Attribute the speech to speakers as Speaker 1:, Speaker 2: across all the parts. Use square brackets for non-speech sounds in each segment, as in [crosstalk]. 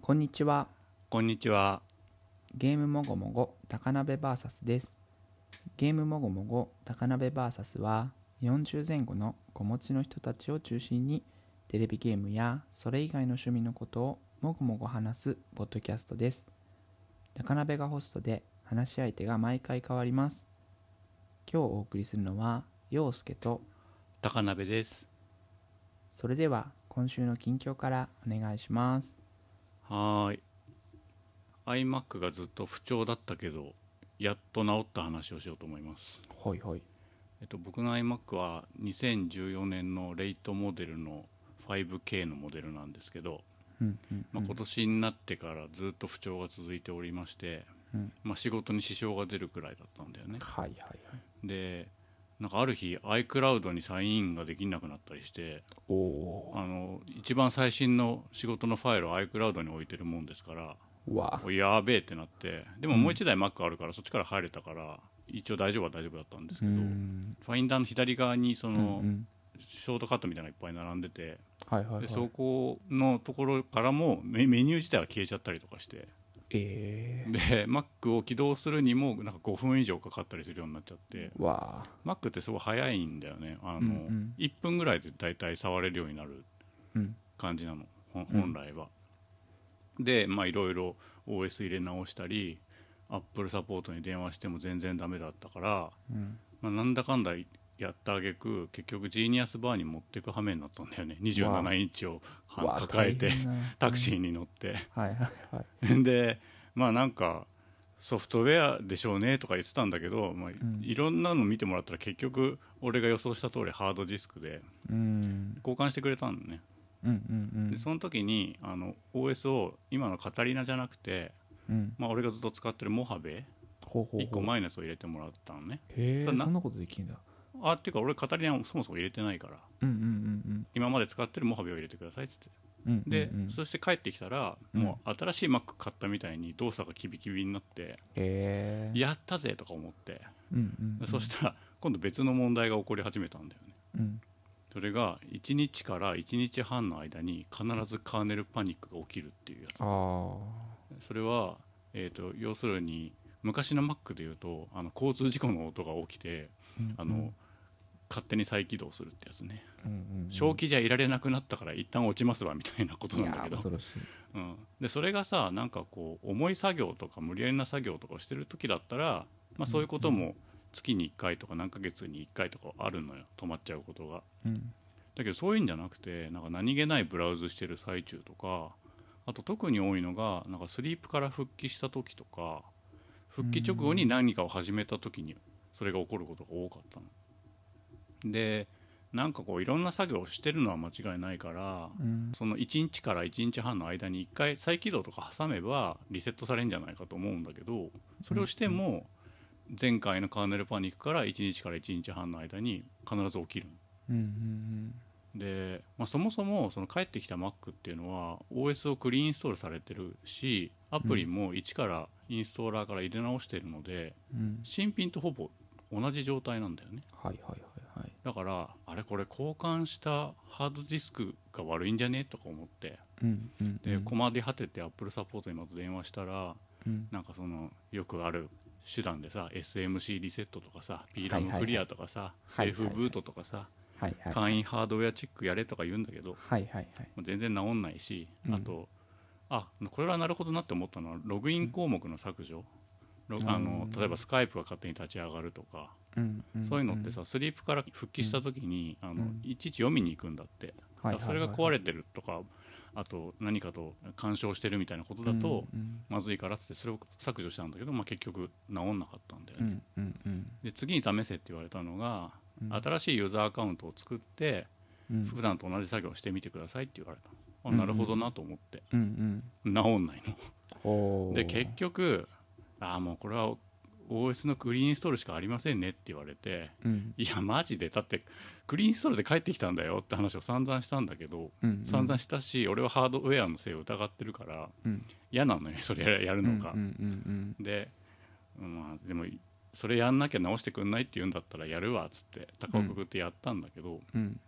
Speaker 1: こんにちは
Speaker 2: こんにちは。
Speaker 1: ゲームもごもご高鍋 VS ですゲームもごもご高鍋 VS は40前後の子持ちの人たちを中心にテレビゲームやそれ以外の趣味のことをもごもご話すポッドキャストです高鍋がホストで話し相手が毎回変わります今日お送りするのは陽介と
Speaker 2: 高鍋です。
Speaker 1: それでは今週の近況からお願いします
Speaker 2: はーい。iMac がずっと不調だったけど、やっと治った話をしようと思います。
Speaker 1: ほいほい
Speaker 2: えっと、僕の iMac は2014年のレイトモデルの 5K のモデルなんですけど、
Speaker 1: うんうんう
Speaker 2: まあ、
Speaker 1: ん
Speaker 2: 今年になってからずっと不調が続いておりまして、
Speaker 1: うん
Speaker 2: まあ、仕事に支障が出るくらいだったんだよね。
Speaker 1: はいはいはい
Speaker 2: で、なんかある日 iCloud にサインインができなくなったりして、
Speaker 1: おお
Speaker 2: あの一番最新の仕事のファイルを iCloud に置いてるもんですから
Speaker 1: うわ
Speaker 2: おやーべえってなってでももう一台 Mac あるからそっちから入れたから一応大丈夫は大丈夫だったんです
Speaker 1: う
Speaker 2: けど
Speaker 1: ん
Speaker 2: ファインダーの左側にそ
Speaker 1: うん
Speaker 2: の
Speaker 1: うん
Speaker 2: ショートカットみたいなのがいっぱい並んでて
Speaker 1: はいはい、はい、
Speaker 2: でそこのところからもメメニュー自体が消えちゃったりとかして
Speaker 1: ええ
Speaker 2: で Mac を起動するにもなんか5分以上かかったりするようになっちゃって
Speaker 1: わあ
Speaker 2: Mac ってすごい早いんだよねあの、
Speaker 1: うんうん
Speaker 2: 1分ぐらいで大体触れるようになる
Speaker 1: うん
Speaker 2: 感じなのほん
Speaker 1: うん
Speaker 2: 本来は、でまあいろいろ OS 入れ直したり Apple サポートに電話しても全然ダメだったから、
Speaker 1: うん
Speaker 2: まあ、なんだかんだやったあげく結局ジーニアスバーに持ってく羽目になったんだよね27インチをは
Speaker 1: わあ
Speaker 2: 抱えて
Speaker 1: 大変だ
Speaker 2: [laughs] タクシーに乗って [laughs]
Speaker 1: はいはいはい
Speaker 2: でまあなんかソフトウェアでしょうねとか言ってたんだけど、まあ
Speaker 1: ん
Speaker 2: いろんなの見てもらったら結局俺が予想した通りハードディスクで
Speaker 1: うん
Speaker 2: 交換してくれたんだね
Speaker 1: うんうんうん
Speaker 2: でその時にあの OS を今のカタリナじゃなくて、
Speaker 1: うん
Speaker 2: まあ、俺がずっと使ってるモハベ
Speaker 1: ほうほうほう
Speaker 2: 1個マイナスを入れてもらったのね
Speaker 1: へえ
Speaker 2: そ
Speaker 1: そ
Speaker 2: んなん
Speaker 1: なことできるんだ
Speaker 2: あっていうか俺カタリナをそもそも入れてないから
Speaker 1: うんうんうん
Speaker 2: 今まで使ってるモハベを入れてくださいっつって
Speaker 1: うんうん
Speaker 2: で、
Speaker 1: うんうん
Speaker 2: そして帰ってきたら、
Speaker 1: うん
Speaker 2: もう新しい Mac 買ったみたいに動作がキビキビになって、
Speaker 1: へえ
Speaker 2: やったぜとか思って、
Speaker 1: うんうんうん
Speaker 2: そしたら今度別の問題が起こり始めたんだよね
Speaker 1: うん
Speaker 2: それが1日から1日半の間に必ずカーネルパニックが起きるっていうやつ
Speaker 1: ああ
Speaker 2: それは、えー、と要するに昔の Mac でいうとあの交通事故の音が起きて
Speaker 1: うん
Speaker 2: あの、勝手に再起動するってやつね、
Speaker 1: うんうんうん
Speaker 2: 正気じゃいられなくなったから一旦落ちますわみたいなこと
Speaker 1: い
Speaker 2: なん
Speaker 1: や
Speaker 2: だけ
Speaker 1: ー
Speaker 2: ど
Speaker 1: 恐ろしい
Speaker 2: うん、でそれがさなんかこう重い作業とか無理やりな作業とかをしてる時だったら、まあ、そういうことも月に1回とか何ヶ月に1回とかあるのよ止まっちゃうことが
Speaker 1: うん
Speaker 2: だけどそういうんじゃなくてなんか何気ないブラウズしてる最中とかあと特に多いのがなんかスリープから復帰した時とか復帰直後に何かを始めた時にそれが起こることが多かったの。でなんかこういろんな作業をしてるのは間違いないから
Speaker 1: うん
Speaker 2: その1日から1日半の間に1回再起動とか挟めばリセットされるんじゃないかと思うんだけどそれをしても前回のカーネルパニックから1日から1日半の間に必ず起きるの
Speaker 1: うんうん
Speaker 2: で、まあ、そもそもその帰ってきた Mac っていうのは OS をクリーンインストールされてるしアプリも一からインストーラーから入れ直してるので
Speaker 1: うんうん
Speaker 2: 新品とほぼ同じ状態なんだよね
Speaker 1: はいはいはいはい
Speaker 2: だからあれこれ交換したハードディスクが悪いんじゃねとか思って
Speaker 1: うんうん
Speaker 2: で
Speaker 1: うん
Speaker 2: 困り果てて Apple サポートにまた電話したら
Speaker 1: うん
Speaker 2: なんかそのよくある手段でさ SMC リセットとかさ P ラ
Speaker 1: はいはい
Speaker 2: ム
Speaker 1: はい
Speaker 2: クリアとかさセ
Speaker 1: はい
Speaker 2: ー
Speaker 1: はいはい
Speaker 2: フブートとかさ
Speaker 1: はいはい
Speaker 2: 簡易ハードウェアチェックやれとか言うんだけど
Speaker 1: はいはいはい
Speaker 2: もう全然治んないし、
Speaker 1: うん
Speaker 2: あとあこれはなるほどなって思ったのはログイン項目の削除、ロ
Speaker 1: うん
Speaker 2: あの例えばスカイプが勝手に立ち上がるとか、
Speaker 1: うんんん
Speaker 2: そういうのってさスリープから復帰した時に、あ
Speaker 1: う
Speaker 2: の
Speaker 1: ん
Speaker 2: いちいち読みに行くんだって、
Speaker 1: はいはいはいはい
Speaker 2: だからそれが壊れてるとかあと何かと干渉してるみたいなことだと、
Speaker 1: うん
Speaker 2: まずいからっつってそれを削除したんだけど、まあ、結局治んなかったんだよ
Speaker 1: う
Speaker 2: ね、
Speaker 1: んうんうん
Speaker 2: で次に試せって言われたのが、
Speaker 1: うん
Speaker 2: 新しいユーザーアカウントを作って
Speaker 1: うん
Speaker 2: 普段と同じ作業をしてみてくださいって言われた
Speaker 1: う
Speaker 2: あ
Speaker 1: ん
Speaker 2: なるほどなと思って、
Speaker 1: うんうん
Speaker 2: 治んない
Speaker 1: ほ
Speaker 2: の
Speaker 1: う
Speaker 2: で結局ああもうこれは OS のクリーンインストールしかありませんねって言われて
Speaker 1: うん
Speaker 2: いやマジでだってクリーンインストールで帰ってきたんだよって話を散々したんだけど
Speaker 1: うん
Speaker 2: 散々したし、俺はハードウェアのせいを疑ってるから
Speaker 1: うん
Speaker 2: 嫌なのよそれやるのが、
Speaker 1: うんうん
Speaker 2: で、まあ、でもそれやんなきゃ直してくんないって言うんだったらやるわっつって高岡くってやったんだけど、
Speaker 1: うんうん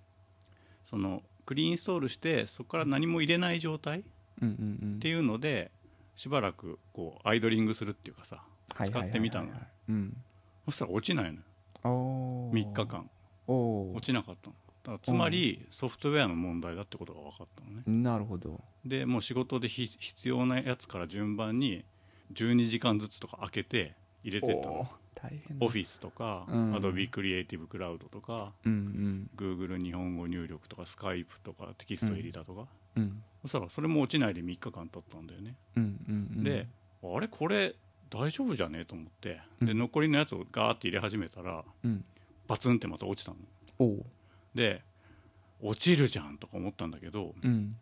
Speaker 2: そのクリーンインストールしてそこから何も入れない状態
Speaker 1: うんうんうん
Speaker 2: っていうのでしばらくこうアイドリングするっていうかさ
Speaker 1: はいはいはいはい
Speaker 2: 使ってみたのよ
Speaker 1: うん
Speaker 2: そしたら落ちないのよ
Speaker 1: お
Speaker 2: 3日間
Speaker 1: おお
Speaker 2: 落ちなかったのだからつまりソフトウェアの問題だってことが分かったのね
Speaker 1: なるほど
Speaker 2: でもう仕事でひ必要なやつから順番に12時間ずつとか開けて入れてった
Speaker 1: お
Speaker 2: の
Speaker 1: ー大変だ
Speaker 2: オフィスとか、
Speaker 1: うん
Speaker 2: アドビクリエイティブクラウドとか
Speaker 1: うんうん
Speaker 2: Google 日本語入力とか Skype とかテキスト入りだとか、
Speaker 1: うん
Speaker 2: そしたらそれも落ちないで3日間経ったんだよね、
Speaker 1: うんうんうん
Speaker 2: であれこれ大丈夫じゃねえと思ってで
Speaker 1: うん
Speaker 2: 残りのやつをガーって入れ始めたら
Speaker 1: うん
Speaker 2: バツンってまた落ちたの
Speaker 1: おお
Speaker 2: で落ちるじゃんとか思ったんだけど
Speaker 1: うん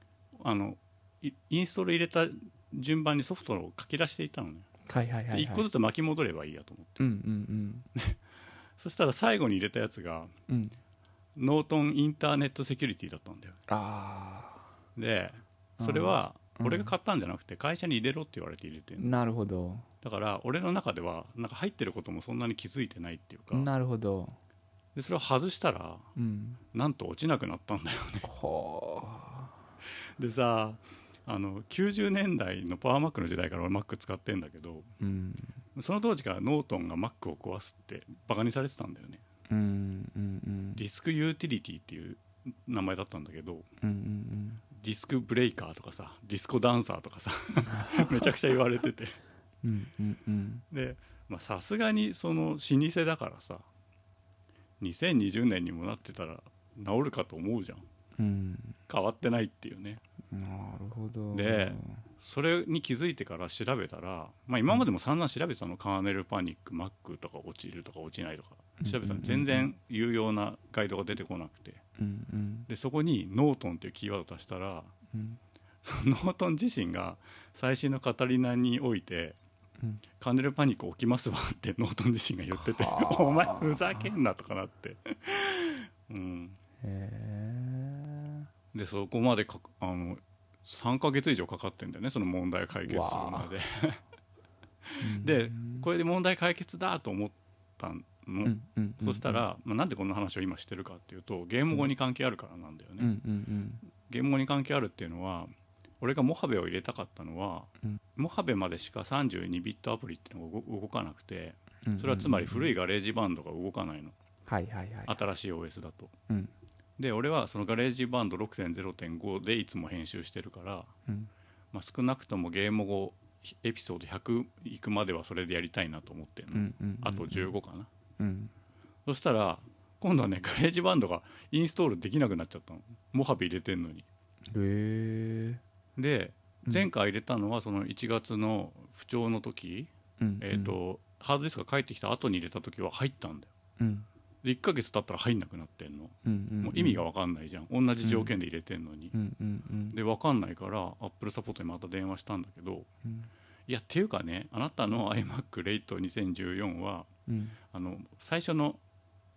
Speaker 2: あのイインストール入れた順番にソフトを書き出していたのね
Speaker 1: はいはいはいはい
Speaker 2: 1個ずつ巻き戻ればいいやと思って
Speaker 1: うんうん
Speaker 2: そしたら最後に入れたやつが
Speaker 1: うんうん
Speaker 2: ノートンインターネットセキュリティだったんだよ
Speaker 1: あ
Speaker 2: でそれは
Speaker 1: うん
Speaker 2: 俺が買ったんじゃなくて会社に入れろって言われて入れて
Speaker 1: あ
Speaker 2: る
Speaker 1: なるほど
Speaker 2: だから俺の中ではなんか入ってることもそんなに気づいてないっていうか
Speaker 1: なるほど
Speaker 2: でそれを外したら
Speaker 1: うん
Speaker 2: なんと落ちなくなったんだよ
Speaker 1: ほ
Speaker 2: でさあの90年代のパワーマックの時代から俺 Mac 使ってんだけど
Speaker 1: ううん
Speaker 2: その当時からノートンが Mac を壊すってバカにされてたんだよね
Speaker 1: うんうんうん
Speaker 2: ディスクユーティリティっていう名前だったんだけど
Speaker 1: うんうん
Speaker 2: ディスクブレイカーとかさディスコダンサーとかさ [laughs] めちゃくちゃ言われてて
Speaker 1: うんうんうんうん
Speaker 2: でまあさすがにその老舗だからさ2020年にもなってたら治るかと思うじゃん
Speaker 1: うん
Speaker 2: 変わってないっていうね
Speaker 1: なるほど
Speaker 2: でそれに気づいてから調べたら、まあ、今までも散々調べてたの、カーネルパニックマックとか落ちるとか落ちないとか調べた
Speaker 1: うんうんうんう
Speaker 2: の
Speaker 1: ん
Speaker 2: 全然有用なガイドが出てこなくて
Speaker 1: うんうん
Speaker 2: でそこにノートンっていうキーワードを足したら
Speaker 1: うん
Speaker 2: そのノートン自身が最新のカタリナにおいて、
Speaker 1: うん
Speaker 2: カーネルパニック起きますわって [laughs] ノートン自身が言ってて
Speaker 1: は
Speaker 2: 「
Speaker 1: あ
Speaker 2: お前ふざけんな」とかなって、うん、
Speaker 1: へえ
Speaker 2: でそこまでかあの3ヶ月以上かかってんだよねその問題を解決するまで。でこれで問題解決だと思ったの、
Speaker 1: うんうん
Speaker 2: そしたら、まあ、なんでこの話を今してるかっていうとゲーム語に関係あるからなんだよね、
Speaker 1: うんうん
Speaker 2: ゲーム語に関係あるっていうのは俺がモハベを入れたかったのは、
Speaker 1: うん
Speaker 2: モハベまでしか32ビットアプリっていうのが動動かなくて
Speaker 1: うん
Speaker 2: それはつまり古
Speaker 1: い
Speaker 2: いガレージバンドが動かないの
Speaker 1: はいはいはい
Speaker 2: 新しい OS だと
Speaker 1: うん
Speaker 2: で俺はそのガレージバンド6.0.5でいつも編集してるから、
Speaker 1: うん
Speaker 2: まあ、少なくともゲーム語エピソード100いくまではそれでやりたいなと思ってるの、
Speaker 1: うんうん
Speaker 2: あと15かな
Speaker 1: うん
Speaker 2: そしたら今度はねガレージバンドがインストールできなくなっちゃったのモハベ入れてんのに
Speaker 1: へえ
Speaker 2: で
Speaker 1: うん
Speaker 2: 前回入れたのはその1月の不調の時、
Speaker 1: うん
Speaker 2: えーとハードディスクが帰ってきた後に入れた時は入ったんだよ
Speaker 1: うん
Speaker 2: で1ヶ月経ったら入んなくなってんの
Speaker 1: うんうん
Speaker 2: もう意味が分かんないじゃん同じ条件で入れてんのに
Speaker 1: うんうんうん
Speaker 2: で分かんないからアップルサポートにまた電話したんだけど
Speaker 1: うん
Speaker 2: いやっていうかねあなたの iMac レイト2014は
Speaker 1: うん
Speaker 2: あの最初の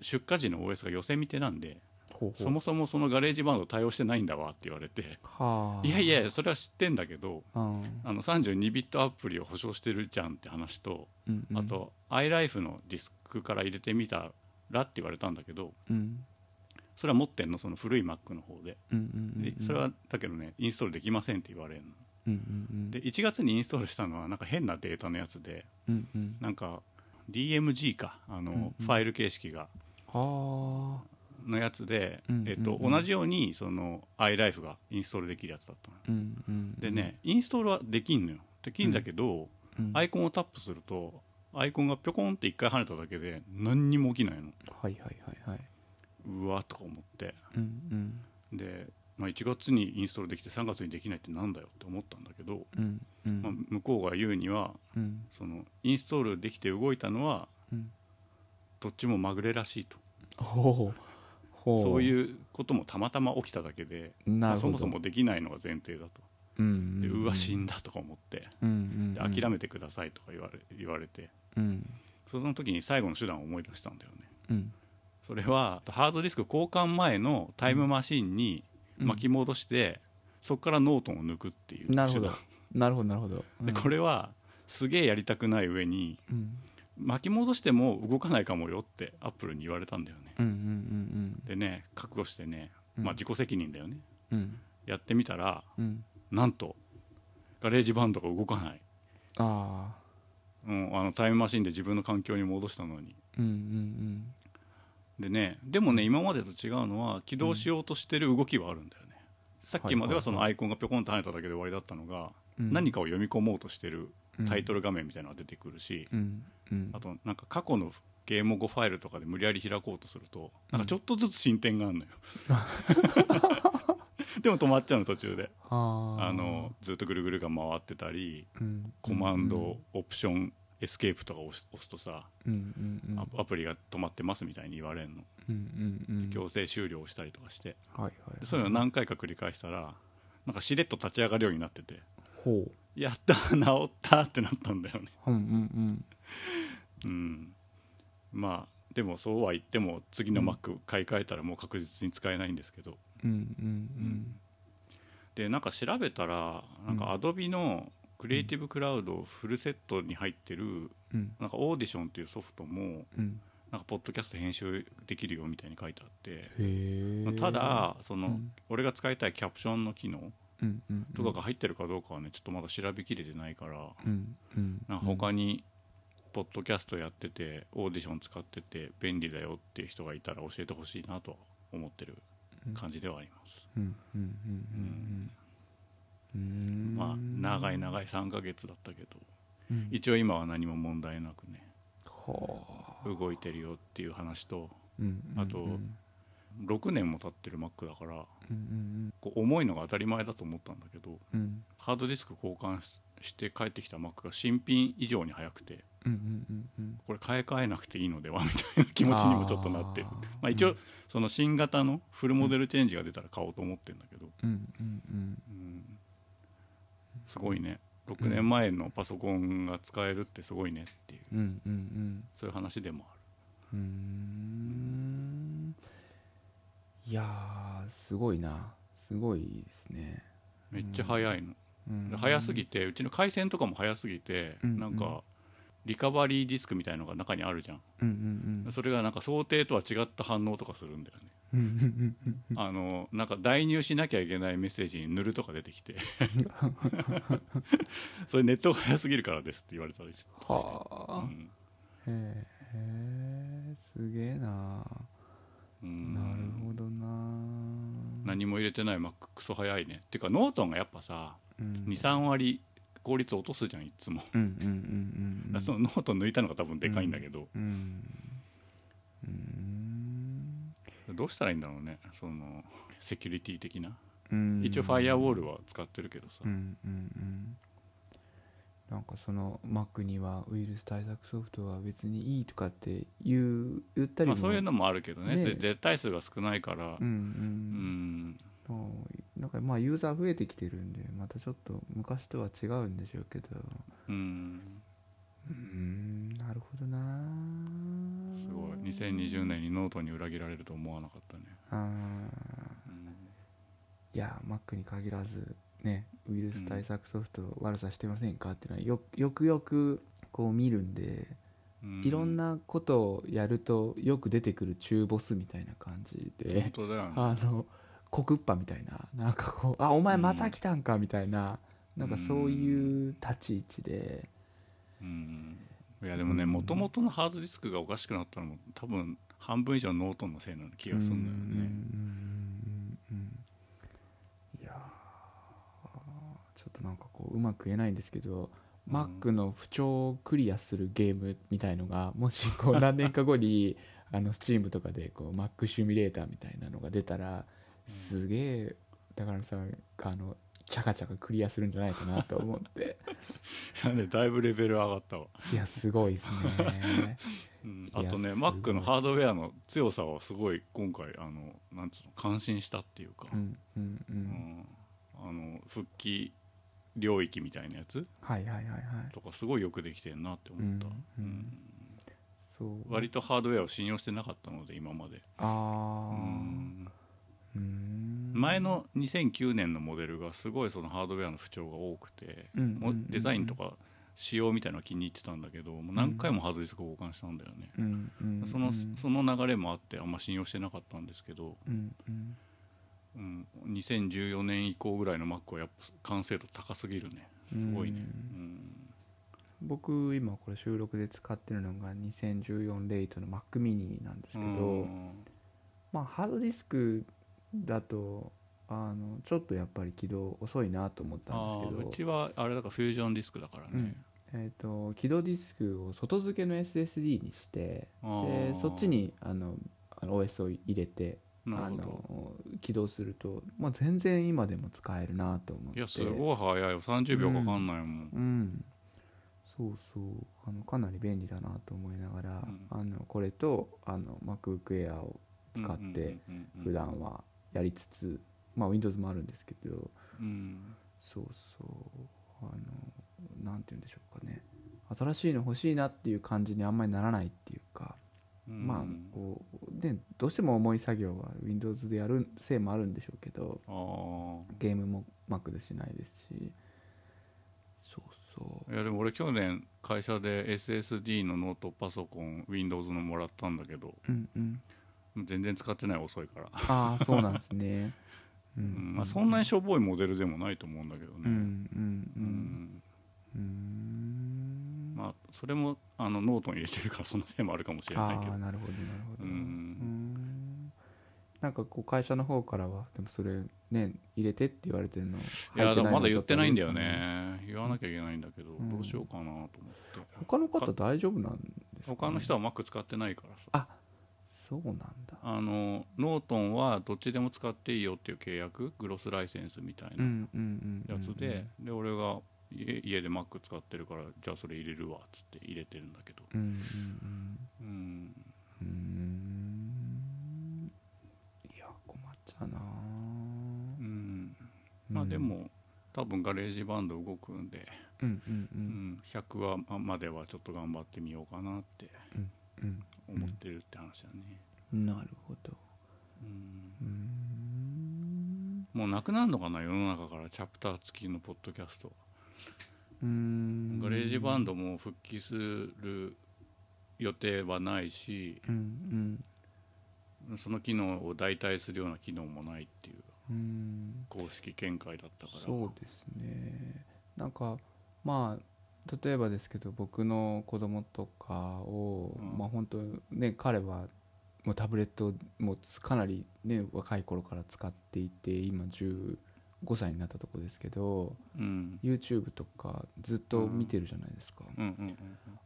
Speaker 2: 出荷時の OS が寄せ見てなんで
Speaker 1: ほうほう
Speaker 2: そもそもそのガレージバンド対応してないんだわって言われて
Speaker 1: はあ
Speaker 2: いやいやそれは知ってんだけど
Speaker 1: うん
Speaker 2: あの32ビットアプリを保証してるじゃんって話と
Speaker 1: うんうん
Speaker 2: あと iLife のディスクから入れてみたらって言われたんだけど
Speaker 1: うん
Speaker 2: それは持ってんのその古い Mac の方で
Speaker 1: うんうんうん
Speaker 2: でそれはだけどねインストールできませんって言われるの
Speaker 1: うんうんうん
Speaker 2: で1月にインストールしたのはなんか変なデータのやつで
Speaker 1: うんうん
Speaker 2: なんか DMG かあ
Speaker 1: うん
Speaker 2: の
Speaker 1: うん
Speaker 2: ファイル形式が
Speaker 1: はあ
Speaker 2: のやつで
Speaker 1: うん
Speaker 2: えっと
Speaker 1: うんうん
Speaker 2: 同じようにその iLife がインストールできるやつだったの
Speaker 1: うんうん
Speaker 2: でね、インストールはできんのよできんだけど、
Speaker 1: うん
Speaker 2: ア
Speaker 1: はい
Speaker 2: イコンをタップするとアイコンがぴょこんって一回跳ねただけで何にも起きないの
Speaker 1: はいはいはいう
Speaker 2: わーとか思って
Speaker 1: うん
Speaker 2: で、まあ、1月にインストールできて3月にできないってなんだよって思ったんだけど、
Speaker 1: うんうんうん
Speaker 2: まあ、向こうが言うには
Speaker 1: うん
Speaker 2: そのインストールできて動いたのは
Speaker 1: うん
Speaker 2: どっちもまぐれらしいと
Speaker 1: ほうほう
Speaker 2: そう
Speaker 1: う
Speaker 2: いうこともたまたま起きただけで、ま
Speaker 1: な
Speaker 2: あ
Speaker 1: る
Speaker 2: そ
Speaker 1: ほ
Speaker 2: も
Speaker 1: ど
Speaker 2: そもできないのが前提だと
Speaker 1: うん
Speaker 2: で
Speaker 1: ん
Speaker 2: うわ死
Speaker 1: ん
Speaker 2: んだとか思って
Speaker 1: うんうん
Speaker 2: で
Speaker 1: うん
Speaker 2: 諦めてくださいとか言われ言われて
Speaker 1: うん
Speaker 2: その時に最後の手段を思い出したんだよね
Speaker 1: うん
Speaker 2: それはハードディスク交換前のタイムマシンに巻き戻して、そこからノートンを抜くっていう手段
Speaker 1: なるほどなるほどなるほど
Speaker 2: でこれはすげえやりたくない上に
Speaker 1: うん
Speaker 2: 巻き戻しても動かないかもよってアップルに言われたんだよね
Speaker 1: うんうんうん
Speaker 2: でね覚悟してね、
Speaker 1: うん
Speaker 2: まあ、自己責任だよね、
Speaker 1: うんうん
Speaker 2: やってみたら
Speaker 1: うん
Speaker 2: なんとガレージバンドが動かない、
Speaker 1: ああ
Speaker 2: うん、あのタイムマシンで自分の環境に戻したのに
Speaker 1: うんうん
Speaker 2: でねでもね今までと違うのは起動しようとしてる動きはあるんだよね、さっきまではそのアイコンがぴょこんと跳ねただけで終わりだったのが、
Speaker 1: うん
Speaker 2: 何かを読み込もうとしてる
Speaker 1: うん
Speaker 2: タイトル画面みたいなのが出てくるし、
Speaker 1: うんうん
Speaker 2: あとなんか過去のゲーム語ファイルとかで無理やり開こうとするとなんかちょっとずつ進展があるのよ、
Speaker 1: [laughs]
Speaker 2: でも止まっちゃうの途中で
Speaker 1: あー
Speaker 2: あのずっとぐるぐるが回ってたり
Speaker 1: うん
Speaker 2: コマンド、オプションエスケープとか押し押すとさ、
Speaker 1: うんうんうん
Speaker 2: アアプリが止まってますみたいに言われるの、
Speaker 1: うんうんうん
Speaker 2: 強制終了したりとかして
Speaker 1: はいはい
Speaker 2: でそういうのを何回か繰り返したらなんかしれっと立ち上がるようになってて
Speaker 1: ほう
Speaker 2: やった [laughs] 治ったってなったんだよね
Speaker 1: うんうん
Speaker 2: うんまあでもそうは言っても次の Mac 買い替えたらもう確実に使えないんですけど、
Speaker 1: うんうんうん
Speaker 2: でなんか調べたらなんか Adobe のクリエイティブクラウドフルセットに入ってる
Speaker 1: うんうん
Speaker 2: なんかオーディションっていうソフトも
Speaker 1: うん
Speaker 2: なんかポッドキャスト編集できるよみたいに書いてあって、
Speaker 1: へえ
Speaker 2: ただその、
Speaker 1: うん
Speaker 2: 俺が使いたいキャプションの機能
Speaker 1: うんうん
Speaker 2: とかが入ってるかどうかはねちょっとまだ調べきれてないから
Speaker 1: うんうん
Speaker 2: なんか他にポッドキャストやっててオーディション使ってて便利だよっていう人がいたら教えてほしいなとは思ってる感じではあります、
Speaker 1: うんうんうんうんうん
Speaker 2: まあ長い
Speaker 1: な
Speaker 2: 長い3ヶ月だったけど一応今は何も問題なくね
Speaker 1: はあ
Speaker 2: 動いてるよっていう話と
Speaker 1: うん
Speaker 2: あと
Speaker 1: うん
Speaker 2: 6年も経ってる Mac だから
Speaker 1: うん
Speaker 2: こう重いのが当たり前だと思ったんだけど
Speaker 1: うんうん
Speaker 2: ハードディスク交換しして帰ってきた Mac が新品以上に早くて
Speaker 1: うんうんうんうん
Speaker 2: これ買い替えなくていいのではみたいな気持ちにもちょっとなってる
Speaker 1: あー
Speaker 2: まあ、一応、
Speaker 1: うん
Speaker 2: その新型のフルモデルチェンジが出たら買おうと思ってるんだけど、
Speaker 1: うんうんうん
Speaker 2: うんすごいね6年前のパソコンが使えるってすごいねっていう
Speaker 1: うんうんうん
Speaker 2: そういう話でもある
Speaker 1: うーんいやーすごいなすごいですね
Speaker 2: めっちゃ早いの、
Speaker 1: うん
Speaker 2: で早すぎてうちの回線とかも早すぎて、
Speaker 1: うん
Speaker 2: なん
Speaker 1: うん
Speaker 2: かリカバリーディスクみたいのが中にあるじゃん、
Speaker 1: うんうんうん
Speaker 2: それがなんか想定とは違った反応とかするんだよね
Speaker 1: うんうんうんうん
Speaker 2: あのなんか代入しなきゃいけないメッセージに塗るとか出て
Speaker 1: [laughs]
Speaker 2: きてそれネットが早すぎるからですって言われたりして、
Speaker 1: は
Speaker 2: う
Speaker 1: あ
Speaker 2: ん
Speaker 1: へえすげえな
Speaker 2: うん
Speaker 1: なるほどな
Speaker 2: 何も入れてない Mac クソ早いねっていうかノートンがやっぱさ
Speaker 1: うん
Speaker 2: 23割効率落とすじゃんいつも、
Speaker 1: うんうんうんうんうん
Speaker 2: [laughs] そのノートン抜いたのが多分でかいんだけど、
Speaker 1: うんうーん
Speaker 2: どうしたらいいんだろうねそのセキュリティ的な、
Speaker 1: うん
Speaker 2: 一応ファイアウォールは使ってるけどさ、
Speaker 1: うんうんうんなんかその Mac にはウイルス対策ソフトは別にいいとかって言う言ったり
Speaker 2: ま
Speaker 1: も、
Speaker 2: あ、そういうのもあるけどね
Speaker 1: ね
Speaker 2: ぜ絶対数が少ないから
Speaker 1: うん
Speaker 2: うん、
Speaker 1: うん、なんかまあユーザー増えてきてるんでまたちょっと昔とは違うんでしょうけど
Speaker 2: うん
Speaker 1: うーんなるほどな
Speaker 2: すごい2020年にノートンに裏切られると思わなかったね、
Speaker 1: あーいや Mac に限らずねウイルス対策ソフト悪さしてませんかっていうのはよよくよくこう見るんで
Speaker 2: うん
Speaker 1: いろんなことをやるとよく出てくる中ボスみたいな感じ
Speaker 2: 本
Speaker 1: で
Speaker 2: 当だよね
Speaker 1: あのコクッパみたいななんかこう「あお前また来たんか」みたいななんかそういう立ち位置で
Speaker 2: うんいやでもねもともとのハードディスクがおかしくなったのも多分半分以上ノートンのせいな気がするんだよね
Speaker 1: うんうんうんうんいやーちょっとなんかこううまく言えないんですけど、
Speaker 2: うん
Speaker 1: Mac の不調をクリアするゲームみたいのがもしこう何年か後
Speaker 2: [laughs]
Speaker 1: にあの Steam とかでこう Mac シミュレーターみたいなのが出たら
Speaker 2: うん
Speaker 1: すげえ高野さんがあのチャカチャカクリアするんじゃないかなと思って
Speaker 2: [laughs] なんでだいぶレベル上がったわ、
Speaker 1: いやすごいです
Speaker 2: [laughs]
Speaker 1: ね
Speaker 2: うん
Speaker 1: いや
Speaker 2: あとね
Speaker 1: すごい
Speaker 2: Mac のハードウェアの強さはすごい今回あのなんつうの感心したっていうか、
Speaker 1: うんうんう
Speaker 2: うんんあの復帰領域みたいなやつ
Speaker 1: はいはいはいはい
Speaker 2: とかすごいよくできてるなって思った、
Speaker 1: うん
Speaker 2: うん
Speaker 1: そう
Speaker 2: 割とハードウェアを信用してなかったので今まで、
Speaker 1: あ
Speaker 2: う
Speaker 1: あ
Speaker 2: ん
Speaker 1: うーん
Speaker 2: 前の2009年のモデルがすごいそのハードウェアの不調が多くて、
Speaker 1: うん
Speaker 2: も
Speaker 1: う
Speaker 2: うん
Speaker 1: うん
Speaker 2: デザインとか仕様みたいなの気に入ってたんだけどもう何回もハードディスクを交換したんだよね、
Speaker 1: うんうん
Speaker 2: そのその流れもあってあんま信用してなかったんですけど、
Speaker 1: うんうん
Speaker 2: うん、2014年以降ぐらいの Mac はやっぱ完成度高すぎるねすごいね
Speaker 1: うん
Speaker 2: うん
Speaker 1: 僕今これ収録で使ってるのが2014レイトの Mac mini なんですけど、
Speaker 2: うん
Speaker 1: まあハードディスクだとあのちょっとやっぱり起動遅いなと思った
Speaker 2: あ
Speaker 1: ん
Speaker 2: ー
Speaker 1: ですけど
Speaker 2: うちはあれだからフュージョンディスクだからね、
Speaker 1: えー、と起動ディスクを外付けの SSD にしてで
Speaker 2: あー
Speaker 1: そっちにあのあの OS を入れて
Speaker 2: な
Speaker 1: あ
Speaker 2: るほど
Speaker 1: の起動すると、まあ、全然今でも使えるなと思って
Speaker 2: いやすごい早いよ30秒かかんないもん、
Speaker 1: うん、そうそうあのかなり便利だなと思いながら、
Speaker 2: ん
Speaker 1: あのこれとあの MacBookAir を使っ
Speaker 2: う
Speaker 1: て
Speaker 2: んうんうんうん
Speaker 1: 普段はやりつつ、まあ Windows もあるんですけど
Speaker 2: うん
Speaker 1: そうそうあのなんて言うんでしょうかね新しいの欲しいなっていう感じにあんまりならないっていうか、
Speaker 2: うん
Speaker 1: まあこうでどうしても重い作業は Windows でやるせいもあるんでしょうけど、
Speaker 2: あー
Speaker 1: ゲームも Mac でしないですしそうそう
Speaker 2: いやでも俺去年会社で SSD のノートパソコン Windows のもらったんだけど
Speaker 1: うんうん
Speaker 2: 全然使ってない遅いから、
Speaker 1: ああそうなんですねう
Speaker 2: うんまあ、そんなに
Speaker 1: し
Speaker 2: しょぼいモデルでもないと思うんだけど
Speaker 1: う
Speaker 2: ね、
Speaker 1: んうん
Speaker 2: う
Speaker 1: うん
Speaker 2: ん
Speaker 1: うーん
Speaker 2: まあ、それもあのノートに入れてるからそのせいもあるかもしれない
Speaker 1: あ
Speaker 2: けど
Speaker 1: ーなるほどなるほど
Speaker 2: うん
Speaker 1: んなんかこう会社の方からはでもそれね入れてって言われてるの
Speaker 2: いや
Speaker 1: 入て
Speaker 2: でも
Speaker 1: ないの
Speaker 2: まだ
Speaker 1: ち
Speaker 2: 言
Speaker 1: ょ
Speaker 2: っ
Speaker 1: と
Speaker 2: てないんだ
Speaker 1: あ
Speaker 2: よ
Speaker 1: れです
Speaker 2: ね言わなきゃいけないんだけど、
Speaker 1: うん
Speaker 2: どうしようかなと思って
Speaker 1: 他の方大丈夫なんですかね
Speaker 2: 他の人は Mac 使ってないからさ
Speaker 1: あそうなんだ
Speaker 2: あのノートンはどっちでも使っていいよっていう契約グロスライセンスみたい
Speaker 1: うん
Speaker 2: な
Speaker 1: うんうんうん
Speaker 2: やつで、で俺が家家で Mac 使ってるからじゃあそれ入れるわっつって入れてるんだけど、
Speaker 1: うんうんうん
Speaker 2: うん、
Speaker 1: うーんいや困っちゃうなあ
Speaker 2: うん、まあ
Speaker 1: うん
Speaker 2: でも、多分ガレージバンド動くんで、
Speaker 1: うんうんう
Speaker 2: うんん、100話ままではちょっと頑張ってみようかなって思ってるって話だね、
Speaker 1: うんなるほど
Speaker 2: うん
Speaker 1: うーん
Speaker 2: もうなくなるのかな世の中からチャプター付きのポッドキャストは
Speaker 1: うーん
Speaker 2: ガレージバン
Speaker 1: ド
Speaker 2: ドも復帰する予定はないし
Speaker 1: うん
Speaker 2: その機能を代替するような機能もないっていう
Speaker 1: うんうん
Speaker 2: 公式見解だったから
Speaker 1: そうですねなんかまあ例えばですけど僕の子供とかを、
Speaker 2: うん
Speaker 1: まあ本当ね彼はもうタブレットをもうかなりね若い頃から使っていて今15歳になったとこですけど
Speaker 2: うん、
Speaker 1: YouTube とかずっと見てるじゃないですか、
Speaker 2: うんうんうん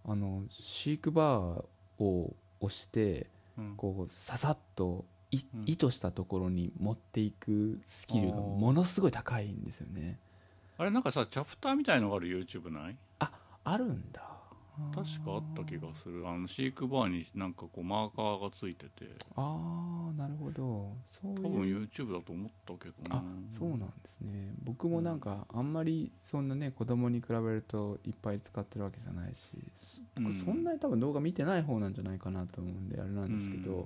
Speaker 1: あの飼育バーを押して
Speaker 2: うんうん
Speaker 1: こうささっとい
Speaker 2: うん
Speaker 1: 意図したところに持っていくスキルが
Speaker 2: あー
Speaker 1: ものすごい高いんですよね
Speaker 2: あれなんかさチャプターみたいのがある YouTube ない
Speaker 1: あるんだ
Speaker 2: 確かあった気がするあの飼育バーになんかこうマーカーがついてて
Speaker 1: ああなるほどそう
Speaker 2: 多分
Speaker 1: いう
Speaker 2: YouTube だと思ったけどな
Speaker 1: あそうなんですね僕もなんかあんまりそんなね子供に比べるといっぱい使ってるわけじゃないしす僕
Speaker 2: うん
Speaker 1: そんなに多分動画見てない方なんじゃないかなと思うんであれなんですけど、
Speaker 2: うん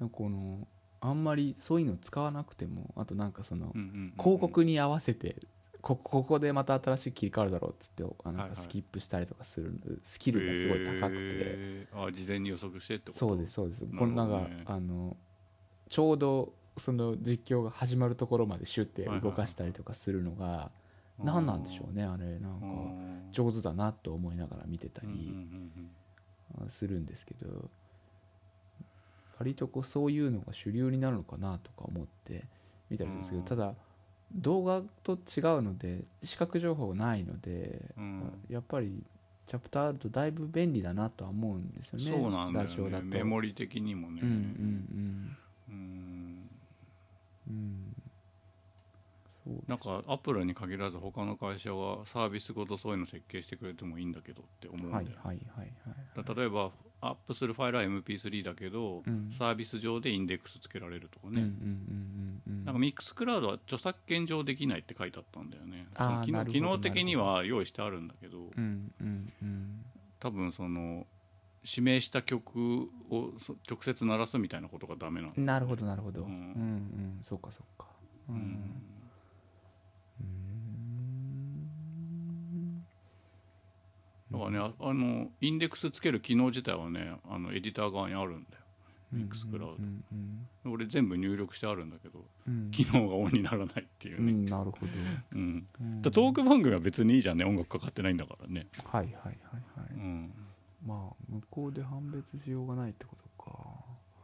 Speaker 1: なんかこのあんまりそういうの使わなくてもあとなんかその
Speaker 2: うんうんうんうん
Speaker 1: 広告に合わせてこここでまた新しい切り替わるだろうっつってあな
Speaker 2: は
Speaker 1: ん
Speaker 2: いは
Speaker 1: か
Speaker 2: い
Speaker 1: スキップしたりとかするスキルがすごい高くて、
Speaker 2: へーあ事前に予測してってこと
Speaker 1: そうですそうです
Speaker 2: なる
Speaker 1: こ
Speaker 2: ほど
Speaker 1: ん
Speaker 2: ね
Speaker 1: ながあのちょうどその実況が始まるところまでシュッて動かしたりとかするのが何なんでしょうねあれなん
Speaker 2: う
Speaker 1: か
Speaker 2: ん
Speaker 1: 上手だなと思いながら見てた
Speaker 2: うんうん
Speaker 1: り
Speaker 2: うん
Speaker 1: するんですけど割とこうそういうのが主流になるのかなとか思って見たりするんですけど
Speaker 2: うん
Speaker 1: ただ動画と違うので視覚情報ないので
Speaker 2: うんうん
Speaker 1: やっぱりチャプターあるとだいぶ便利だなとは思うんですよね
Speaker 2: そうなんだ
Speaker 1: ラジオ
Speaker 2: よ
Speaker 1: だ
Speaker 2: ね
Speaker 1: と
Speaker 2: メモリ的にもね
Speaker 1: うんうん
Speaker 2: うん
Speaker 1: うんうんそうです
Speaker 2: なんかアップルに限らず他の会社はサービスごとそういうの設計してくれてもいいんだけどって思うんだよ、
Speaker 1: はいはいはいはい
Speaker 2: だから例えばアップするファイルは MP3 だけど、
Speaker 1: うん
Speaker 2: サービス上でインデックスつけられるとか
Speaker 1: うんう
Speaker 2: ね、
Speaker 1: んうんうん
Speaker 2: なんかミックスクラウドは著作権上できないって書いてあったんだよねその
Speaker 1: あー
Speaker 2: 機
Speaker 1: なる
Speaker 2: 能
Speaker 1: ほど
Speaker 2: 機能的には用意してあるんだけど、
Speaker 1: うんうんうん
Speaker 2: 多分その指名した曲をそ直接鳴らすみたいなことがダメなの、
Speaker 1: なるほどなるほど、う
Speaker 2: うん
Speaker 1: ん、うんそうかそうかう
Speaker 2: うんん
Speaker 1: うーん
Speaker 2: だからねああのインデックスつける機能自体はねあのエディター側にあるんだよ
Speaker 1: うんうん
Speaker 2: Mixcloud
Speaker 1: うんうん
Speaker 2: 俺全部入力してあるんだけど
Speaker 1: うん
Speaker 2: 機能がオンにならないっていううね、
Speaker 1: んなるほど
Speaker 2: うん
Speaker 1: うん
Speaker 2: だトーク番組は別にいいじゃんね音楽かかってないんだからね、
Speaker 1: はいはいはいは
Speaker 2: う
Speaker 1: い
Speaker 2: ん、
Speaker 1: まあ向こうで判別しようがないってことか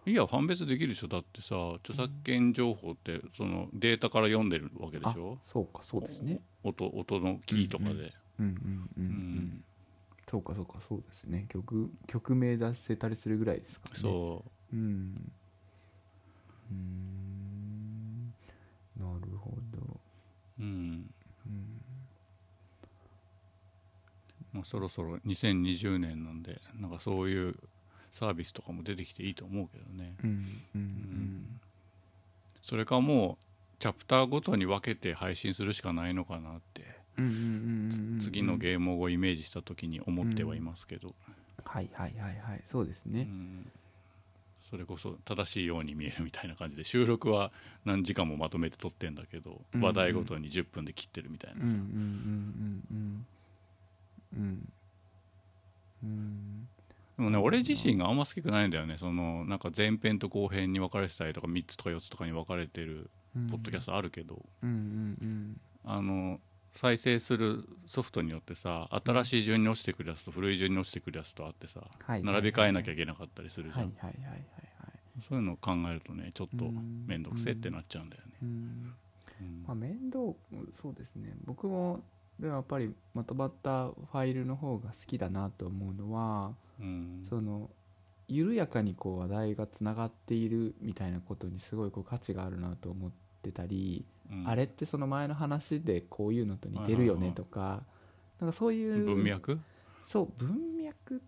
Speaker 2: いや判別できるでしょだってさ著作権情報ってそのデータから読んでるわけでしょ
Speaker 1: そうかそうですね
Speaker 2: 音音のキーとかで、
Speaker 1: うんうんうんう
Speaker 2: うん
Speaker 1: んそうかそうかそうですね曲曲名出せたりするぐらいですからね
Speaker 2: そう
Speaker 1: うんうーんなるほど
Speaker 2: うん
Speaker 1: うん
Speaker 2: まあ、そろそろ2020年なんでなんかそういうサービスとかも出てきていいと思うけどね
Speaker 1: うんうん
Speaker 2: それかもうチャプターごとに分けて配信するしかないのかなって、
Speaker 1: うんうんうんうんうん
Speaker 2: 次のゲームをイメージした時に思ってはいますけど、
Speaker 1: はいはいはいはいそうです
Speaker 2: う
Speaker 1: ね
Speaker 2: んそれこそ正しいように見えるみたいな感じで収録は何時間もまとめて撮ってんだけど、
Speaker 1: うん
Speaker 2: 話題ごとに10分で切ってるみたいな
Speaker 1: うんう
Speaker 2: さ、
Speaker 1: んうんうんうんうん
Speaker 2: でもね俺自身があんま好きくないんだよねそのなんか前編と後編に分かれてたりとか3つとか4つとかに分かれてる
Speaker 1: うん
Speaker 2: ポッドキャストあるけど、
Speaker 1: うんうん
Speaker 2: あの再生するソフトによってさ新しい順に落ちてくるやつと古い順に落ちてくるやつとあってさ、
Speaker 1: はい
Speaker 2: 並べ替えなきゃいけなかったりす
Speaker 1: う
Speaker 2: る
Speaker 1: ん
Speaker 2: じゃん、
Speaker 1: はいはいはいはいはい
Speaker 2: そういうのを考えるとねちょっと面倒くせえってなっちゃうんだよね、
Speaker 1: うん
Speaker 2: うん
Speaker 1: まあ、面倒そうですね僕もでもやっぱりまとまったファイルの方が好きだなと思うのは、
Speaker 2: うん
Speaker 1: その緩やかにこう話題がつながっているみたいなことにすごいこう価値があるなと思ってたり、
Speaker 2: うん
Speaker 1: あれってその前の話でこういうのと似てるよねとか、なんかそういう
Speaker 2: 文脈
Speaker 1: そう文脈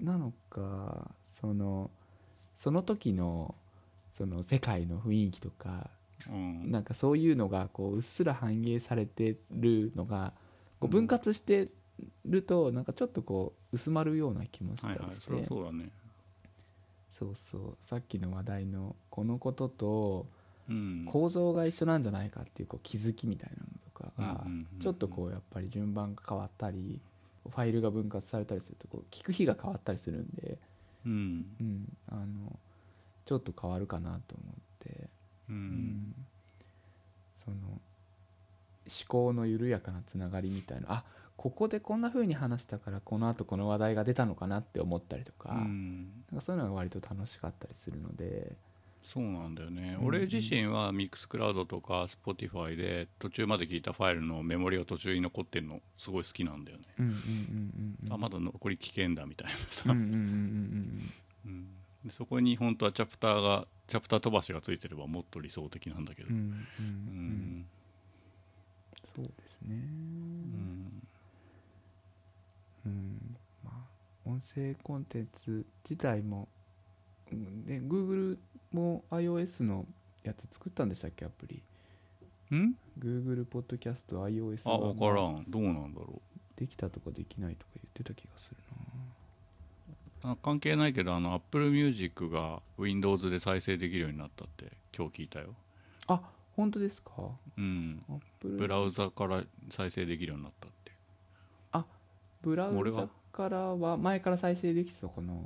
Speaker 1: なのかそのその時のその世界の雰囲気とか
Speaker 2: うん
Speaker 1: なんかそういうのがこううっすら反映されてるのがこう
Speaker 2: うん
Speaker 1: 分割してるとなんかちょっとこう薄まるような気もした
Speaker 2: は
Speaker 1: り
Speaker 2: いはい
Speaker 1: し
Speaker 2: それは
Speaker 1: て
Speaker 2: そうだね
Speaker 1: そうそうさっきの話題のこのことと
Speaker 2: うん
Speaker 1: 構造が一緒なんじゃないかっていうこう気づきみたいなのとかが
Speaker 2: うんうんうんうん
Speaker 1: ちょっとこうやっぱり順番が変わったりファイルが分割されたりするとこう聞く日が変わったりするんで、
Speaker 2: うん
Speaker 1: うん、あのちょっと変わるかなと思って。
Speaker 2: うん
Speaker 1: その思考の緩やかなつながりみたいなあここでこんな風に話したからこのあとこの話題が出たのかなって思ったりとか,、
Speaker 2: うん
Speaker 1: なんかそういうのが割と楽しかったりするので
Speaker 2: そうなんだよね、
Speaker 1: うん
Speaker 2: 俺自身はミックスクラウドとか Spotify で途中まで聞いたファイルのメモリが途中に残ってるのすごい好きなんだよね、
Speaker 1: うんうんうんうん
Speaker 2: あまだ残り危険だみたいな
Speaker 1: うん
Speaker 2: さ、
Speaker 1: うんうんうん
Speaker 2: うんでそこに本当はチャプターがチャプター飛ばしがついてればもっと理想的なんだけど
Speaker 1: うんうんうんう
Speaker 2: うんん
Speaker 1: そうですね
Speaker 2: うん
Speaker 1: うんまあ音声コンテンツ自体も、うん、で Google も iOS のやつ作ったんでしたっけアプリ
Speaker 2: ん
Speaker 1: Google ポッドキャスト iOS
Speaker 2: あ
Speaker 1: 版
Speaker 2: 分からんどうなんだろ
Speaker 1: できたとかできないとか言ってた気がする
Speaker 2: うあ関係ないけどあの Apple Music が Windows で再生できるようになったって今日聞いたよ
Speaker 1: なあ本当ですか
Speaker 2: うん
Speaker 1: アップル
Speaker 2: ブラウザから再生できるようになったって
Speaker 1: ブラウ
Speaker 2: 俺
Speaker 1: ザ
Speaker 2: が
Speaker 1: からは前から再生できてたかな
Speaker 2: あ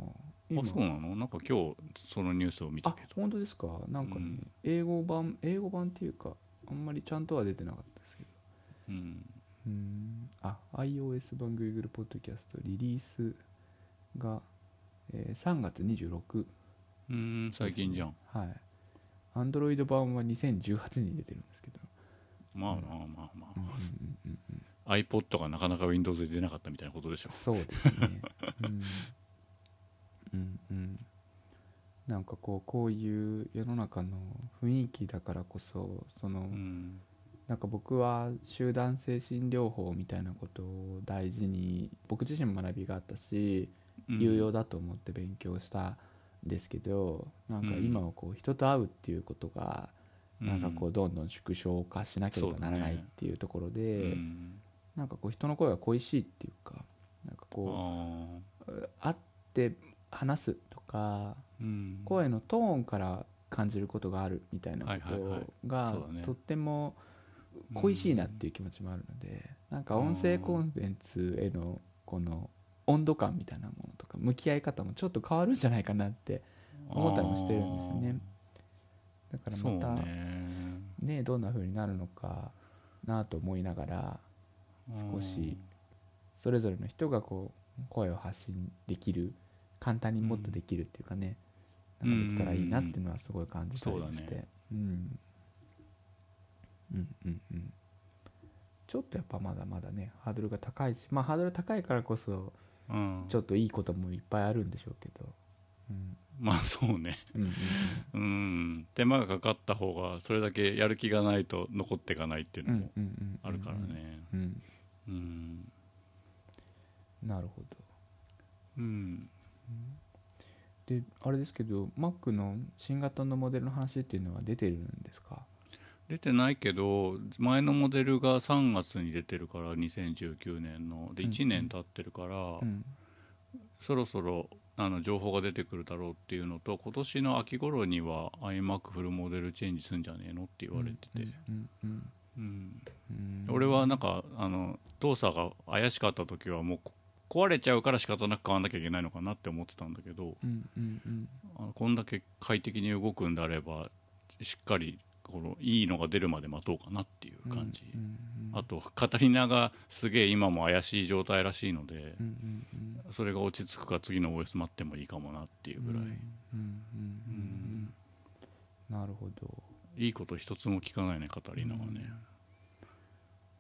Speaker 2: そうなのなんか今日そのニュースを見た
Speaker 1: あ
Speaker 2: けど
Speaker 1: 本当ですかなんかね、
Speaker 2: うん
Speaker 1: 英語版英語版っていうかあんまりちゃんとは出てなかったですけど
Speaker 2: うん
Speaker 1: うんあ iOS 版 Google ポッドキャストリリースが、えー3月26
Speaker 2: うん最近じゃん
Speaker 1: はいアンドロイド版は2018に出てるんですけど、
Speaker 2: まあまあまあま
Speaker 1: うんうんうんうん
Speaker 2: あ iPod がなかなか Windows で出なかったみたいなことでしょ
Speaker 1: そうですね。うん、うん、うん。なんかこう、こういう世の中の雰囲気だからこそ、その、
Speaker 2: うん
Speaker 1: なんか僕は集団精神療法みたいなことを大事に、僕自身も学びがあったし、
Speaker 2: うん
Speaker 1: 有用だと思って勉強したんですけど、なんか今はこう、人と会うっていうことが、なんかこう、どんどん縮小化しなければならないっていうところで、
Speaker 2: うん
Speaker 1: なんかこう、人の声が恋しいっていうか、なんかこう、
Speaker 2: ああ
Speaker 1: 会って話すとか
Speaker 2: うん
Speaker 1: 声のトーンから感じることがあるみたいなこ
Speaker 2: はいはいはい
Speaker 1: とが
Speaker 2: そうだね
Speaker 1: とっても恋しいなっていう気持ちもあるのでなんか音声コンテンツへのこの温度感みたいなものとか向き合い方もちょっと変わるんじゃないかなって思ったりもしてるんですよねだから
Speaker 2: そう
Speaker 1: またね
Speaker 2: ね
Speaker 1: どんな風になるのかなと思いながら少しそれぞれの人がこう声を発信できる簡単にもっとできるっていうかね、
Speaker 2: うん
Speaker 1: なんかできたらいいなっていうのはすごい感じたりもし
Speaker 2: そうだ
Speaker 1: てうんうんうんうんちょっとやっぱまだまだねハードルが高いしまあハードル高いからこそ
Speaker 2: うん、
Speaker 1: ちょっといいこともいっぱいあるんでしょうけどうん
Speaker 2: [laughs] まあそうね
Speaker 1: うんうん
Speaker 2: うん手間がかかった方がそれだけやる気がないと残っていかない [laughs] っていう
Speaker 1: う
Speaker 2: の
Speaker 1: ん
Speaker 2: も
Speaker 1: うんうん
Speaker 2: あるからね
Speaker 1: うん
Speaker 2: うん
Speaker 1: なるほど
Speaker 2: うん
Speaker 1: であれですけど Mac の新型のモデルの話っていうのは出てるんですか
Speaker 2: 出てないけど前のモデルが3月に出てるから2019年ので
Speaker 1: うん
Speaker 2: 1年経ってるから、
Speaker 1: うん
Speaker 2: そろそろあの情報が出てくるだろうっていうのと今年の秋頃には iMac フルモデルチェンジすんじゃねえのって言われてて、
Speaker 1: うんうん
Speaker 2: うん
Speaker 1: うん
Speaker 2: 俺はなんかあの動作が怪しかった時はもうこ壊れちゃうから仕方なく買わなきゃいけないのかなって思ってたんだけど
Speaker 1: うんうんうん
Speaker 2: あのこんだけ快適に動くんであればしっかりこのいいのが出るまで待とうかなっていう感じ、
Speaker 1: うんうん
Speaker 2: あとカタリナがすげえ今も怪しい状態らしいので
Speaker 1: う、んうん
Speaker 2: それが落ち着くか次の OS 待ってもいいかもなっていう
Speaker 1: うん
Speaker 2: ぐらい、
Speaker 1: うんうんうんうんなるほど
Speaker 2: いいこと一つも聞かないねカタリナはね、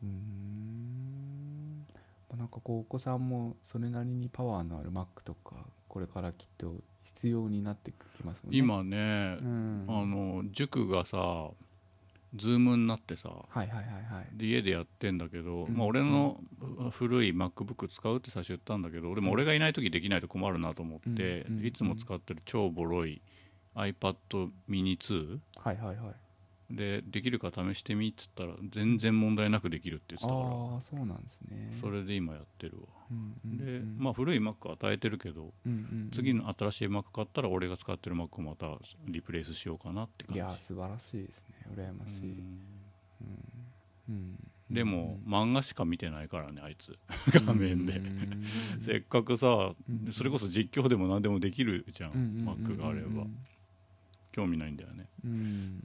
Speaker 1: うーんまあなんかこうお子さんもそれなりにパワーのある Mac とかこれからきっと必要になってきますもんね
Speaker 2: 今ね
Speaker 1: う、ん
Speaker 2: あの塾がさズームになってさ
Speaker 1: はいはいはいはい
Speaker 2: で家でやってんだけど、
Speaker 1: うん
Speaker 2: まあ、俺の古い MacBook 使うって最初言ったんだけどでも俺がいない時できないと困るなと思って、
Speaker 1: うんうん
Speaker 2: いつも使ってる超ボロい iPad mini2
Speaker 1: はいはいはい
Speaker 2: でできるか試してみっつったら全然問題なくできるって言って
Speaker 1: ああ
Speaker 2: たか
Speaker 1: ーそうなんですね
Speaker 2: らそれで今やってるわ
Speaker 1: うんうん
Speaker 2: で
Speaker 1: うん
Speaker 2: まあ古い Mac 与えてるけど
Speaker 1: うんうんうん
Speaker 2: 次の新しい Mac 買ったら俺が使ってる Mac をまたリプレイスしようかなって感
Speaker 1: い
Speaker 2: じ
Speaker 1: や素晴らしいですね羨ましい、うん
Speaker 2: でも、漫画しか見てないからねあい
Speaker 1: [laughs]
Speaker 2: つ画面でせっかくさ
Speaker 1: うん
Speaker 2: それこそ実況でも何でもできるじゃん Mac
Speaker 1: ク
Speaker 2: があれば興味ないんだよね
Speaker 1: うん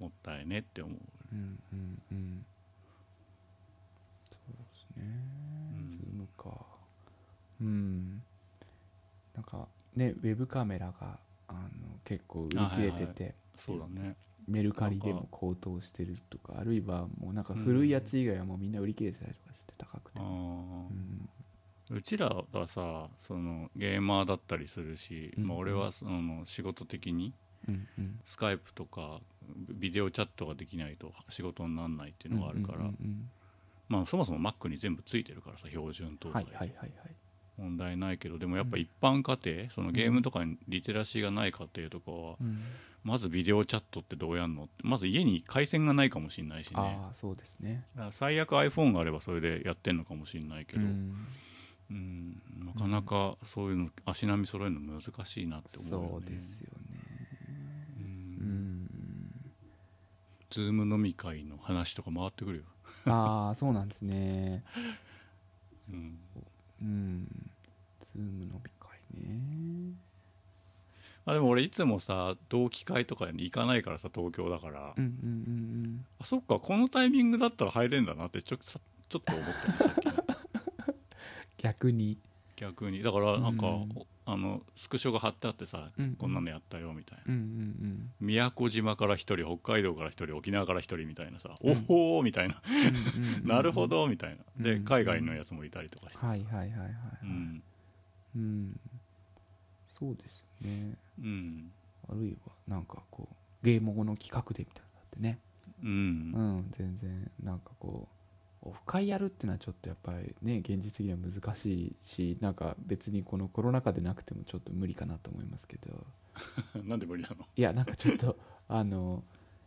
Speaker 2: もったいねって思う
Speaker 1: うんうんうんそうですね
Speaker 2: うん
Speaker 1: ズームかうんなんかねウェブカメラがあの結構売り切れて
Speaker 2: あはい
Speaker 1: て、
Speaker 2: そうだね
Speaker 1: メルカリでも高騰してるとかあるいはもうなんか古いやつ以外はもうみんな売り切れてたりとかして高くて
Speaker 2: あー
Speaker 1: うん
Speaker 2: うちらはさそのゲーマーだったりするし、
Speaker 1: うん
Speaker 2: まあ、俺はその仕事的に
Speaker 1: うんうん
Speaker 2: スカイプとかビデオチャットができないと仕事にならないっていうのがあるから、
Speaker 1: うんうん
Speaker 2: まあ、そもそも Mac に全部ついてるからさ標準
Speaker 1: う
Speaker 2: 搭
Speaker 1: ん
Speaker 2: 載、
Speaker 1: はいはいはいはい
Speaker 2: 問題ないけどでもやっぱ一般家庭、そのゲームとかにリテラシーがない家庭とかは、
Speaker 1: うん
Speaker 2: まずビデオチャットってどうやんのまず家に回線がないかもしれないしね
Speaker 1: ああそうですね
Speaker 2: だから最悪 iPhone があればそれでやってんのかもしれないけど、
Speaker 1: う
Speaker 2: うん
Speaker 1: ん
Speaker 2: なかなかそういうの足並み揃えるの難しいなって思う
Speaker 1: そ
Speaker 2: よね
Speaker 1: うですよね
Speaker 2: う
Speaker 1: うんん
Speaker 2: ズーム飲み会の話とか回ってくるよ、
Speaker 1: ああそうなんですね
Speaker 2: うん、
Speaker 1: うんズーム飲み会ね
Speaker 2: あでも俺いつもさ同期会とかに行かないからさ東京だから、
Speaker 1: うんうん
Speaker 2: あそっかこのタイミングだったら入れんだなってちょさちょっと思ったねさっきの [laughs]
Speaker 1: 逆に
Speaker 2: 逆にだからなんか、
Speaker 1: うん
Speaker 2: おあのスクショが貼ってあってさ、
Speaker 1: うん
Speaker 2: こんなのやったよみたいな
Speaker 1: うんうん
Speaker 2: 宮古島から一人北海道から一人沖縄から一人みたいなさ、
Speaker 1: うん
Speaker 2: おおみたいな
Speaker 1: うん
Speaker 2: なるほどみたいなで
Speaker 1: うん
Speaker 2: 海外のやつもいたりとかしてさ、
Speaker 1: はいはいはいはい
Speaker 2: うん
Speaker 1: うんそうですね
Speaker 2: うん
Speaker 1: あるいはなんかこうゲーム後の企画でみたいなのだってね
Speaker 2: うん、
Speaker 1: うん全然なんかこうオフ会やるっていうのはちょっとやっぱりね現実的には難しいしなんか別にこのコロナ禍でなくてもちょっと無理かなと思いますけど
Speaker 2: なんで無理なの
Speaker 1: いやなんかちょっと [laughs] あの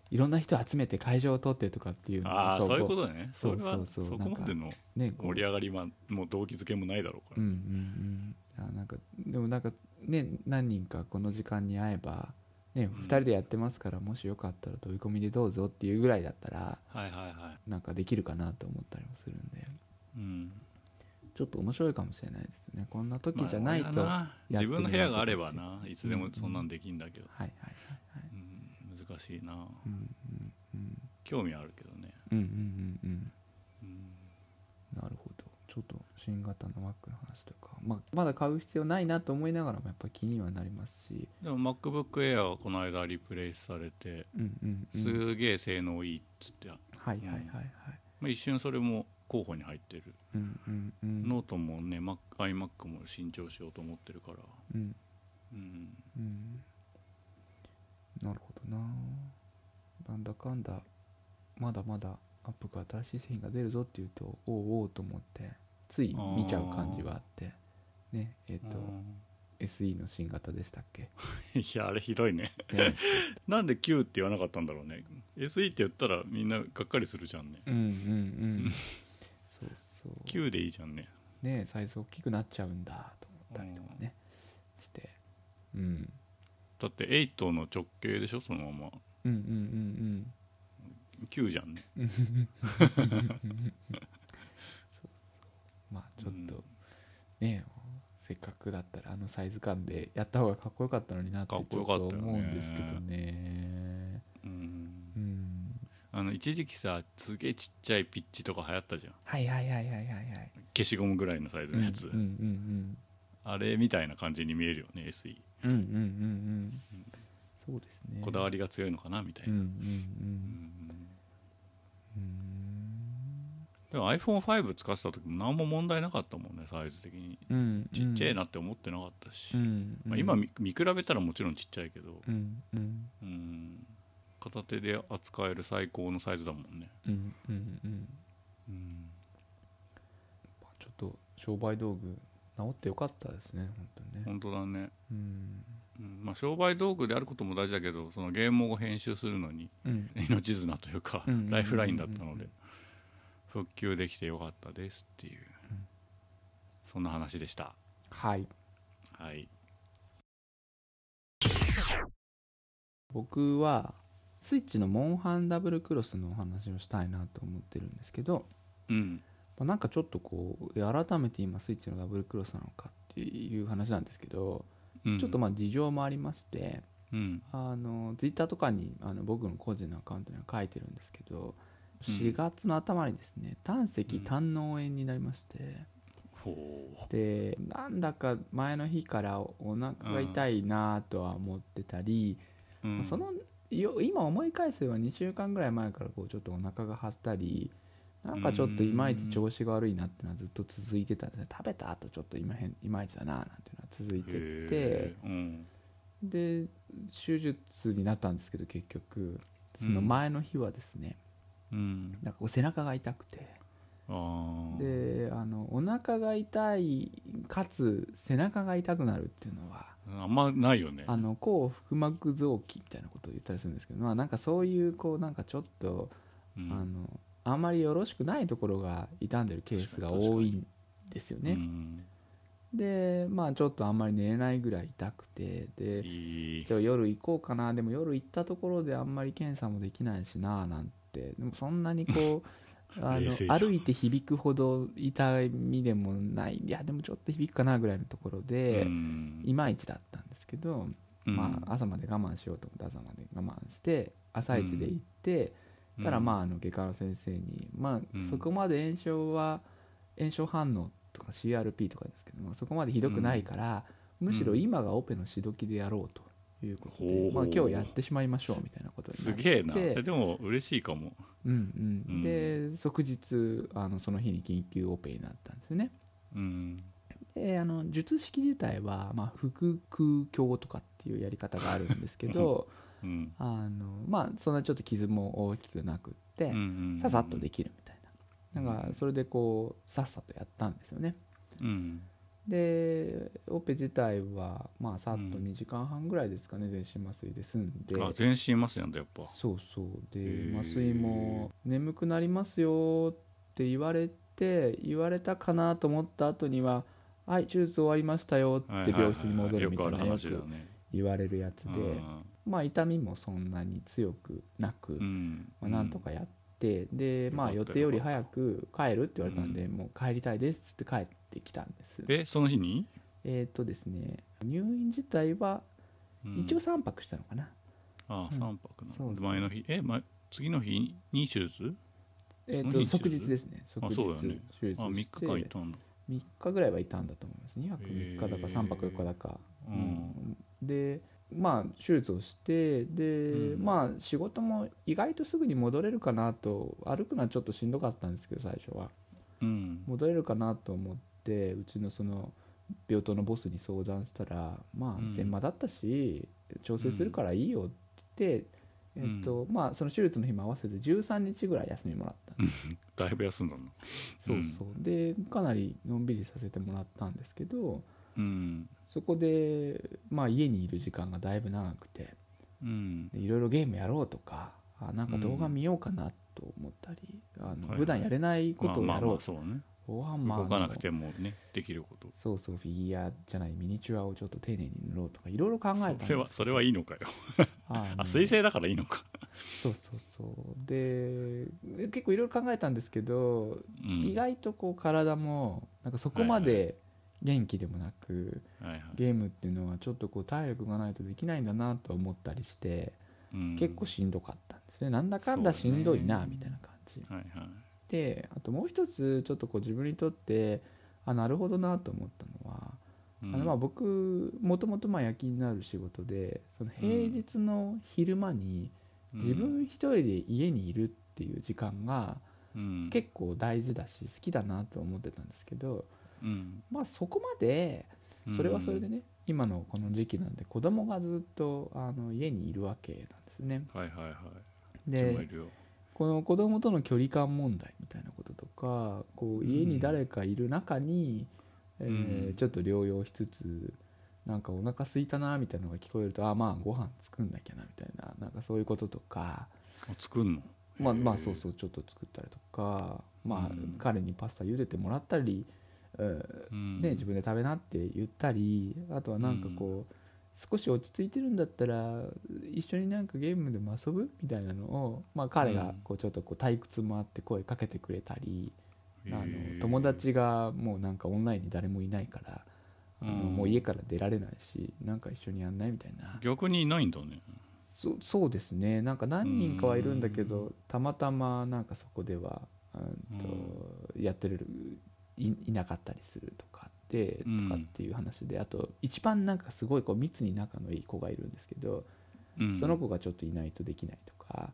Speaker 1: いろんな人集めて会場を取ってとかっていうの
Speaker 2: ああそういうこ
Speaker 1: う
Speaker 2: とだね
Speaker 1: そ
Speaker 2: そうれは
Speaker 1: そうそう
Speaker 2: そこまでの
Speaker 1: ねこう
Speaker 2: 盛り上がりはもう動機づけもないだろうか
Speaker 1: う
Speaker 2: ら、
Speaker 1: んうんうんあなんかでもなんかね何人かこの時間に会えば、ね、
Speaker 2: ん
Speaker 1: 2人でやってますから、もしよかったら飛び込みでどうぞっていうぐらいだったら
Speaker 2: はいはいはい
Speaker 1: なんかできるかなと思ったりもするんで
Speaker 2: うん
Speaker 1: ちょっと面白いかもしれないですねこんな時
Speaker 2: まあ
Speaker 1: じゃないと、
Speaker 2: あれ
Speaker 1: や
Speaker 2: だ
Speaker 1: って
Speaker 2: 自
Speaker 1: みないと
Speaker 2: 分の部屋があればないつでもそんなんできんだけど、
Speaker 1: はいはいはいはい
Speaker 2: うん難しいな
Speaker 1: うんうん
Speaker 2: 興味あるけどね、
Speaker 1: うんうんうんうんうん
Speaker 2: うん
Speaker 1: なるほどちょっと新型の Mac の話とか、まあ、まだ買う必要ないなと思いながらもやっぱ気にはなりますし
Speaker 2: でも MacBookAir がこの間リプレイスされて
Speaker 1: うんうん、うん、
Speaker 2: すげえ性能いいっつって、ま
Speaker 1: はいはいはいはい
Speaker 2: あ、一瞬それも候補に入ってる、
Speaker 1: うんうんうん
Speaker 2: ノートもね Mac iMac も新調しようと思ってるから、
Speaker 1: うん
Speaker 2: うん、
Speaker 1: うんなるほどななんだかんだまだまだアップが新しい製品が出るぞっていうとおうおうと思ってつい見ちゃう感じはあってねえっ、と SE の新型でしたっ [laughs] け、
Speaker 2: [laughs] いやあれひどいね
Speaker 1: ね
Speaker 2: なんで Q って言わなかったんだろうね SE って言ったらみんながっかりするじゃんね
Speaker 1: うんうんうんそうそう
Speaker 2: Q でいいじゃんね
Speaker 1: ねサイズ大きくなっちゃうんだと思ったりとかねして、うん、
Speaker 2: だって8の直径でしょそのまま
Speaker 1: うんうんうん
Speaker 2: 9じゃんね
Speaker 1: うんそうそうまあちょっと、ねせっかくだったらあのサイズ感でやった方がかっこよかったのになって
Speaker 2: かっ
Speaker 1: ちょ
Speaker 2: こよ
Speaker 1: っ
Speaker 2: か
Speaker 1: と
Speaker 2: ったよね
Speaker 1: 思うんですけどね
Speaker 2: うん
Speaker 1: うん
Speaker 2: あの一時期さすげえちっちゃいピッチとか流行ったじゃん
Speaker 1: はいはいはいはいはいはい
Speaker 2: 消しゴムぐらいのサイズのや
Speaker 1: う
Speaker 2: つ、
Speaker 1: んうん
Speaker 2: あれみたいな感じに見えるよね SE
Speaker 1: うんうんうんうんうんそうですね
Speaker 2: こだわ
Speaker 1: り
Speaker 2: りが強いのかなみたい
Speaker 1: うんうん
Speaker 2: な、うん
Speaker 1: うんうん
Speaker 2: でも iPhone5 使ってた時も何も問題なかったもんねサイズ的に
Speaker 1: うん
Speaker 2: ちっちゃいなって思ってなかったし、
Speaker 1: うん
Speaker 2: まあ、今見見比べたらもちろんちっちゃいけど、
Speaker 1: うんうん
Speaker 2: うん片手で扱える最高のサイズだもんね、
Speaker 1: うんうんうん
Speaker 2: うん、
Speaker 1: まあちょっと商売道具直ってよかったですね本当にね
Speaker 2: 本当だね、
Speaker 1: うん
Speaker 2: うんまあ、商売道具であることも大事だけどそのゲームを編集するのに
Speaker 1: うん
Speaker 2: [laughs] 命綱というか
Speaker 1: うんうんうんうん
Speaker 2: ライフラインだったので復旧できてよかったですっていう、
Speaker 1: うん
Speaker 2: そんな話でした
Speaker 1: はい
Speaker 2: はい
Speaker 1: 僕はスイッチのモンハンダブルクロスのお話をしたいなと思ってるんですけど、
Speaker 2: うん
Speaker 1: まあなんかちょっとこう改めて今スイッチのダブルクロスなのかっていう話なんですけど、
Speaker 2: うん
Speaker 1: ちょっとまあ事情もありまして
Speaker 2: うん
Speaker 1: あのツイッターとかにあの僕の個人のアカウントには書いてるんですけど
Speaker 2: うん
Speaker 1: 4月の頭にですね胆石胆嚢炎になりまして、
Speaker 2: ほう
Speaker 1: でなんだか前の日からお腹が痛いなとは思ってたり、
Speaker 2: うん
Speaker 1: まあそのよ今思い返せば2週間ぐらい前からこうちょっとお腹が張ったりなんかちょっといまいち調子が悪いなっていうのはずっと続いてたんですね食べた後ちょっといまへんいまいちだななんていうのは続いてって
Speaker 2: へーうん
Speaker 1: で手術になったんですけど結局その前の日はですね、
Speaker 2: うん
Speaker 1: なんかこう背中が痛くて。
Speaker 2: あー
Speaker 1: であのお腹が痛いかつ背中が痛くなるっていうのは
Speaker 2: あんまないよね
Speaker 1: あの抗腹膜臓器みたいなことを言ったりするんですけど、まあ、なんかそういうこうなんかちょっと、
Speaker 2: うん
Speaker 1: あのあんまりよろしくないところが傷んでるケースが多いんですよ
Speaker 2: う
Speaker 1: ね、
Speaker 2: ん
Speaker 1: でまあちょっとあんまり寝れないぐらい痛くてで
Speaker 2: いい
Speaker 1: じゃあ夜行こうかなでも夜行ったところであんまり検査もできないしななんてでもそんなにこ
Speaker 2: [laughs]
Speaker 1: うあ
Speaker 2: 冷
Speaker 1: の
Speaker 2: 静じゃん
Speaker 1: 歩いて響くほど痛みでもないいやでもちょっと響くかなぐらいのところで、
Speaker 2: うん
Speaker 1: いまいちだったんですけど、
Speaker 2: うん
Speaker 1: まあ、朝まで我慢しようと思って朝まで我慢して朝一で行って、たらまああの外科の先生に、まあ
Speaker 2: うん
Speaker 1: そこまで炎症は炎症反応とか CRP とかですけどもそこまでひどくないから、むしろ今がオペのしどきでやろうということで、
Speaker 2: ほう
Speaker 1: まあ、今日やってしまいましょうみたいなことにな
Speaker 2: す
Speaker 1: って
Speaker 2: げえなえでも嬉しいかも
Speaker 1: うんう
Speaker 2: うん
Speaker 1: ん、で即日あのその日に緊急オペになったんですよね
Speaker 2: うん
Speaker 1: であの術式自体は、まあ、腹腔鏡とかっていうやり方があるんですけ
Speaker 2: [laughs]
Speaker 1: ど
Speaker 2: うん
Speaker 1: あのまあそんなちょっと傷も大きくなくって、ささっとで
Speaker 2: き
Speaker 1: きるみたいななんかそれでこうさっさとやったんですよね
Speaker 2: うん
Speaker 1: でオペ自体はまあさっと2時間半ぐらいですかね全身麻酔で済んで
Speaker 2: あ全身麻酔なんだやっぱ
Speaker 1: そうそうで
Speaker 2: へー
Speaker 1: 麻酔も「眠くなりますよ」って言われて言われたかなと思った後には「はい手術終わりましたよ」
Speaker 2: はい
Speaker 1: っ
Speaker 2: は
Speaker 1: て
Speaker 2: いはい
Speaker 1: 病室に戻るみたいな
Speaker 2: よく
Speaker 1: よ
Speaker 2: ある話だよ
Speaker 1: く
Speaker 2: ね
Speaker 1: 言われるやつでまあ痛みもそんなに強くなく
Speaker 2: うん
Speaker 1: まあ、なんとかやっってでまあ
Speaker 2: よ
Speaker 1: 予
Speaker 2: かった
Speaker 1: 定より早く帰るって言われたんで、
Speaker 2: う
Speaker 1: もう帰りたいですって帰ってきたんです
Speaker 2: えその日に、
Speaker 1: えっ、とですね入院自体は
Speaker 2: うん
Speaker 1: 一応3泊したのかな、
Speaker 2: ああ
Speaker 1: うん
Speaker 2: 3泊の、
Speaker 1: そうそう
Speaker 2: 前の日え前次の日に手術
Speaker 1: えっ、
Speaker 2: その
Speaker 1: と
Speaker 2: 日
Speaker 1: 即
Speaker 2: 手術
Speaker 1: 日ですね即
Speaker 2: あ
Speaker 1: 日
Speaker 2: そうだよね
Speaker 1: 手術
Speaker 2: あ3日
Speaker 1: して
Speaker 2: 間いたんだ
Speaker 1: 3日ぐらいはいたんだと思います2泊3日だか
Speaker 2: へー
Speaker 1: 3泊4日だか、
Speaker 2: う
Speaker 1: うんでまあ手術をしてで、
Speaker 2: うん
Speaker 1: まあ仕事も意外とすぐに戻れるかなと歩くのはちょっとしんどかったんですけど最初は
Speaker 2: うん
Speaker 1: 戻れるかなと思ってうちのその病棟のボスに相談したらま
Speaker 2: うん
Speaker 1: あ前麻だったし、調整するからいいよって言って、えっとまあ、その手術の日も合わせて13日ぐらい休みもらったんです
Speaker 2: [laughs] だいぶ休んだの
Speaker 1: そうそうでかなりのんびりさせてもらったんですけど
Speaker 2: うん
Speaker 1: そこで、まあ、家にいる時間がだいぶ長くて
Speaker 2: うん
Speaker 1: でいろいろゲームやろうとかあなんか動画
Speaker 2: うん
Speaker 1: 見ようかなと思ったり、あ
Speaker 2: はい
Speaker 1: の
Speaker 2: はい
Speaker 1: 普段やれないこ
Speaker 2: まあ
Speaker 1: とを
Speaker 2: ま
Speaker 1: や
Speaker 2: あま
Speaker 1: ろ
Speaker 2: あ
Speaker 1: うと
Speaker 2: そうね
Speaker 1: こはまあ
Speaker 2: 動かなくてもねできること
Speaker 1: そうそうフィギュアじゃないミニチュアをちょっと丁寧に塗ろうとかいろいろ考えたんです
Speaker 2: それはそれはいいのかよ
Speaker 1: あの
Speaker 2: あ水星だからいいのか
Speaker 1: そうそうそうでで結構いろいろ考えたんですけど、
Speaker 2: うん
Speaker 1: 意外とこう体もなんかそこまで元気でもなく、
Speaker 2: はいはい
Speaker 1: ゲームっていうのはちょっとこう体力がないとできないんだなと思ったりして、
Speaker 2: うん
Speaker 1: 結構しんどかったんですねなんだかんだしんどいな
Speaker 2: そうだね
Speaker 1: みたいな感じ
Speaker 2: はいはい
Speaker 1: であともう一つちょっとこう自分にとってあなるほどなと思ったのは、
Speaker 2: うん
Speaker 1: あのまあ僕もともとまあ夜勤になる仕事でその平日の昼間に
Speaker 2: うん
Speaker 1: 自分一人で家にいるっていう時間が
Speaker 2: うん
Speaker 1: 結構大事だし好きだなと思ってたんですけど
Speaker 2: うん
Speaker 1: まあそこまでそれはそれでね今のこの時期なんで子供がずっとあの家にいるわけなんですね。
Speaker 2: はいはいはい
Speaker 1: で
Speaker 2: うちもいるよ
Speaker 1: この子供との距離感問題みたいなこととかこう家
Speaker 2: うん
Speaker 1: に誰かいる中に、えー
Speaker 2: うん
Speaker 1: ちょっと療養しつつなんかお腹空いたなみたいなのが聞こえるとあまあご飯作んなきゃなみたいななんかそういうこととか
Speaker 2: あ作んの
Speaker 1: まあ
Speaker 2: へえ
Speaker 1: まあそうそうちょっと作ったりとかまあ、
Speaker 2: うん
Speaker 1: 彼にパスタ茹でてもらったり、うん
Speaker 2: うん
Speaker 1: ね、自分で食べなって言ったりあとはなんかこう、少し落ち着いてるんだったら一緒になんかゲームでも遊ぶみたいなのを、まあ、彼
Speaker 2: うん
Speaker 1: がこうちょっとこう退屈もあって声かけてくれたり、
Speaker 2: へえ
Speaker 1: あの友達がもうなんかオンラインに誰もいないからあの
Speaker 2: うん
Speaker 1: もう家から出られないしなんか一緒にやんないみたいな
Speaker 2: 逆にいないんだね
Speaker 1: そそうですねなんか何人かはいるんだけど、
Speaker 2: う
Speaker 1: たまたまなんかそこでは、うんとやってるいいなかったりするとかで、
Speaker 2: うん
Speaker 1: とかっていう話であと一番なんかすごいこう密に仲のいい子がいるんですけど、
Speaker 2: うん
Speaker 1: その子がちょっといないとできないとか、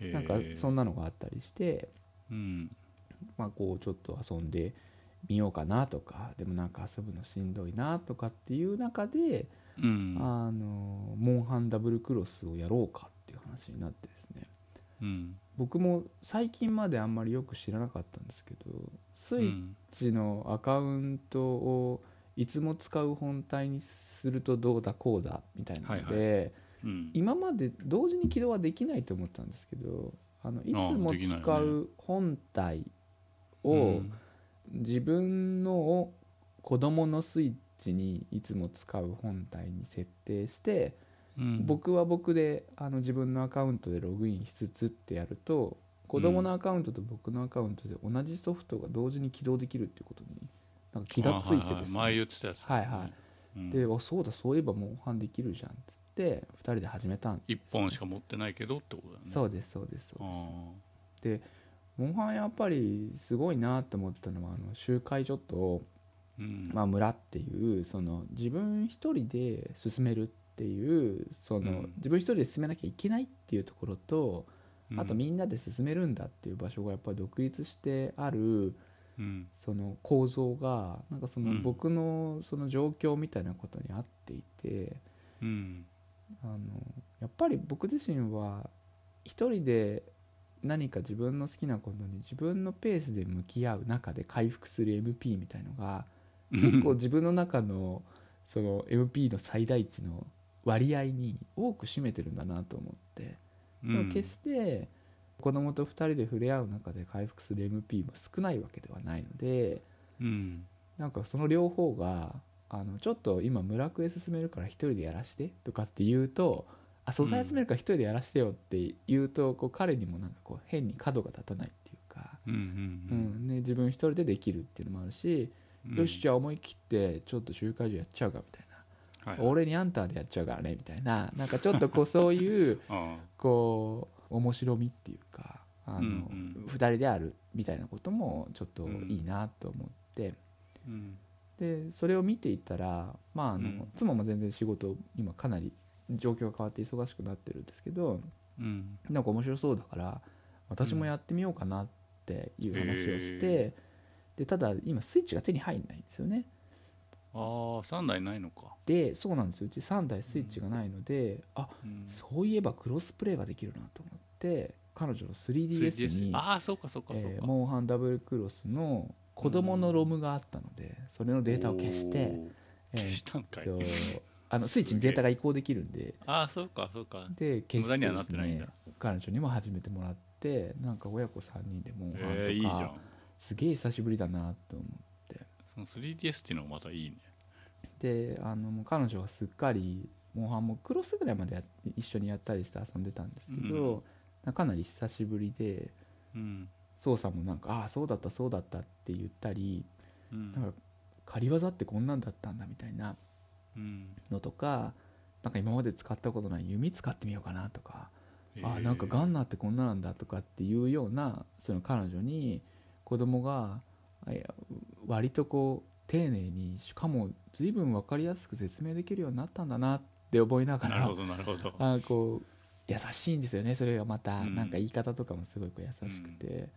Speaker 2: へえ
Speaker 1: なんかそんなのがあったりして、
Speaker 2: うん
Speaker 1: まあ、こうちょっと遊んでみようかなとかでもなんか遊ぶのしんどいなとかっていう中で、
Speaker 2: うん
Speaker 1: あのモンハンダブルクロスをやろうかっていう話になってですね
Speaker 2: うん
Speaker 1: 僕も最近まであんまりよく知らなかったんですけどスイ
Speaker 2: う
Speaker 1: ッ
Speaker 2: ん
Speaker 1: チのアカウントをいつも使う本体にするとどうだこうだみたいなので、
Speaker 2: はうん
Speaker 1: 今まで同時に起動はできないと思ったんですけどあのいつも
Speaker 2: できない
Speaker 1: 使
Speaker 2: よ
Speaker 1: う本体
Speaker 2: う
Speaker 1: を
Speaker 2: ん
Speaker 1: 自分のを子供のスイッチにいつも使う本体に設定して、
Speaker 2: うん
Speaker 1: 僕は僕であの自分のアカウントでログインしつつってやると子供のアカウントと僕のアカウントで同じソフトが同時に起動できるっていうことになんか気がついてです
Speaker 2: あはいはい前
Speaker 1: ね
Speaker 2: 言ってたやつ
Speaker 1: はいは
Speaker 2: うん
Speaker 1: であそうだそういえばモンハンできるじゃんっつって2人で始めたん
Speaker 2: 一本しか持ってないけどってことだよね
Speaker 1: そううですそうですそうで
Speaker 2: あ
Speaker 1: すモンハンやっぱりすごいなと思ったのはあの集会所と、
Speaker 2: ーうん
Speaker 1: まあ、村っていうその自分一人で進めるっていうその、
Speaker 2: うん
Speaker 1: 自分一人で進めなきゃいけないっていうところと、
Speaker 2: うん
Speaker 1: あとみんなで進めるんだっていう場所がやっぱり独立してある
Speaker 2: うん
Speaker 1: その構造がなんかそうの
Speaker 2: ん
Speaker 1: 僕のその状況みたいなことに合っていて
Speaker 2: うん
Speaker 1: あのやっぱり僕自身は一人で何か自分の好きなことに自分のペースで向き合う中で回復する MP みたいのが結構自分の中のその MP の最大値の割合に多く占めてるんだなと思って。でも決して子供と2人で触れ合う中で回復する MP も少ないわけではないので
Speaker 2: うん
Speaker 1: なんかその両方があのちょっと今村クエ進めるから1人でやらしてとかって言うとああ素材集めるから一人でやらせてよって言うとこう彼にもなんかこう変に角が立たないっていうか、
Speaker 2: うんう
Speaker 1: うんんね、自分一人でできるっていうのもあるし、
Speaker 2: うん
Speaker 1: よしじゃあ思い切ってちょっと集会所やっちゃうかみたいな、
Speaker 2: はい
Speaker 1: 俺にあんたでやっちゃうからねみたいななんかちょっとこうそういう
Speaker 2: あ
Speaker 1: こう面白みっていうかあの、
Speaker 2: うんうん
Speaker 1: 2人であるみたいなこともちょっといいなと思って、
Speaker 2: あうん
Speaker 1: でそれを見ていたら、まああの
Speaker 2: うん
Speaker 1: 妻も全然仕事今かなり状況が変わって忙しくなってるんですけど
Speaker 2: うん
Speaker 1: なんか面白そうだから私もやってみようかなっていう話をして、でただ今スイッチが手に入んないんですよね。
Speaker 2: あー三台ないのか、
Speaker 1: でそうなんですようち3台スイッチがないので、あ
Speaker 2: うん、
Speaker 1: そういえばクロスプレイができるなと思って彼女の 3DS に
Speaker 2: 3DS ああそうかそうかそうか、
Speaker 1: えーモンハンダブルクロスの子供のロムがあったので、それのデータを消して、
Speaker 2: おー
Speaker 1: えー
Speaker 2: 消したんかい、
Speaker 1: えーとあのスイッチにデータが移行できるん
Speaker 2: [laughs]
Speaker 1: で
Speaker 2: ああそうかそうか
Speaker 1: で消
Speaker 2: 無駄
Speaker 1: して
Speaker 2: には
Speaker 1: で
Speaker 2: なっ
Speaker 1: す
Speaker 2: てないん
Speaker 1: ね
Speaker 2: だ
Speaker 1: 彼女にも始めてもらってなんか親子3人でモンハンとか、
Speaker 2: えー、いいじゃん
Speaker 1: すげえ久しぶりだなと思っ
Speaker 2: その 3DS っていうのもまたいいね
Speaker 1: てであのもう彼女はすっかりモンハンもクロスぐらいまでや一緒にやったりして遊んでたんですけど、かなり久しぶりで
Speaker 2: うん
Speaker 1: 操作もなんか「ああそうだったそうだった」って言ったり
Speaker 2: う
Speaker 1: なん
Speaker 2: ん
Speaker 1: か仮技ってこんなんだったんだみたいな
Speaker 2: うん
Speaker 1: のとかなんか今まで使ったことない弓使ってみようかなとか、
Speaker 2: え
Speaker 1: あ
Speaker 2: ー
Speaker 1: なんかガンナーってこんななんだとかっていうようなその彼女に子供があいや割とこう丁寧にしかも随分分かりやすく説明できるようになったんだなって思いなが
Speaker 2: なる
Speaker 1: ら
Speaker 2: ほどなるほど
Speaker 1: あこう優しいんですよねそれがまた、
Speaker 2: うん
Speaker 1: なんか言い方とかもすごいこう優しくて。
Speaker 2: うん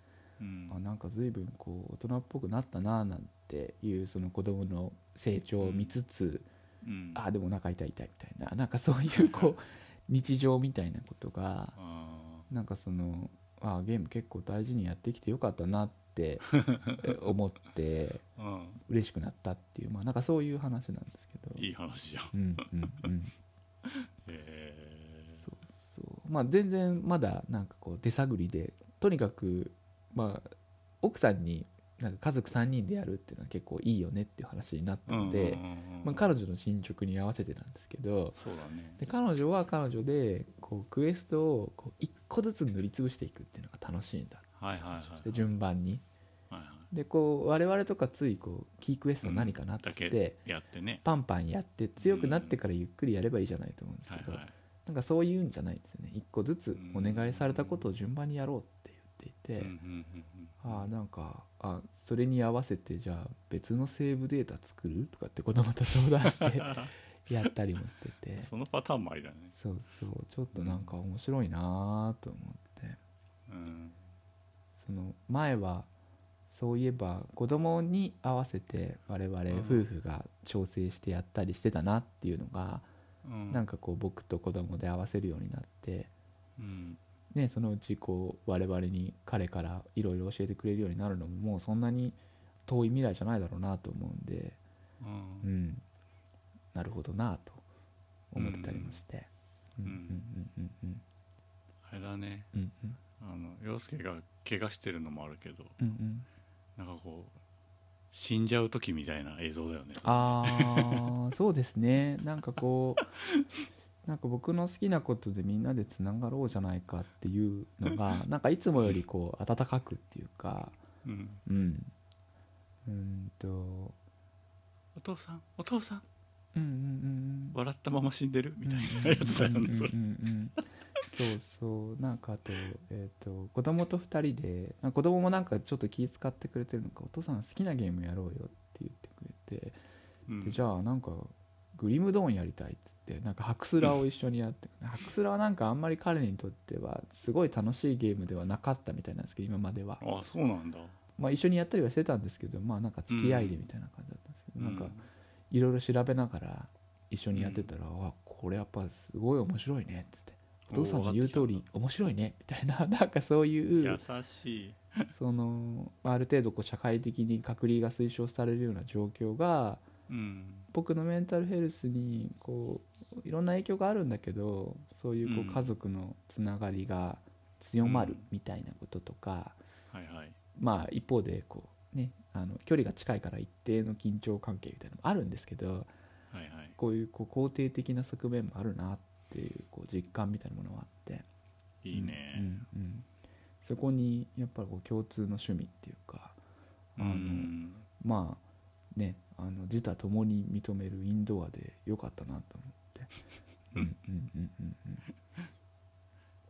Speaker 1: あなんか随分こう大人っぽくなったなあなんていうその子供の成長を見つつ、
Speaker 2: うん
Speaker 1: ああでもお腹痛い痛いみたいななんかそういうこう日常みたいなことが
Speaker 2: あ
Speaker 1: なんかそのああゲーム結構大事にやってきてよかったなって
Speaker 2: [laughs]
Speaker 1: え思って
Speaker 2: ーうん
Speaker 1: 嬉しくなったっていうまあなんかそういう話なんですけど
Speaker 2: いい話じゃん
Speaker 1: うんうんうん
Speaker 2: え
Speaker 1: そうそうまあ全然まだなんかこう手探りでとにかくまあ奥さんになんか家族3人でやるっていうのは結構いいよねっていう話になった
Speaker 2: ーうん
Speaker 1: ので、
Speaker 2: うんうんうん
Speaker 1: まあ、彼女の進捗に合わせてなんですけど
Speaker 2: そうだね
Speaker 1: で彼女は彼女でこうクエストをこう1個ずつ塗りつぶしていくっていうのが楽しいんだ
Speaker 2: はいはいはい
Speaker 1: で順番に
Speaker 2: はいは
Speaker 1: でこう我々とかついこうキークエスト何かなっつって、
Speaker 2: うんだいやってね
Speaker 1: パンパンやって強くなってからゆっくりやればいいじゃないと思うんです
Speaker 2: は
Speaker 1: け
Speaker 2: い
Speaker 1: ど、
Speaker 2: はい
Speaker 1: なんかそういうんじゃないんですよね一個ずつお願いされたことを順番にやろうって言
Speaker 2: う
Speaker 1: っていて、
Speaker 2: んうんうんうん
Speaker 1: ああなんかあそれに合わせてじゃあ別のセーブデータ作るとかって子供と相談して
Speaker 2: [laughs]
Speaker 1: やったりもしてて
Speaker 2: そのパターンもありだね
Speaker 1: そうそうちょっとなんか面白いなーと思って
Speaker 2: うん
Speaker 1: その前はそういえば子供に合わせて我々
Speaker 2: ん
Speaker 1: 夫婦が調整してやったりしてたなっていうのが、
Speaker 2: うん
Speaker 1: なんかこう僕と子供で合わせるようになって。
Speaker 2: うん
Speaker 1: ね、そのうちこう我々に彼からいろいろ教えてくれるようになるのももうそんなに遠い未来じゃないだろうなと思うんで、
Speaker 2: う
Speaker 1: うんん、なるほどなと思ってたりもして。うんうんうん
Speaker 2: あれだね
Speaker 1: うんうん
Speaker 2: あの陽介が怪我してるのもあるけど
Speaker 1: うんうん
Speaker 2: なんかこう死んじゃう時みたいな映像だよね
Speaker 1: [laughs] ああそうですねなんかこうなんか僕の好きなことでみんなでつながろうじゃないかっていうの [laughs] がなんかいつもよりこう温かくっていうか
Speaker 2: うん
Speaker 1: うんうんと
Speaker 2: お父さんお父さん
Speaker 1: うんうんうんうん
Speaker 2: 笑ったまま死んでるみたいなやつだよ
Speaker 1: うんうんう
Speaker 2: ね
Speaker 1: ん
Speaker 2: それ
Speaker 1: うんそうそうなんかあと,、えー、と子供と2人でなんか子供もなんかちょっと気使ってくれてるのかお父さん好きなゲームやろうよって言ってくれて、
Speaker 2: うん
Speaker 1: でじゃあなんかグリムドーンやりたいっつってなんかハクスラを一緒にやって、ハクスラはなんかあんまり彼にとってはすごい楽しいゲームではなかったみたいなんですけど今までは、
Speaker 2: あそうなんだ
Speaker 1: まあ、一緒にやったりはしてたんですけどまあなんか付き合いでみたいな感じだったんですけど、なんかいろいろ調べながら一緒にやってたら「あこれやっぱすごい面白いね」っつって「お父さんの言う通り面白いね」みたいな [laughs] なんかそう
Speaker 2: うん
Speaker 1: い
Speaker 2: 優
Speaker 1: う
Speaker 2: しい
Speaker 1: そのまあある程度こう社会的に隔離が推奨されるような状況が
Speaker 2: うん
Speaker 1: 僕のメンタルヘルスにこういろんな影響があるんだけどそういう
Speaker 2: う
Speaker 1: こ
Speaker 2: ん
Speaker 1: う家族のつながりが強まる
Speaker 2: うん
Speaker 1: みたいなこととか、
Speaker 2: はいはい
Speaker 1: まあ一方でこうねあの距離が近いから一定の緊張関係みたいなのもあるんですけど、
Speaker 2: はいはい
Speaker 1: こういうこう肯定的な側面もあるなっっていうこう実感みたいなものがあって
Speaker 2: いいね、
Speaker 1: うんうんうんそこにやっぱりこう共通の趣味っていうかあの、
Speaker 2: うん
Speaker 1: まあねあの自他ともに認めるインドアでよかったなと思ってうんうんうんうんうん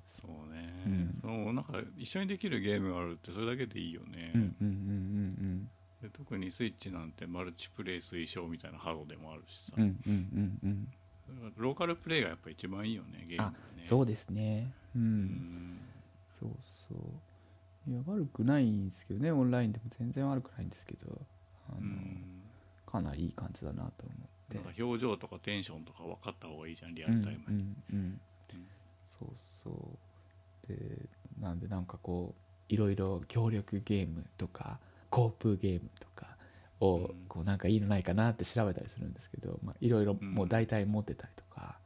Speaker 2: そうね、
Speaker 1: うん
Speaker 2: そのなんか一緒にできるゲームがあるってそれだけでいいよね、
Speaker 1: うんうんうん
Speaker 2: で特にスイッチなんてマルチプレイ推奨みたいなハードでもあるしさ、
Speaker 1: うんうんうんうんうん
Speaker 2: ローカルプレイがやっぱ一番いいよねゲームはね
Speaker 1: そうですねう
Speaker 2: うんん
Speaker 1: そうそういや悪くないんですけどねオンラインでも全然悪くないんですけどあ
Speaker 2: う
Speaker 1: の、
Speaker 2: ん
Speaker 1: かなりいい感じだなと思って
Speaker 2: なんか表情とかテンションとか分かった方がいいじゃんリア
Speaker 1: うん
Speaker 2: ルタイム
Speaker 1: う
Speaker 2: に
Speaker 1: んうん
Speaker 2: うん
Speaker 1: そうそうでなんでなんかこういろいろ協力ゲームとかコープゲームとかを、
Speaker 2: うん
Speaker 1: こうなんかいいのないかなって調べたりするんですけどまあいろいろ
Speaker 2: うん
Speaker 1: もう大体持ってたりとか、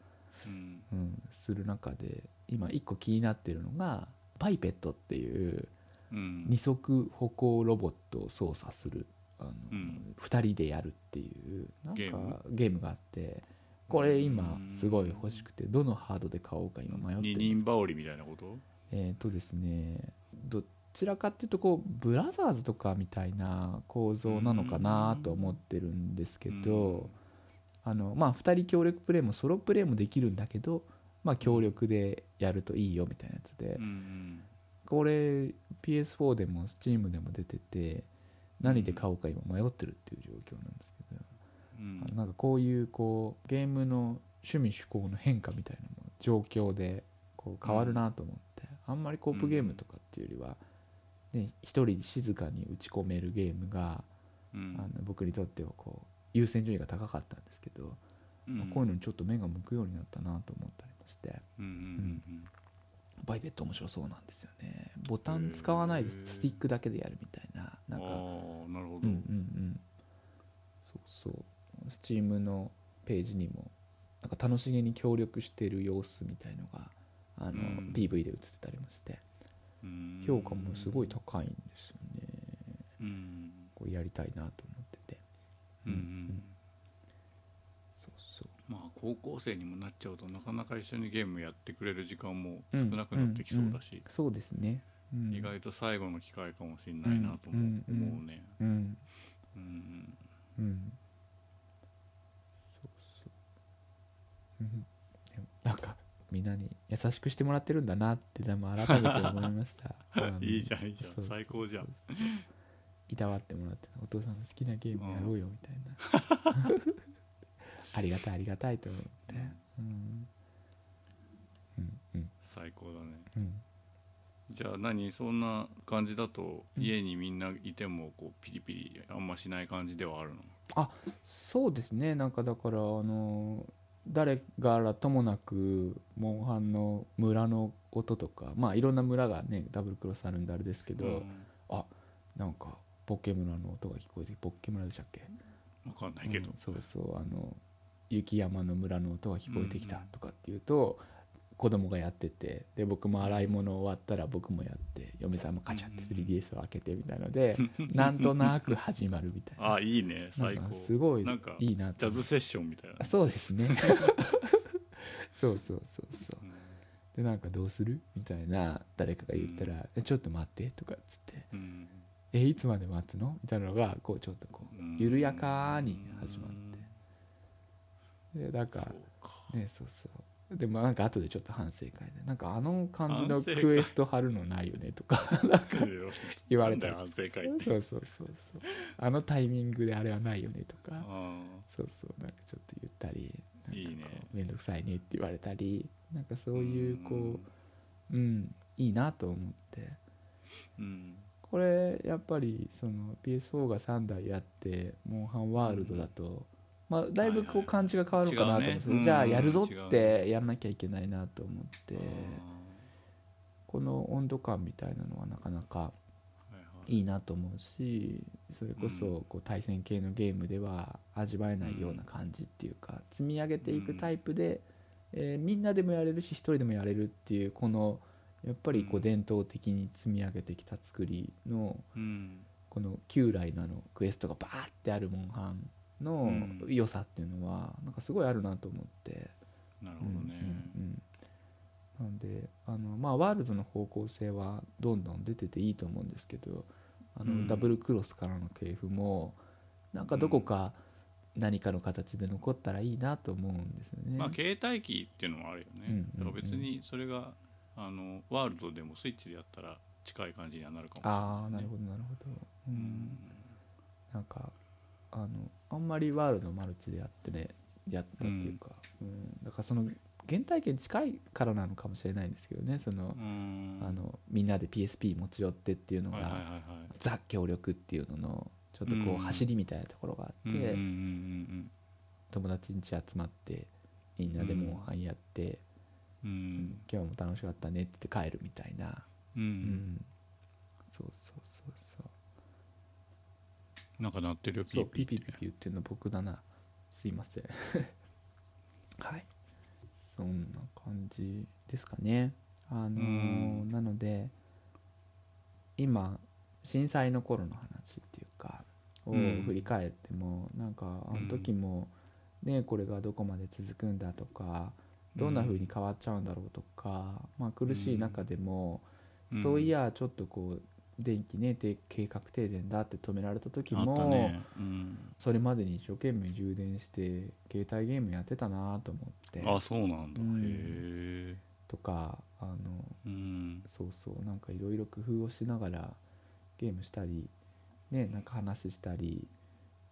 Speaker 2: うん
Speaker 1: うん、する中で今一個気になってるのがパイペットっていう
Speaker 2: うん
Speaker 1: 二足歩行ロボットを操作するあの、
Speaker 2: うん
Speaker 1: 2人でやるっていうなんか
Speaker 2: ゲーム
Speaker 1: ゲームがあってこれ今
Speaker 2: うん
Speaker 1: すごい欲しくてどのハードで買おうか今迷って
Speaker 2: 二
Speaker 1: るんです
Speaker 2: 人羽織みたいなこと
Speaker 1: えっ、とですねどちらかっていうとこうブラザーズとかみたいな構造なのかなと思ってるんですけど、あのまあ2人協力プレイもソロプレイもできるんだけどまあ協力でやるといいよみたいなやつで、
Speaker 2: うんうん
Speaker 1: これ PS4 でも Steam でも出てて何で買おうか今迷ってるっていう状況なんですけど、
Speaker 2: うん
Speaker 1: あのなんかこういうこうゲームの趣味趣向の変化みたいなのも状況でこう変わるなと思って、あんまりコープゲームとかっていうよりは、ね、一人静かに打ち込めるゲームが、
Speaker 2: うん
Speaker 1: あの僕にとってはこう優先順位が高かったんですけど、まあこういうのにちょっと目が向くようになったなと思ったりもして。
Speaker 2: うんうんうん
Speaker 1: バイベット面白そうなんですよねボタン使わないで
Speaker 2: へー
Speaker 1: スティックだけでやるみたいな
Speaker 2: う
Speaker 1: なんん
Speaker 2: あ
Speaker 1: か
Speaker 2: あなるほ
Speaker 1: うん
Speaker 2: ど
Speaker 1: うんうんそうそうスチームのページにもなんか楽しげに協力してる様子みたいのがあの、
Speaker 2: うん
Speaker 1: PV で映ってたりもして
Speaker 2: うん
Speaker 1: 評価もすごい高いんですよね
Speaker 2: うん
Speaker 1: これやりたいなと思ってて
Speaker 2: うんうん
Speaker 1: そうそう
Speaker 2: まあ高校生にもなっちゃうとなかなか一緒にゲームやってくれる時間も少なくなってきそうだし、
Speaker 1: そうですね、うん、
Speaker 2: 意外と最後の機会かもしれないなとも
Speaker 1: うん
Speaker 2: 思うね。
Speaker 1: うん
Speaker 2: うん
Speaker 1: うんそうそううんでもなんかみんなに優しくしてもらってるんだなってでも改めて思いましたあの
Speaker 2: [laughs] いいじゃんいいじゃん
Speaker 1: そうそう
Speaker 2: 最高じゃん
Speaker 1: そうそういたわってもらってお父さんの好きなゲームやろうよみたいな
Speaker 2: [laughs]
Speaker 1: ありがたいありがたいと思ってうんうんうん
Speaker 2: 最高だね。
Speaker 1: うん
Speaker 2: じゃあ何そんな感じだと
Speaker 1: うん
Speaker 2: 家にみんないてもこうピリピリあんましない感じではあるの
Speaker 1: そうですねなんかだからあの誰からともなくモンハンの村の音とかまあいろんな村がねダブルクロスあるんであれですけど、
Speaker 2: うん
Speaker 1: なんかポケ村の音が聞こえてポッケ村でしたっけ
Speaker 2: わかんないけど
Speaker 1: うん。そうそうあの雪山の村の音が聞こえてきたとかっていうと、子供がやっててで僕も洗い物終わったら僕もやって嫁さんもカチャって
Speaker 2: うん
Speaker 1: 3DS を開けてみたいので、なんとなく始まるみたいな
Speaker 2: [laughs] あいいね
Speaker 1: な
Speaker 2: 最
Speaker 1: ん
Speaker 2: 高
Speaker 1: か。すごい
Speaker 2: なんか
Speaker 1: いいな
Speaker 2: ジ
Speaker 1: と
Speaker 2: ャ
Speaker 1: 思って
Speaker 2: ズセッションみたいな
Speaker 1: あ。そうですね [laughs] そうそうそうそう
Speaker 2: うん
Speaker 1: でなんかどうするみたいな誰かが言ったら「えちょっと待って」とかっつって
Speaker 2: うん
Speaker 1: 「えいつまで待つの?」みたいなのがこうちょっとこ
Speaker 2: うん
Speaker 1: 緩やかに始まってうでなん
Speaker 2: そ
Speaker 1: か
Speaker 2: うか
Speaker 1: ねそうそうでもなんか後でちょっと反省会でなんかあの感じの
Speaker 2: 反省会
Speaker 1: クエスト貼るのないよねとか [laughs] 言われたり
Speaker 2: なんだよ反省会って
Speaker 1: そうそうそうそうあのタイミングであれはないよねとか
Speaker 2: あ
Speaker 1: そうそうなんかちょっと言ったりなんかこう
Speaker 2: いいね
Speaker 1: めんどくさいねって言われたりなんかそ
Speaker 2: ー
Speaker 1: ういうこううんいいなと思って
Speaker 2: うん
Speaker 1: これやっぱりその PS4 が3台あってモンハンワールドだとまあだいぶ
Speaker 2: はいは
Speaker 1: こ
Speaker 2: いう
Speaker 1: 感じが変わるかなと思うんですけ
Speaker 2: 違
Speaker 1: ど
Speaker 2: うね
Speaker 1: じゃあ
Speaker 2: うん
Speaker 1: やるぞ
Speaker 2: 違う
Speaker 1: っ
Speaker 2: ね
Speaker 1: てやんなきゃいけないなと思ってこの温度感みたいなのはなかなか
Speaker 2: あーはいはい
Speaker 1: いいなと思うしそれこ
Speaker 2: う
Speaker 1: そこう対戦系のゲームでは味わえないような感じっていうか積み上げていくタイプで、えーみんなでもやれるし一人でもやれるっていうこのやっぱりこ
Speaker 2: う
Speaker 1: うん伝統的に積み上げてきた作りの
Speaker 2: うん
Speaker 1: この旧来のあのクエストがバーってあるモンハンの
Speaker 2: うん
Speaker 1: 良さっていうのはなんかすごいあるなと思って
Speaker 2: なるほどね、
Speaker 1: うんうんうん、なのであの、まあ、ワールドの方向性はどんどん出てていいと思うんですけどあの、
Speaker 2: うん
Speaker 1: ダブルクロスからの系譜もなんかどこか何かの形で残ったらいいなと思うんですよね。
Speaker 2: まあ携帯機っていうのもあるよね、
Speaker 1: うんうんうん
Speaker 2: だから別にそれがあのワールドでもスイッチでやったら近い感じにはなるかもしれない、
Speaker 1: ああなる
Speaker 2: ど、
Speaker 1: ほどなるほど。う
Speaker 2: うんん、
Speaker 1: なんかあのあんまりワールドマルチでやってねやったっていうか、うんだからその原体験近いからなのかもしれないんですけどねその、
Speaker 2: うん
Speaker 1: あのみんなで PSP 持ち寄ってっていうのが、
Speaker 2: はいはいはいはい
Speaker 1: ザ協力っていうののちょっとこ
Speaker 2: うん
Speaker 1: う走りみたいなところがあ
Speaker 2: う
Speaker 1: っ
Speaker 2: んうんうん
Speaker 1: て、
Speaker 2: うん
Speaker 1: 友達ん家集まってみんなでもう飯やって、
Speaker 2: うんうん
Speaker 1: 今日も楽しかったねって言って帰るみたいな、
Speaker 2: う
Speaker 1: うん
Speaker 2: ん
Speaker 1: そうそうそうそう
Speaker 2: なんか鳴ってるよ
Speaker 1: そう
Speaker 2: ピ
Speaker 1: ピーピ
Speaker 2: ーピー
Speaker 1: ーピーピーっていうの僕だなすいま
Speaker 2: [laughs]
Speaker 1: せんはいそんな感じですかねあのー
Speaker 2: うん
Speaker 1: なので今震災の頃の話っていうかを
Speaker 2: うん
Speaker 1: 振り返っても、なんかあの時も、ねこれがどこまで続くんだとかどんな風に変わっちゃうんだろうとか、まあ、苦しい中でも、
Speaker 2: うん
Speaker 1: そういやちょっとこう電気ねて計画停電だって止められた時
Speaker 2: あ
Speaker 1: も
Speaker 2: ったね、うん、
Speaker 1: それまでに一生懸命充電して携帯ゲームやってたなと思って
Speaker 2: あそうなんだ、
Speaker 1: うん
Speaker 2: へえ
Speaker 1: とかあの
Speaker 2: うん
Speaker 1: そうそうなんかいろいろ工夫をしながらゲームしたりねなんか話したり、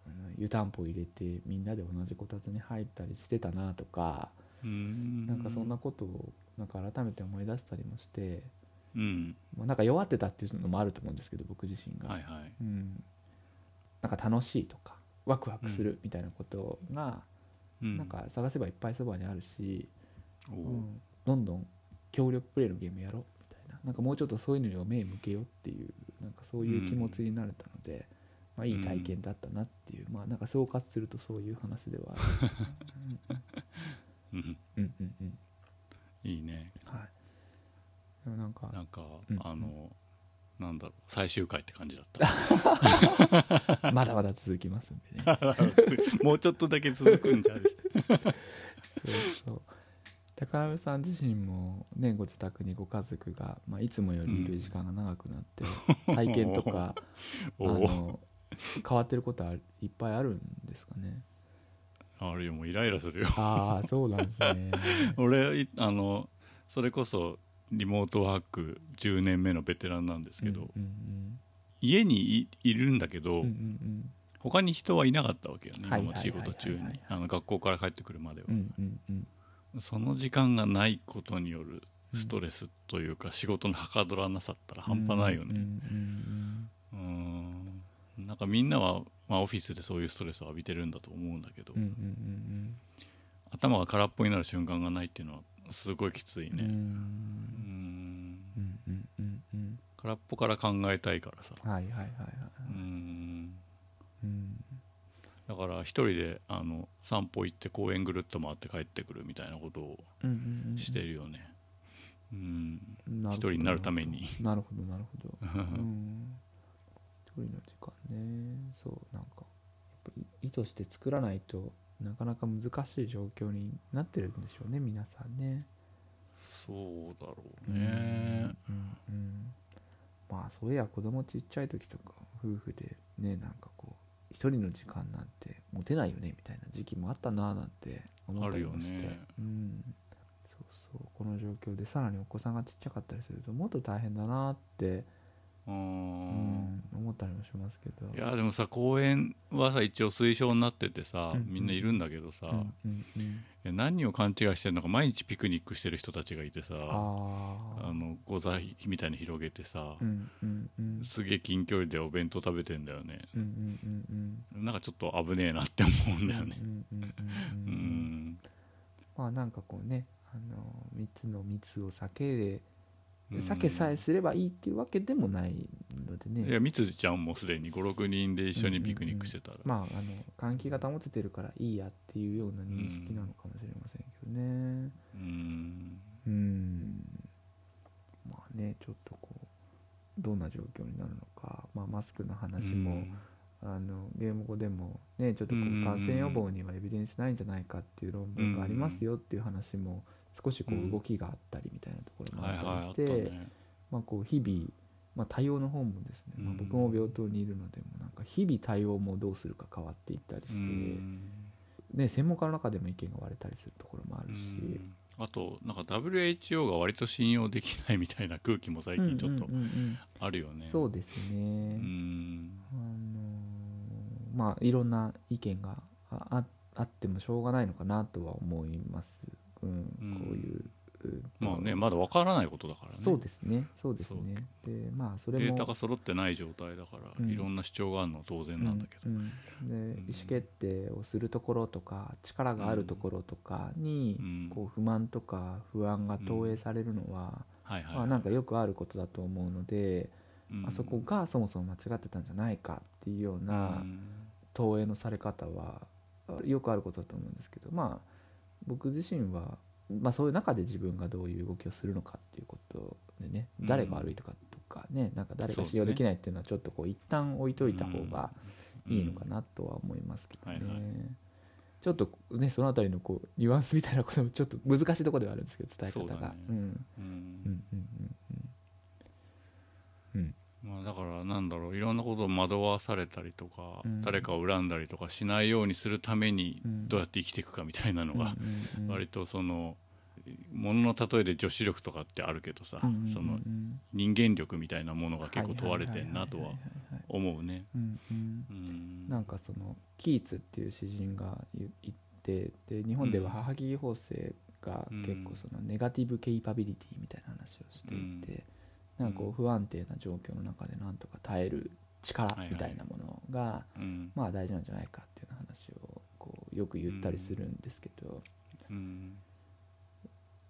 Speaker 1: うん、湯たんぽ入れてみんなで同じこたつに入ったりしてたなとか、
Speaker 2: うん
Speaker 1: なんかそんなことをなんか改めて思い出したりもして、
Speaker 2: うん
Speaker 1: まあ、なんか弱ってたっていうのもあると思うんですけど僕自身が、
Speaker 2: はいはい
Speaker 1: うん、なんか楽しいとかワクワクするみたいなことが、
Speaker 2: うん
Speaker 1: なんか探せばいっぱいそばにあるし、
Speaker 2: お
Speaker 1: う、
Speaker 2: うん
Speaker 1: どんどん協力プレイのゲームやろうみたいななんかもうちょっとそういうのにも目向けようっていうなんかそういう気持ちになれたので、まあ、いい体験だったなっていう、まあなんか総括するとそういう話ではあ [laughs] るうん
Speaker 2: うん
Speaker 1: うんうん
Speaker 2: いいね
Speaker 1: はいでもなんか
Speaker 2: なんか、
Speaker 1: うん
Speaker 2: あのなんだろう最終回って感じだった [laughs]
Speaker 1: まだまだ続きますん [laughs] でね
Speaker 2: もうちょっとだけ続くんじゃない
Speaker 1: そうそう高鍋さん自身もねご自宅にご家族が、まあ、いつもよりいる時間が長くな [laughs] って、体験とか [laughs] あ
Speaker 2: おお
Speaker 1: の変わってることはいっぱいあるんですか
Speaker 2: [laughs]
Speaker 1: ね
Speaker 2: あれよもうイライラするよ
Speaker 1: ああそうなんですね
Speaker 2: 俺いあのそれこそリモートワーク10年目のベテランなんですけど、
Speaker 1: うん
Speaker 2: 家にいいるんだけど、
Speaker 1: うんうんうん
Speaker 2: 他に人はいなかったわけよね
Speaker 1: は
Speaker 2: 今
Speaker 1: いはい
Speaker 2: の
Speaker 1: はいはい
Speaker 2: 仕事中にあの学校から帰ってくるまでは、
Speaker 1: うんうんうん
Speaker 2: その時間がないことによるストレスというか、仕事のはかどらなさったら半端ないよね、
Speaker 1: うんうん
Speaker 2: うんなんかみんなは、まあ、オフィスでそういうストレスを浴びてるんだと思うんだけど、
Speaker 1: うんうんうん
Speaker 2: 頭が空っぽになる瞬間がないっていうのはすごいきつい
Speaker 1: うんうんうんう
Speaker 2: ね、うんん
Speaker 1: うんうんうんうん
Speaker 2: 空っぽから考えたいからさ、
Speaker 1: はいはいはいはい
Speaker 2: うん
Speaker 1: うん
Speaker 2: だから一人であの散歩行って公園ぐるっと回って帰ってくるみたいなことを
Speaker 1: うんうんうん
Speaker 2: してるよねうん、
Speaker 1: なるほど
Speaker 2: 一人になるために
Speaker 1: なるほどなるほどうん一人の時間ねそうなんかやっぱり意図して作らないとなかなか難しい状況になってるんでしょうね皆さんね
Speaker 2: [laughs] そうだろうね
Speaker 1: うんうんまあそういや子供ちっちゃい時とか夫婦でねなんかこう一人の時間なんて持てないよねみたいな時期もあったなあなんて思ったりもして、
Speaker 2: あるよね
Speaker 1: うんそうそうこの状況でさらにお子さんがちっちゃかったりするともっと大変だなって、う
Speaker 2: う
Speaker 1: んん、思ったりもしますけど
Speaker 2: いやでもさ公園はさ一応推奨になっててさ、
Speaker 1: うん
Speaker 2: みんないるんだけどさ、
Speaker 1: うんうんうん、
Speaker 2: いや何を勘違いしてるのか毎日ピクニックしてる人たちがいてさあ
Speaker 1: ああ
Speaker 2: のご座ひみたいに広げてさ、
Speaker 1: うんうんうん
Speaker 2: すげえ近距離でお弁当食べてんだよね
Speaker 1: うんうんうんうん
Speaker 2: なんかちょっと危ねえなって思うんだよね
Speaker 1: うんうんうんうん
Speaker 2: う、
Speaker 1: うんんまあなんかこうねあの密の密を避けれ
Speaker 2: うん
Speaker 1: 酒さえすればいいっていうわけでもないので
Speaker 2: いや
Speaker 1: ね
Speaker 2: みつちゃんもすでに56人で一緒にピクニックしてたら、
Speaker 1: まああの換気が保ててるからいいやっていうような認識なのかもしれませんけどね
Speaker 2: うん
Speaker 1: うんまあねちょっとこうどんな状況になるのか、まあ、マスクの話も、あのゲーム語でも、ね、ちょっとこ
Speaker 2: うんうんう
Speaker 1: うん感染予防にはエビデンスないんじゃないかっていう論文がありますよっていう話も少しこ
Speaker 2: うん
Speaker 1: う動きがあったりみたいなところも
Speaker 2: はい
Speaker 1: あ
Speaker 2: は
Speaker 1: った
Speaker 2: いあ
Speaker 1: り
Speaker 2: っ
Speaker 1: したて、
Speaker 2: ね
Speaker 1: まあ、こう日々、まあ、対応の方もですね、まあ
Speaker 2: うん
Speaker 1: 僕も病棟にいるのでもうなんか日々対応もどうするか変わっていったりして、
Speaker 2: うん
Speaker 1: ね、専門家の中でも意見が割れたりするところもあるし。
Speaker 2: うんあとなんか WHO が割と信用できないみたいな空気も最近ちょっと
Speaker 1: うんうんうん
Speaker 2: あるよ
Speaker 1: うん
Speaker 2: ね
Speaker 1: そうです
Speaker 2: う
Speaker 1: ね、
Speaker 2: ん
Speaker 1: あのーまあいろんな意見があああってもしょうがないのかなとは思います、うん
Speaker 2: うん
Speaker 1: こういう、うん
Speaker 2: まあねまだわからないことだからね
Speaker 1: そうですねそうですねでまあそれ
Speaker 2: デ
Speaker 1: も
Speaker 2: ータが揃ってない状態だから、
Speaker 1: うん
Speaker 2: いろんな主張があるのは当然なんだけど、
Speaker 1: うんうんで
Speaker 2: うん
Speaker 1: 意思決定をするところとか力があるところとかに、
Speaker 2: うん
Speaker 1: こう不満とか不安が投影されるのは、
Speaker 2: はいはい、
Speaker 1: まあ、なんかよくあることだと思うので、
Speaker 2: うん
Speaker 1: あそこがそもそも間違ってたんじゃないかっていうような
Speaker 2: うん
Speaker 1: 投影のされ方はあよくあることだと思うんですけどまあ僕自身は、まあ、そういう中で自分がどういう動きをするのかっていうことでね
Speaker 2: うん
Speaker 1: 誰が悪いとかとかねなんか誰
Speaker 2: そ
Speaker 1: が
Speaker 2: うですね
Speaker 1: 信用できないっていうのはちょっとこう一旦置いといた方がいいのかなとは思いますけどね。
Speaker 2: うんはいは
Speaker 1: ちょっとねそのあたりのこうニュアンスみたいなこともちょっと難しいところではあるんですけど伝え方
Speaker 2: そうだ
Speaker 1: が
Speaker 2: ね
Speaker 1: うん
Speaker 2: うん
Speaker 1: うんうん
Speaker 2: まあ、だからなんだろういろんなことを惑わされたりとか、
Speaker 1: うん
Speaker 2: 誰かを恨んだりとかしないようにするために
Speaker 1: うん
Speaker 2: どうやって生きていくかみたいなの
Speaker 1: うんうん
Speaker 2: が、
Speaker 1: うんうん
Speaker 2: 割とそのものの例えで女子力とかってあるけどさ、
Speaker 1: うんうんうんうん
Speaker 2: その人間力みたいなものが結構問われてんなとはい
Speaker 1: いいいはい
Speaker 2: 思うね。
Speaker 1: うんうん
Speaker 2: うん
Speaker 1: なんかそのキーツっていう詩人が言言ってで日本では
Speaker 2: うん
Speaker 1: 母木法制が結
Speaker 2: う
Speaker 1: 構
Speaker 2: ん
Speaker 1: そのネガティブケイパビリティみたいな話をしていて、なんかこう不安定な状況の中でなんとか耐える力みたいなものが、
Speaker 2: うん
Speaker 1: まあ大事なんじゃないかっていう話をこうよく言ったりするんですけど、
Speaker 2: うん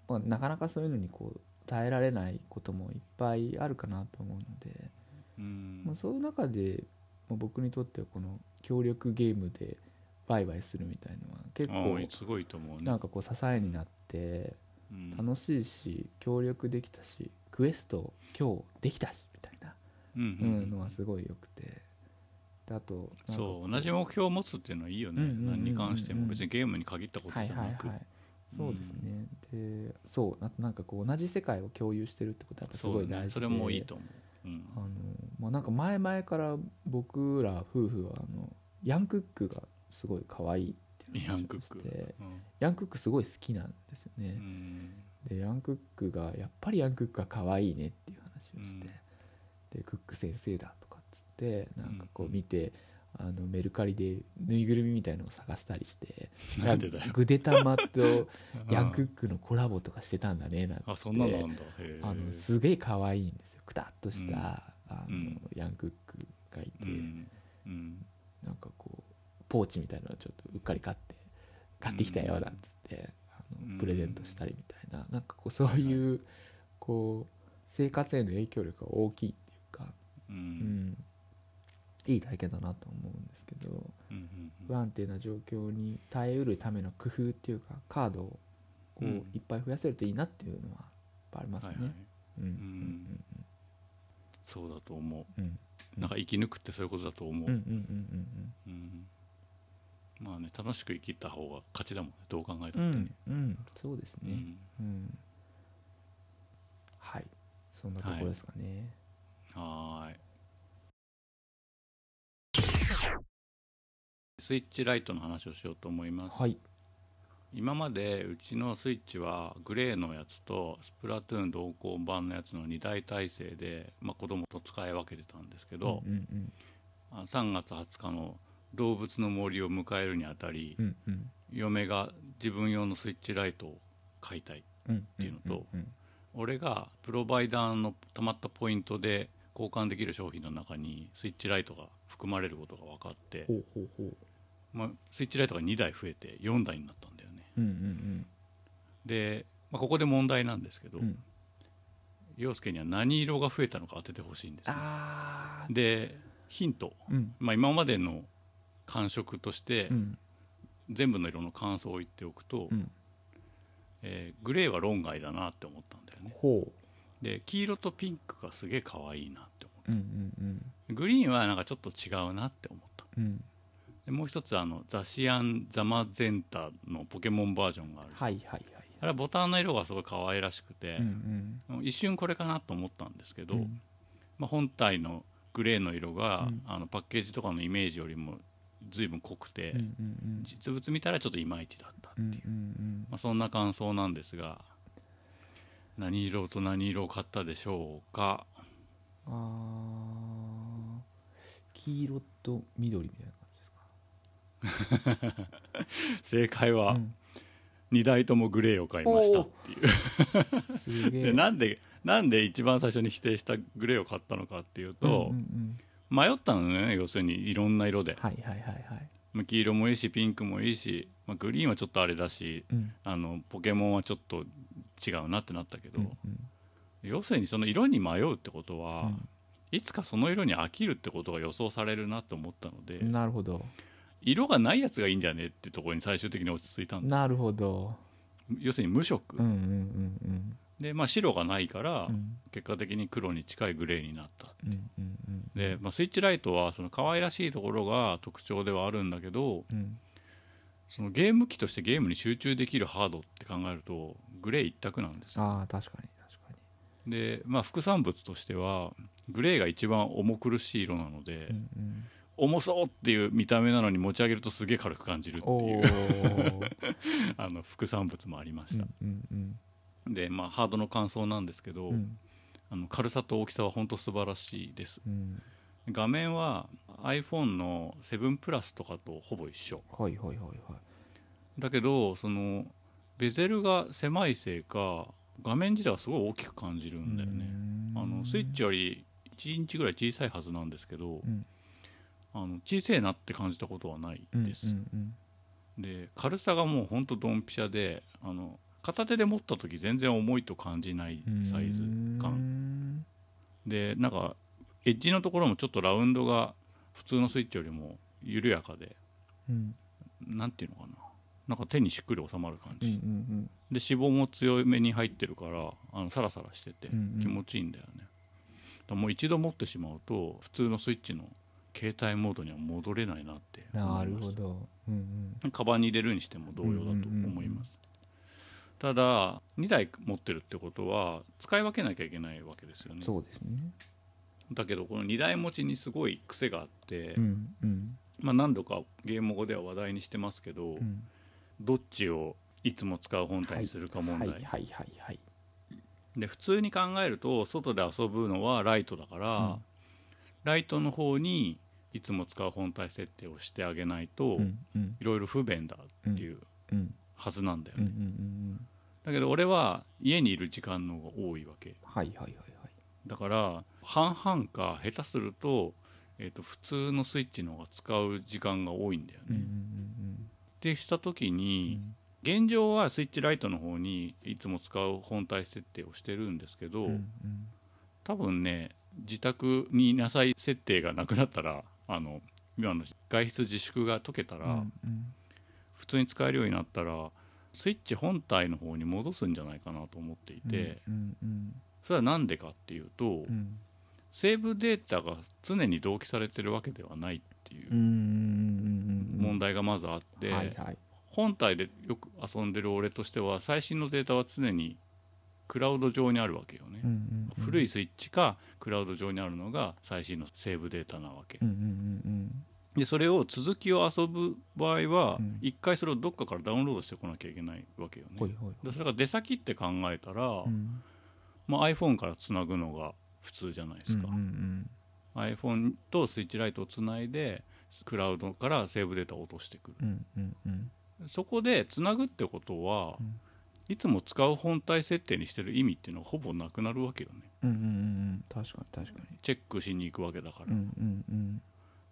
Speaker 1: まあ、なかなかそういうのにこう耐えられないこともいっぱいあるかなと思うので、
Speaker 2: うん
Speaker 1: まあ、そういう中で、まあ、僕にとってはこの協力ゲームでワイワイするみたいのは結
Speaker 2: あ
Speaker 1: 構
Speaker 2: あすごいと思うね。
Speaker 1: なんかこう支えになって
Speaker 2: うん
Speaker 1: 楽しいし協力できたしクエスト今日できたしみたいな
Speaker 2: うん
Speaker 1: う
Speaker 2: う
Speaker 1: ん
Speaker 2: ん
Speaker 1: のはすごい良くてであとなんかこ
Speaker 2: そう同じ目標を持つっていうのはいいよね、
Speaker 1: うんうんうんうんうん
Speaker 2: 何に関しても別にゲームに限ったこと
Speaker 1: はい
Speaker 2: じゃ
Speaker 1: はい
Speaker 2: な
Speaker 1: は
Speaker 2: く、
Speaker 1: いそうですね、でそうあとなんかこう同じ世界を共有してるってことはやっぱす
Speaker 2: そ
Speaker 1: ご
Speaker 2: う
Speaker 1: い
Speaker 2: だ
Speaker 1: 大事
Speaker 2: ね
Speaker 1: で
Speaker 2: それもいいと思う、うん
Speaker 1: あの、まあ、なんか前々から僕ら夫婦はあのヤンクックがすごい可愛いっていう話を
Speaker 2: ヤンクック
Speaker 1: して
Speaker 2: うん
Speaker 1: ヤンクックすごい好きなんですよね、
Speaker 2: うん
Speaker 1: でヤンクックがやっぱりヤンクックが可愛いねっていう話をして、でクック先生だとかっつってなんかこ
Speaker 2: う
Speaker 1: うん見て、あのメルカリでぬいぐるみみたいのを探したりして
Speaker 2: なんでだよ
Speaker 1: グデタマとヤンク
Speaker 2: [laughs]
Speaker 1: ッ
Speaker 2: うん
Speaker 1: クのコラボとかしてたんだねなんて
Speaker 2: あそんなのなんだへえ
Speaker 1: あのすげえ可愛いんですよくたっとした、
Speaker 2: うん
Speaker 1: あ
Speaker 2: う
Speaker 1: の
Speaker 2: ん
Speaker 1: ヤンクックがいて、
Speaker 2: うんうん
Speaker 1: なんかこうポーチみたいなのちょっとうっかり買って買ってきたよなんつって、あ
Speaker 2: うん
Speaker 1: のプレゼントしたりみたいな、なんかこうそういう、こう生活への影響力が大きいっていうか、
Speaker 2: う
Speaker 1: うんん、いい体験だなと思うんですけど
Speaker 2: うんうん
Speaker 1: 不安定な状況に耐えうるための工夫っていうかカードをこう
Speaker 2: うん
Speaker 1: いっぱい増やせるといいなっていうのはやっぱあります
Speaker 2: はい
Speaker 1: ね。
Speaker 2: はい
Speaker 1: うんうん
Speaker 2: そうだと思
Speaker 1: うんうん
Speaker 2: うなんか生き抜くってそういうことだと思う、
Speaker 1: うんうんうん
Speaker 2: うんまあね楽しく生きた方が勝ちだもんねどう考えた
Speaker 1: う
Speaker 2: っ
Speaker 1: ん
Speaker 2: てね、
Speaker 1: うんうんそうです
Speaker 2: う
Speaker 1: ね、
Speaker 2: ん
Speaker 1: うんはいそんなところですかね、
Speaker 2: はーい。スイッチライトの話をしようと思います、
Speaker 1: はい
Speaker 2: 今までうちのスイッチはグレーのやつとスプラトゥーン同行版のやつの2大体制で、まあ、子供と使い分けてたんですけど、
Speaker 1: うんうん
Speaker 2: あ3月20日の動物の森を迎えるにあたり、
Speaker 1: うんうん
Speaker 2: 嫁が自分用のスイッチライトを買いたい
Speaker 1: うんん
Speaker 2: ていうのと
Speaker 1: うん
Speaker 2: 俺がプロバイダーのたまったポイントで交換できる商品の中にスイッチライトが含まれることが分かって、
Speaker 1: ほうほうほう
Speaker 2: まあ、スイッチライトが2台増えて4台になったんだよね
Speaker 1: うんうん
Speaker 2: で、まあ、ここで問題なんですけど、
Speaker 1: うんうん
Speaker 2: 陽介には何色が増えたのか当ててほしいんですね、
Speaker 1: ああ
Speaker 2: でヒント、
Speaker 1: うん
Speaker 2: まあ、今までの感触として
Speaker 1: うん
Speaker 2: 全部の色の感想を言っておくと、
Speaker 1: うん
Speaker 2: えーグレーは論外だなって思ったんだよね
Speaker 1: ほ
Speaker 2: で黄色とピンクがすげえ可愛いなって思った
Speaker 1: ううんうんうん
Speaker 2: グリーンはなんかちょっと違うなって思った
Speaker 1: うん
Speaker 2: でもう一つあのザシアン・ザマゼンタのポケモンバージョンがある、
Speaker 1: はいはいはい
Speaker 2: あれはボタンの色がすごい可愛らしくて
Speaker 1: う、ん
Speaker 2: 一瞬これかなと思ったんですけ
Speaker 1: う
Speaker 2: ど、
Speaker 1: ん
Speaker 2: まあ、本体のグレーの色が、
Speaker 1: うん
Speaker 2: あのパッケージとかのイメージよりも随分濃くて、
Speaker 1: うんうん
Speaker 2: 実物見たらちょっといまいちだったって
Speaker 1: う
Speaker 2: い
Speaker 1: ん
Speaker 2: う、
Speaker 1: うん
Speaker 2: まあ、そんな感想なんですが何色と何色を買ったでしょうか
Speaker 1: あー黄色と緑みたいな感じですか
Speaker 2: 正解は
Speaker 1: うん
Speaker 2: 2台ともグレーを買いましたっていう、
Speaker 1: すげえ
Speaker 2: でなんでなんで一番最初に否定したグレーを買ったのかっていうと、
Speaker 1: うんうんうん
Speaker 2: 迷ったのね要するにいろんな色で、
Speaker 1: はいはいはいはい
Speaker 2: まあ黄色もいいしピンクもいいし、まあ、グリーンはちょっとあれだし
Speaker 1: うん
Speaker 2: あのポケモンはちょっと違うなってなったけど、
Speaker 1: うんうん
Speaker 2: 要するにその色に迷うってことは、
Speaker 1: うん
Speaker 2: いつかその色に飽きるってことが予想されるなと思ったので、
Speaker 1: なるほど
Speaker 2: 色がないやつがいいんじゃねってところに最終的に落ち着いたんだ
Speaker 1: なるほど
Speaker 2: 要するに無色、
Speaker 1: うんうんうん
Speaker 2: で、まあ、白がないから、
Speaker 1: うんうん
Speaker 2: 結果的に黒に近いグレーになった
Speaker 1: うんうんうん
Speaker 2: で、まあ、スイッチライトはその可愛らしいところが特徴ではあるんだけど
Speaker 1: うん
Speaker 2: そのゲーム機としてゲームに集中できるハードって考えるとグレー一択なんですよ
Speaker 1: ああ確かに確か
Speaker 2: で、まあ、副産物としてはグレーが一番重苦しい色なので、
Speaker 1: にうんうん
Speaker 2: 重そうっていう見た目なのに持ち上げるとすげえ軽く感じるって
Speaker 1: お
Speaker 2: い
Speaker 1: お
Speaker 2: うあの副産物もありま [laughs] した、でまあハードの感想なんですけど、あの軽さと大きさは本当素晴らしいです画面は iPhone の7プラスとかとほぼ一緒
Speaker 1: はいはいはいはい
Speaker 2: だけどそのベゼルが狭いせいか画面自体はすごい大きく感じるんだよね、あのスイッチより1インチぐらい小さいはずなんですけど、
Speaker 1: うん
Speaker 2: あの小さいなって感じたことはないです、
Speaker 1: うん
Speaker 2: で軽さがもうほんとドンピシャであの片手で持った時全然重いと感じない
Speaker 1: うんうん
Speaker 2: サイズ感
Speaker 1: 感
Speaker 2: でなんかエッジのところもちょっとラウンドが普通のスイッチよりも緩やかで
Speaker 1: うん
Speaker 2: なんていうのかななんか手にしっくり収まる感
Speaker 1: うんう
Speaker 2: じ、
Speaker 1: ん
Speaker 2: で脂肪も強めに入ってるからあのサラサラしてて
Speaker 1: うんうん
Speaker 2: 気持ちいいんだよね、だからもう一度持ってしまうと普通のスイッチの携帯モードには戻れないなって
Speaker 1: うんなる
Speaker 2: ど
Speaker 1: ほどうん
Speaker 2: カバンに入れるにしても同様だと思います、ただ2台持ってるってことは使い分けなきゃいけないわけですよ
Speaker 1: う
Speaker 2: ね
Speaker 1: んそうですね
Speaker 2: だけどこの2台持ちにすごい癖があって、
Speaker 1: うんうん
Speaker 2: まあ、何度かゲーム後では話題にしてますけど、
Speaker 1: うん
Speaker 2: どっちをいつも使う本体にするか問題、
Speaker 1: はいはいはいはい
Speaker 2: で普通に考えると外で遊ぶのはライトだから、
Speaker 1: うん
Speaker 2: ライトの方にいつも使う本体設定をしてあげないと
Speaker 1: うんうん
Speaker 2: いろいろ不便だっていう
Speaker 1: うん
Speaker 2: はずなんだよ
Speaker 1: うんう
Speaker 2: ね、
Speaker 1: んうん
Speaker 2: だけど俺は家にいる時間の方が多いわけ
Speaker 1: はいはいはいはい
Speaker 2: だから半々か下手すると,、えー、と普通のスイッチの方が使う時間が多いんだよね、
Speaker 1: うんうん
Speaker 2: ってした時
Speaker 1: うんう
Speaker 2: に、
Speaker 1: ん
Speaker 2: 現状はスイッチライトの方にいつも使う本体設定をしてるんですけど、
Speaker 1: うんうん
Speaker 2: 多分ね自宅になさい設定がなくなったらあの今の外出自粛が解けたら、
Speaker 1: うんうん
Speaker 2: 普通に使えるようになったらスイッチ本体の方に戻すんじゃないかなと思っていて、
Speaker 1: うんうん
Speaker 2: それは何でかっていうと、
Speaker 1: うん
Speaker 2: セーブデータが常に同期されてるわけではないってい
Speaker 1: うんう
Speaker 2: うん
Speaker 1: うん
Speaker 2: 問題がまずあって、
Speaker 1: はいはい
Speaker 2: 本体でよく遊んでる俺としては最新のデータは常にクラウド上にあるわけよね、
Speaker 1: うんうんうん
Speaker 2: 古いスイッチかクラウド上にあるのが最新のセーブデータなわけ
Speaker 1: うんうん
Speaker 2: でそれを続きを遊ぶ場合は
Speaker 1: うん
Speaker 2: 一回それをどっかからダウンロードしてこなきゃいけないわけよね
Speaker 1: うんうんほいほい
Speaker 2: でそれが出先って考えたら、
Speaker 1: うん
Speaker 2: まあ、iPhone からつなぐのが普通じゃないですか、
Speaker 1: うんうん
Speaker 2: iPhone とスイッチライトをつないでクラウドからセーブデータを落としてくる
Speaker 1: うんうんうん
Speaker 2: そこでつなぐってことは、
Speaker 1: うん
Speaker 2: いつも使う本体設定にしてる意味っていうのはほぼなくなるわけよね
Speaker 1: うんうんうんうん確かに確か
Speaker 2: チェックしに行くわけだから、
Speaker 1: にうんうんうん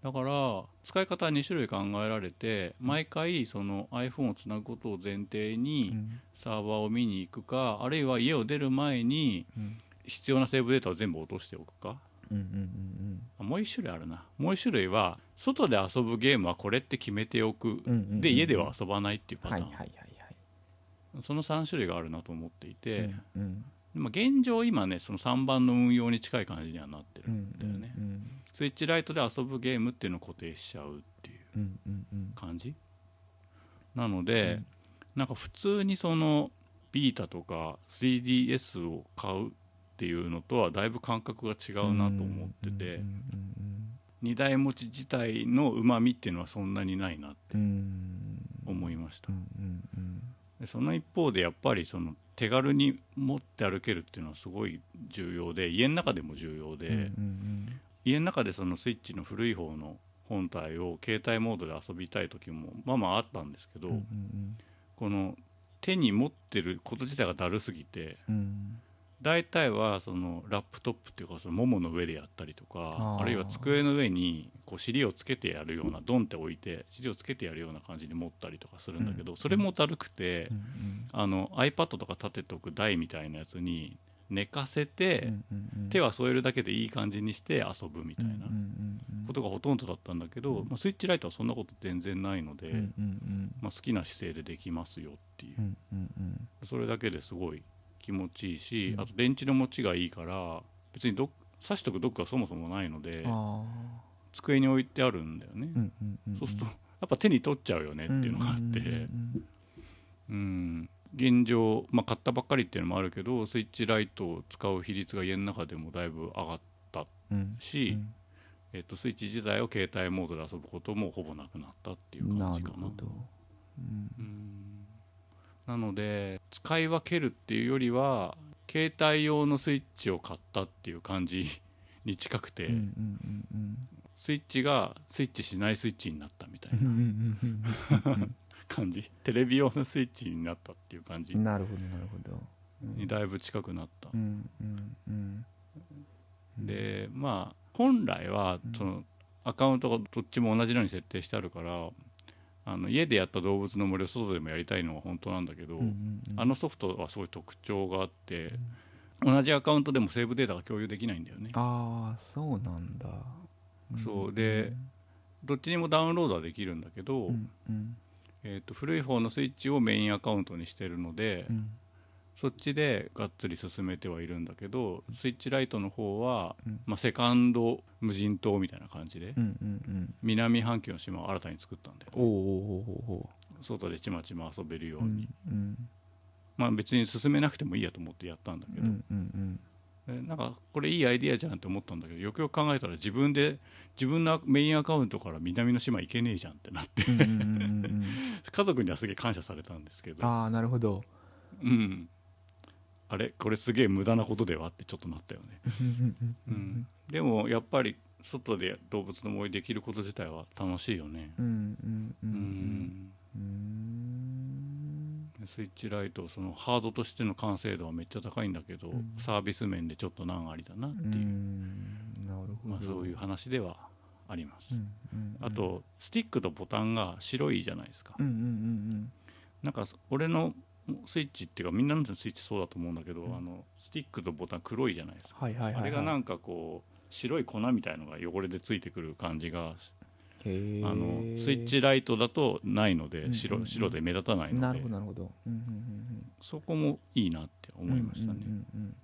Speaker 2: だから使い方は2種類考えられて毎回その iPhone をつなぐことを前提
Speaker 1: う
Speaker 2: に
Speaker 1: ん
Speaker 2: サーバーを見に行くかあるいは家を出る前に
Speaker 1: うん
Speaker 2: 必要なセーブデータを全部落としておくか
Speaker 1: うんうん
Speaker 2: あもう1種類あるなもう1種類は外で遊ぶゲームはこれって決めておく
Speaker 1: うんうん
Speaker 2: で家では遊ばないっていう
Speaker 1: うん
Speaker 2: パ
Speaker 1: は
Speaker 2: タ
Speaker 1: いはい
Speaker 2: ーン
Speaker 1: はいはい
Speaker 2: その3種類があるなと思っていて
Speaker 1: うんうん
Speaker 2: まあ現状今ねその3番の運用に近い感じにはなって
Speaker 1: う
Speaker 2: る
Speaker 1: ん
Speaker 2: んだよね
Speaker 1: うん
Speaker 2: スイッチライトで遊ぶゲームっていうのを固定しちゃうっていう
Speaker 1: うんうんうん
Speaker 2: 感じなので、なんか普通にそのビータとか 3DS を買うっていうのとはだいぶ感覚が違うなと思ってて
Speaker 1: うんうん
Speaker 2: 2台持ち自体のうまみっていうのはそんなにないなって
Speaker 1: うんうん
Speaker 2: 思いました
Speaker 1: うんうんうん
Speaker 2: でその一方でやっぱりその手軽に持って歩けるっていうのはすごい重要で家の中でも重要で、
Speaker 1: うんうん
Speaker 2: 家の中でそのスイッチの古い方の本体を携帯モードで遊びたい時もまあまああったんですけど、
Speaker 1: うんうん
Speaker 2: この手に持ってること自体がだるすぎて
Speaker 1: うん
Speaker 2: 大体はそのラップトップっていうかそのももの上でやったりとか
Speaker 1: あー
Speaker 2: あるいは机の上にこう尻をつけてやるようなドンって置いて尻をつけてやるような感じで持ったりとかするんだけど、
Speaker 1: うん
Speaker 2: それもだるくて、
Speaker 1: うんうん
Speaker 2: あの iPad とか立てとく台みたいなやつに寝かせて、
Speaker 1: うんうんうん
Speaker 2: 手は添えるだけでいい感じにして遊ぶみたいな
Speaker 1: うんうんうんうん
Speaker 2: ことがほとんどだったんだけど、
Speaker 1: うん
Speaker 2: まあ、スイッチライトはそんなこと全然ないので、
Speaker 1: うんうん
Speaker 2: まあ、好きな姿勢でできますよっていう
Speaker 1: うんうんうんうん
Speaker 2: それだけですごい気持ちいいし、
Speaker 1: うん
Speaker 2: あと電池の持ちがいいから別にど刺しとくドックがそもそもないので
Speaker 1: あ
Speaker 2: 机に置いてあるんだよね、
Speaker 1: ーうんうんうん
Speaker 2: そうするとやっぱ手に取っちゃうよねっていうのがあって、
Speaker 1: うんうん
Speaker 2: うん現状、まあ、買ったばっかりっていうのもあるけどスイッチライトを使う比率が家の中でもだいぶ上がった
Speaker 1: うんうん
Speaker 2: し、えっと、スイッチ自体を携帯モードで遊ぶこともほぼなくなったっていう感
Speaker 1: な
Speaker 2: じ
Speaker 1: る
Speaker 2: かな
Speaker 1: ほ。どうん
Speaker 2: うんなので使い分けるっていうよりは携帯用のスイッチを買ったっていう感じに近くて、
Speaker 1: うんうんうん
Speaker 2: スイッチがスイッチしないスイッチになったみたい
Speaker 1: うんうん
Speaker 2: な
Speaker 1: うん
Speaker 2: 感じテレビ用のスイッチになったっていう感じ
Speaker 1: うんなるほどなるほどうん
Speaker 2: にだいぶ近くなった
Speaker 1: う、んうんうんうん
Speaker 2: でまあ本来は
Speaker 1: うん
Speaker 2: そのアカウントがどっちも同じように設定してあるからあの家でやった動物の森を外でもやりたいのは本当なんだけど、
Speaker 1: うんうんうん
Speaker 2: あのソフトはすごい特徴があって、同じアカウントでもセーブデータが共有できないんだよね
Speaker 1: ああそうなんだ
Speaker 2: そうでどっちにもダウンロードはできるんだけど、
Speaker 1: うんうん
Speaker 2: えー、と古い方のスイッチをメインアカウントにしてるので、
Speaker 1: うん
Speaker 2: そっちでがっつり進めてはいるんだけどスイッチライトの方は、
Speaker 1: うん
Speaker 2: まあ、セカンド無人島みたいな感じで、
Speaker 1: うんうん
Speaker 2: 南半球の島を新たに作ったんだよ
Speaker 1: うんおおおおお
Speaker 2: 外でちまちま遊べるよ
Speaker 1: お
Speaker 2: うに、
Speaker 1: うん
Speaker 2: まあ別に進めなくてもいいやと思ってやったんだけ
Speaker 1: う
Speaker 2: ど、
Speaker 1: んうん
Speaker 2: でなんかこれいいアイディアじゃんって思ったんだけどよくよく考えたら自分で自分のメインアカウントから南の島行けねえじゃんって [laughs] なって
Speaker 1: うんうんうんうんうんうん
Speaker 2: 家族にはすげえ感謝されたんですけど、
Speaker 1: ああなるほど
Speaker 2: うん、あれこれすげえ無駄なことではってちょっとなったよね、
Speaker 1: う
Speaker 2: うんん、でもやっぱり外で動物の思いできること自体は楽しいよね
Speaker 1: うんうんう
Speaker 2: うんん
Speaker 1: うん
Speaker 2: スイッチライトそのハードとしての完成度はめっちゃ高いんだけど、
Speaker 1: うん
Speaker 2: サービス面でちょっと難ありだなっていうう、
Speaker 1: んなるほど
Speaker 2: まあ、そういう話ではあります、
Speaker 1: うんうんうん
Speaker 2: あとスティックとボタンが白いじゃないですか、
Speaker 1: うんうん
Speaker 2: なんかそ俺のスイッチっていうかみんなのスイッチそうだと思うんだけど、
Speaker 1: うん
Speaker 2: あのスティックとボタン黒いじゃないですか、
Speaker 1: はいはいはいはい
Speaker 2: あれがなんんかこう白い粉みたいのが汚れでついてくる感じが、
Speaker 1: へえ
Speaker 2: あのスイッチライトだとないの
Speaker 1: うんうんう
Speaker 2: で
Speaker 1: ん
Speaker 2: 白,、白で目立たないの
Speaker 1: な
Speaker 2: で
Speaker 1: るほどなるほどうんうんうん
Speaker 2: そこもいいなって
Speaker 1: うん
Speaker 2: 思いましたね、
Speaker 1: うんうん
Speaker 2: うん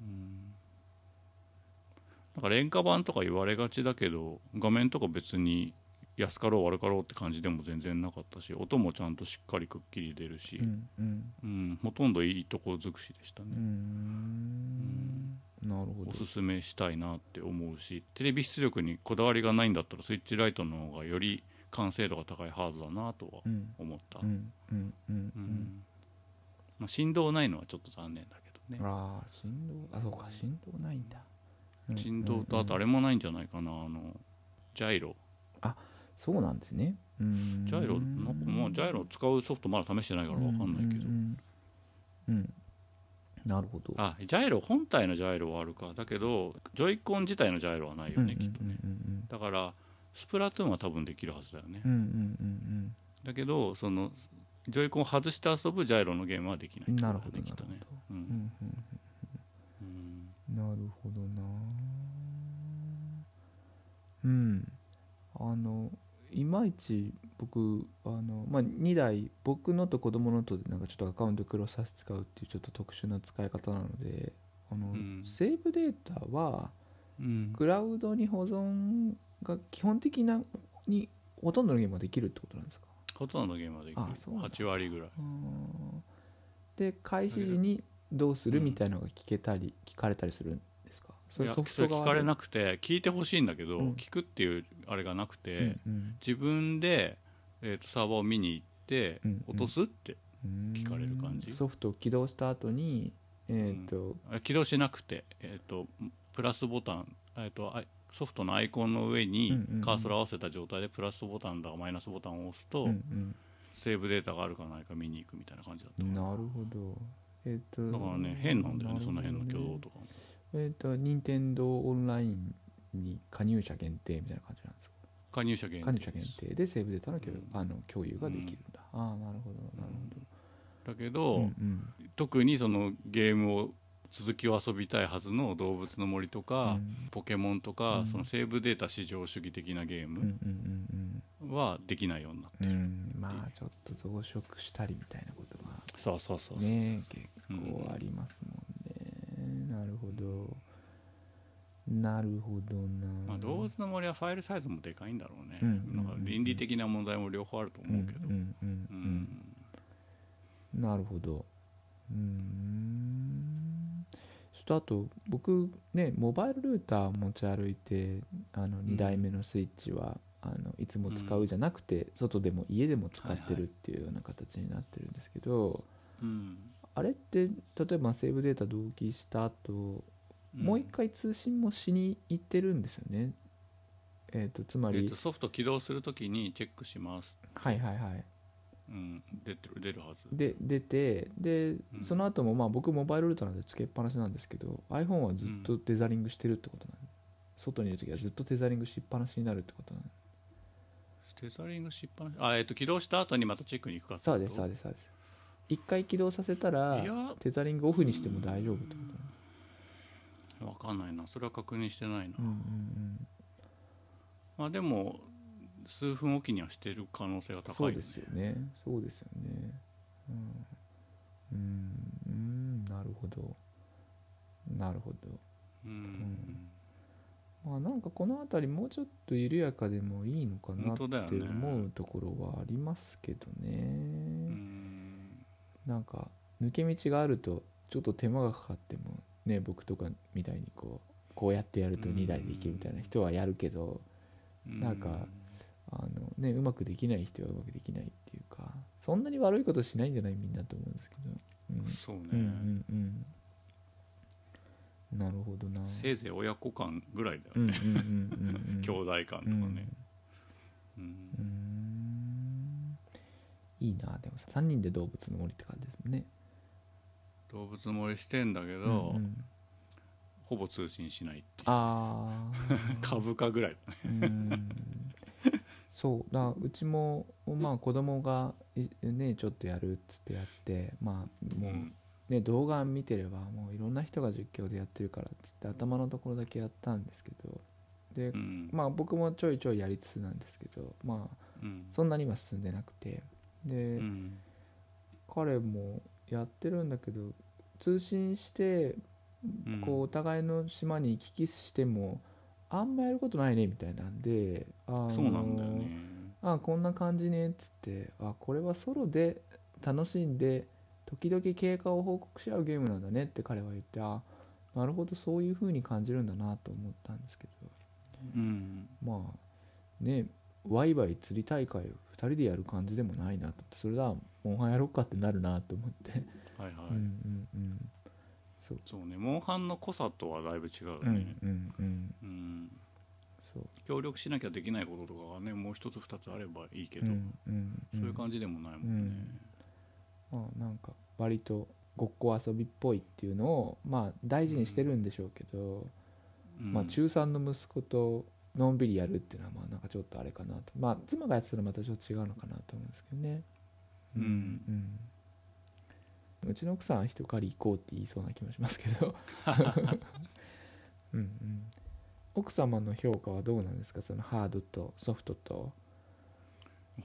Speaker 2: なんか廉価版とか言われがちだけど画面とか別に安かろう悪かろうって感じでも全然なかったし音もちゃんとしっかりくっきり出るし、
Speaker 1: うんうんうん
Speaker 2: うん、ほとんどいいとこ尽くしでした
Speaker 1: うー
Speaker 2: ね、
Speaker 1: んなるほど
Speaker 2: おすすめしたいなって思うしテレビ出力にこだわりがないんだったらスイッチライトの方がより完成度が高いハードだなとは
Speaker 1: うん
Speaker 2: 思った、
Speaker 1: うんうんうん
Speaker 2: う
Speaker 1: うん
Speaker 2: んまあ、振動ないのはちょっと残念だけどね、
Speaker 1: ああ振動あそうか振動ないんだうん
Speaker 2: 振動とあとあ
Speaker 1: れ
Speaker 2: れもないんじゃないかなあのジャイロ
Speaker 1: そうなんですねうーん
Speaker 2: ジャイロなんかまあジャイロ使うソフトまだ試してないから分かんないけど、
Speaker 1: うんうんうんうんなるほど
Speaker 2: あジャイロ本体のジャイロはあるかだけどジョイコン自体のジャイロはないよね、きっとね
Speaker 1: うんうん
Speaker 2: だからスプラトゥーンは多分できるはずだよね、
Speaker 1: うんうんうん
Speaker 2: だけどそのジョイコンを外して遊ぶジャイロのゲームはできない
Speaker 1: うん
Speaker 2: ってこ
Speaker 1: な
Speaker 2: と
Speaker 1: る
Speaker 2: だ
Speaker 1: ほど
Speaker 2: ね
Speaker 1: な
Speaker 2: き
Speaker 1: るほど
Speaker 2: っとねう
Speaker 1: うんんうん
Speaker 2: うん
Speaker 1: なるほどなうんあのいまいち僕あの、まあ、2台僕のと子供のとでなんかちょっとアカウントクロスさせて使うっていうちょっと特殊な使い方なのであの、
Speaker 2: うん
Speaker 1: セーブデータは
Speaker 2: うん
Speaker 1: クラウドに保存が基本的なにほとんどのゲームができるってことなんですか
Speaker 2: ほとんどのゲームはできる
Speaker 1: あそうなんだ
Speaker 2: 8割ぐらい
Speaker 1: うんで開始時にどうする
Speaker 2: うん
Speaker 1: みたいなのが聞けたり聞かれたりするんですか
Speaker 2: いやそれ聞かれな
Speaker 1: く
Speaker 2: くて聞いてほしいんだけど、
Speaker 1: うん
Speaker 2: 聞くっていうあれがなくて、
Speaker 1: てうん
Speaker 2: 自分で、えー、とサーバーを見に行って、
Speaker 1: うん
Speaker 2: 落とすって
Speaker 1: うん
Speaker 2: 聞かれる感じ
Speaker 1: ソフトを起動した後にえっと
Speaker 2: あ起動しなくて、えー、とプラスボタン、えー、とあいソフトのアイコンの上
Speaker 1: う
Speaker 2: に
Speaker 1: んうんうん
Speaker 2: カーソル合わせた状態でプラスボタンだかマイナスボタンを押すと、
Speaker 1: うんうん
Speaker 2: セーブデータがあるかないか見に行くみたいな感じだったか
Speaker 1: な
Speaker 2: ら
Speaker 1: るほどえっと
Speaker 2: だからね変なんだよねその辺の挙動
Speaker 1: と
Speaker 2: とかも
Speaker 1: えっと任天堂オンラインに加入者限定みたいな感じなんですか
Speaker 2: 加入者限定
Speaker 1: 加入者限定でセーブデータの共有,、
Speaker 2: うん
Speaker 1: あの共有ができるんだ、ああなるほどなる
Speaker 2: だけ
Speaker 1: ほ
Speaker 2: ど、
Speaker 1: ど、うんうん
Speaker 2: 特にそのゲームを続きを遊びたいはずの「動物の森」とか、
Speaker 1: うん
Speaker 2: ポケモン」とか、
Speaker 1: うん
Speaker 2: そのセーブデータ至上主義的なゲー
Speaker 1: うんうん
Speaker 2: ム
Speaker 1: うん
Speaker 2: はできないようになって
Speaker 1: うんう
Speaker 2: る、
Speaker 1: んまあちょっと増殖したりみたいなことが
Speaker 2: そうそうそうそうそう、
Speaker 1: ね結
Speaker 2: うん
Speaker 1: 構ありますもんね、なるほどなるほどな、
Speaker 2: まあ、動物の森はファイルサイズもでかいんだろうね、
Speaker 1: うん
Speaker 2: なんか倫理的な問題も両方あると思うけ
Speaker 1: う
Speaker 2: ど、
Speaker 1: んうんうん
Speaker 2: う
Speaker 1: うんんなるほどうーんちょっとあと僕ねモバイルルーター持ち歩いてあの2台目のスイッチは、あのいつも使うじゃなくて、外でも家でも使ってるっていうような形になってるんですけど、
Speaker 2: うん
Speaker 1: あれって例えばセーブデータ同期した後、もう一回通信もしに行ってるんですよね。えー、とつま
Speaker 2: えっ
Speaker 1: り、
Speaker 2: とソフト起動するときにチェックします、
Speaker 1: はいはいはい
Speaker 2: うん、出てる出るはず
Speaker 1: で出てで、
Speaker 2: うん
Speaker 1: その後もまあ僕モバイルルーターなんでつけっぱなしなんですけど iPhone はずっとテザリングしてるってことなの、外にいる時はずっとテザリングしっぱなしになるってことなの
Speaker 2: テザリングしっぱなしあ、えっと起動した後にまたチェックに行くかって
Speaker 1: そ
Speaker 2: こ
Speaker 1: う
Speaker 2: と
Speaker 1: ですそうですそうです一回起動させたら
Speaker 2: いや
Speaker 1: テザリングオフにしても大丈夫ってことなの
Speaker 2: わかんないなそれは確認してないな、
Speaker 1: うんうん
Speaker 2: まあでも数分おきにはしてる可能性が
Speaker 1: うん
Speaker 2: 高
Speaker 1: そ
Speaker 2: いうよ
Speaker 1: で
Speaker 2: ね
Speaker 1: すよねそうですよねうんうんうんなるほどなるほど
Speaker 2: うん
Speaker 1: まあ、なんかこの辺りもうちょっと緩やかでもいいのかな
Speaker 2: 本当だよ
Speaker 1: っ
Speaker 2: ね
Speaker 1: て思うところはありますけどね
Speaker 2: うん
Speaker 1: なんか抜け道があるとちょっと手間がかかってもね僕とかみたいにこうこうやってやると2台できるみたいな人はやるけどなんかあの、ね、うまくできない人はうまくできないっていうかそんなに悪いことしないんじゃないみんなと思うんですけど、うん
Speaker 2: そうね、
Speaker 1: うんうんうんなるほどな
Speaker 2: せいぜい親子間ぐらいだよ
Speaker 1: うんうん
Speaker 2: ね、
Speaker 1: うんうんうん
Speaker 2: [laughs] 兄弟間とかね、うん
Speaker 1: うーんいいなでも3人で動物の森って感じですもんね
Speaker 2: 動物の森してんだけど、
Speaker 1: うんうん
Speaker 2: ほぼ通信しない [laughs] っていう
Speaker 1: ああ
Speaker 2: 株価ぐらいだね
Speaker 1: うーんそうだうちもまあ子供がいねちょっとやるっつってやってまあもう、
Speaker 2: うん
Speaker 1: ね動画見てればもういろんな人が実況でやってるからっつって頭のところだけやったんですけどで、
Speaker 2: うん
Speaker 1: まあ僕もちょいちょいやりつつなんですけどまあ
Speaker 2: うん
Speaker 1: そんなに今進んでなくてで、
Speaker 2: うん
Speaker 1: 彼もやってるんだけど通信して
Speaker 2: うん
Speaker 1: こうお互いの島に行き来してもあんまやることないねみたいなんであの
Speaker 2: そうなんだよね
Speaker 1: あこんな感じねっつってあこれはソロで楽しんで時々経過を報告し合うゲームなんだねって彼は言ってあなるほどそういう風に感じるんだなと思ったんですけど
Speaker 2: うん
Speaker 1: まあねワイワイ釣り大会を2人でやる感じでもないなと思ってそれだモンハンやろうかってなるなと思って
Speaker 2: はいはい、
Speaker 1: うんうんうんそう
Speaker 2: そうねモンハンの濃さとはだいぶ違うよ
Speaker 1: う
Speaker 2: ね
Speaker 1: ん、うんうん
Speaker 2: うん
Speaker 1: そう
Speaker 2: 協力しなきゃできないこととかがねもう一つ二つあればいいけど、
Speaker 1: うんうん
Speaker 2: そういう感じでもないもんね、
Speaker 1: まあなんか割とごっこ遊びっぽいっていうのをまあ大事にしてるんでしょうけど、
Speaker 2: うん
Speaker 1: まあ中3の息子とのんびりやるっていうのはまあなんかちょっとあれかなとまあ妻がやってたらまたちょっと違うのかなと思うんですけどね
Speaker 2: うん
Speaker 1: うんうちの奥さんは人狩り行こうって言いそうな気もしますけ [laughs] どうん、うん、奥様の評価はどうなんですかそのハードとソフトと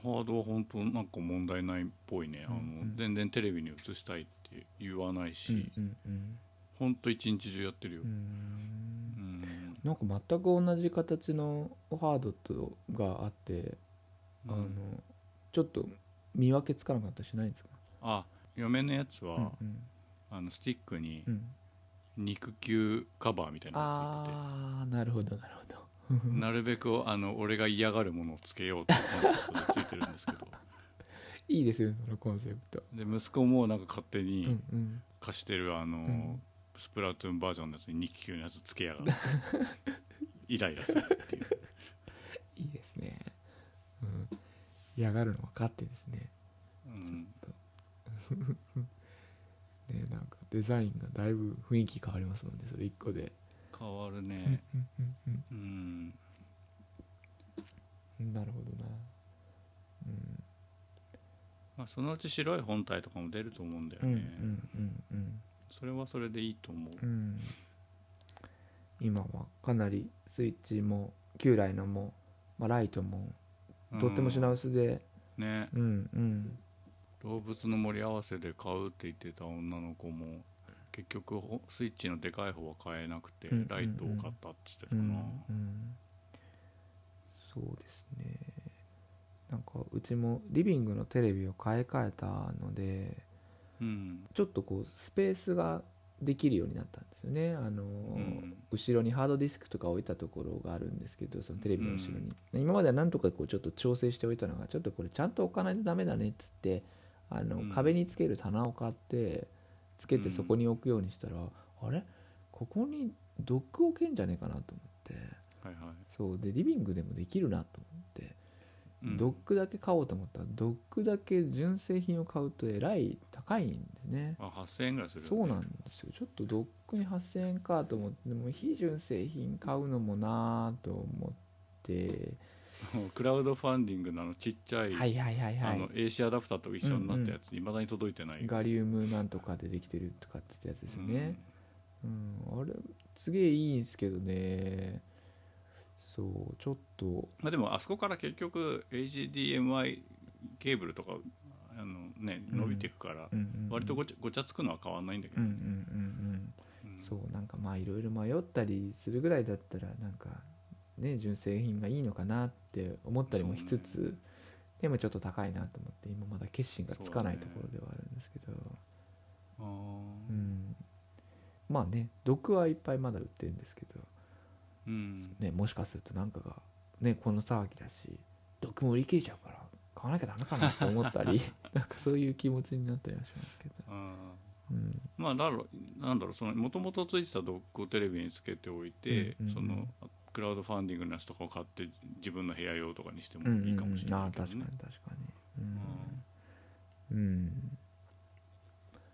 Speaker 2: ハードは本当なんか問題ないっぽいね、
Speaker 1: うん
Speaker 2: あ
Speaker 1: う
Speaker 2: の
Speaker 1: ん
Speaker 2: 全然テレビに映したいって言わないし、
Speaker 1: うんうん
Speaker 2: ほんと一日中やってるよ、
Speaker 1: うんうーん
Speaker 2: うん
Speaker 1: なんか全く同じ形のハードとがあって、
Speaker 2: う
Speaker 1: あの
Speaker 2: ん
Speaker 1: ちょっと見分けつかなかったりしないんですか
Speaker 2: あ嫁のやつは、
Speaker 1: うん
Speaker 2: あのスティックに
Speaker 1: うんうん、
Speaker 2: 肉球カバーみたいなのついてて
Speaker 1: ああなるほどなるほど
Speaker 2: なるべくあの俺が嫌がるものをつけようってコンセプトでついてるんです
Speaker 1: [laughs]
Speaker 2: けど
Speaker 1: [laughs] いいですよねそのコンセプト、
Speaker 2: で息子もなんか勝手
Speaker 1: う
Speaker 2: に
Speaker 1: んうん
Speaker 2: 貸してるあの、
Speaker 1: ん
Speaker 2: スプラトゥーンバージョンのやつに肉球のやつつけやがって
Speaker 1: [laughs]
Speaker 2: イライラするっていう
Speaker 1: いいですね、うん、嫌がるの分かってですね
Speaker 2: うん
Speaker 1: ねなんかデザインがだいぶ雰囲気変わりますもんねそれ一個で、
Speaker 2: 変わるね
Speaker 1: うんうんうん
Speaker 2: うん
Speaker 1: うん、なるほどなうん
Speaker 2: まあ、そのうち白い本体とかも出ると思うんだよ
Speaker 1: うんう
Speaker 2: ね、
Speaker 1: んうんうん
Speaker 2: それはそれでいいと思
Speaker 1: う
Speaker 2: う、
Speaker 1: ん、今はかなりスイッチも旧来のも、まあ、ライトも
Speaker 2: うん
Speaker 1: とっても品薄で、
Speaker 2: ね
Speaker 1: うんうん
Speaker 2: 動物の盛り合わせで買うって言ってた女の子も結局ほスイッチのでかい方は買えなくて
Speaker 1: うんうんうん
Speaker 2: ライトを買ったっつってた
Speaker 1: う
Speaker 2: かな、
Speaker 1: ん、うんそうですねなんかうちもリビングのテレビを買い替えたので
Speaker 2: うん
Speaker 1: ちょっとこうスペースができるようになったんですよねあの、
Speaker 2: うん
Speaker 1: 後ろにハードディスクとか置いたところがあるんですけどそのテレビの後ろに、今まではなんとかこうちょっと調整しておいたのがちょっとこれちゃんと置かないとダメだねっつってあの、
Speaker 2: うん
Speaker 1: 壁につける棚を買ってつけて
Speaker 2: うん
Speaker 1: そこに置くようにしたら、あれここにドック置けんじゃねえかなと思って
Speaker 2: はいは
Speaker 1: そうでリビングでもできるなと思って、
Speaker 2: い、うん
Speaker 1: ドックだけ買おうと思ったらドックだけ純正品を買うとえらい高いんですね
Speaker 2: あ8000円ぐらいするよね
Speaker 1: そうなんですよちょっとドックに8000円かと思ってでも非純正品買うのもなぁと思って
Speaker 2: クラウドファンディングのあのちっちゃい、
Speaker 1: はいはいはいは
Speaker 2: あの
Speaker 1: い
Speaker 2: AC アダプターと一緒になったやついま、未だに届いてないよ
Speaker 1: ガリウムなんとかでできてるとかっつったやつですよ
Speaker 2: う
Speaker 1: ね
Speaker 2: ん、
Speaker 1: うん、あれすげえいいんすけどねそうちょっと
Speaker 2: まあ、でもあそこから結局 HDMI ケーブルとかあの、ね、
Speaker 1: うん
Speaker 2: 伸びていくから、
Speaker 1: うんうんうん
Speaker 2: 割とごちゃごちゃつくのは変わんないんだけ
Speaker 1: う
Speaker 2: ど
Speaker 1: んう
Speaker 2: ね、
Speaker 1: んうんうん
Speaker 2: うん
Speaker 1: そうなんかまあいろいろ迷ったりするぐらいだったらなんかね純正品がいいのかなって思ったりもしつつ、
Speaker 2: そう
Speaker 1: でもちょっと高いなと思って今まだ決心がつかないところではあるんですけどう、
Speaker 2: あー
Speaker 1: ん、まあね毒はいっぱいまだ売ってるんですけど、
Speaker 2: うん
Speaker 1: ね、もしかするとなんかが、ね、この騒ぎだし毒も売り切れちゃうから買わなきゃダメかなって思った
Speaker 2: [laughs]
Speaker 1: りなんかそういう気持ちになったりはしますけど。
Speaker 2: あ
Speaker 1: うん
Speaker 2: ーまあだろなんだろうそのもともとついてたドックをテレビにつけておいて、
Speaker 1: うんうんうん
Speaker 2: そのクラウドファンディングのやつとかを買って自分の部屋用とかにしても
Speaker 1: うんうんうん
Speaker 2: いいかもしれないけ
Speaker 1: あ
Speaker 2: ど
Speaker 1: あ確かに
Speaker 2: ね、
Speaker 1: 確かにうん、うん
Speaker 2: い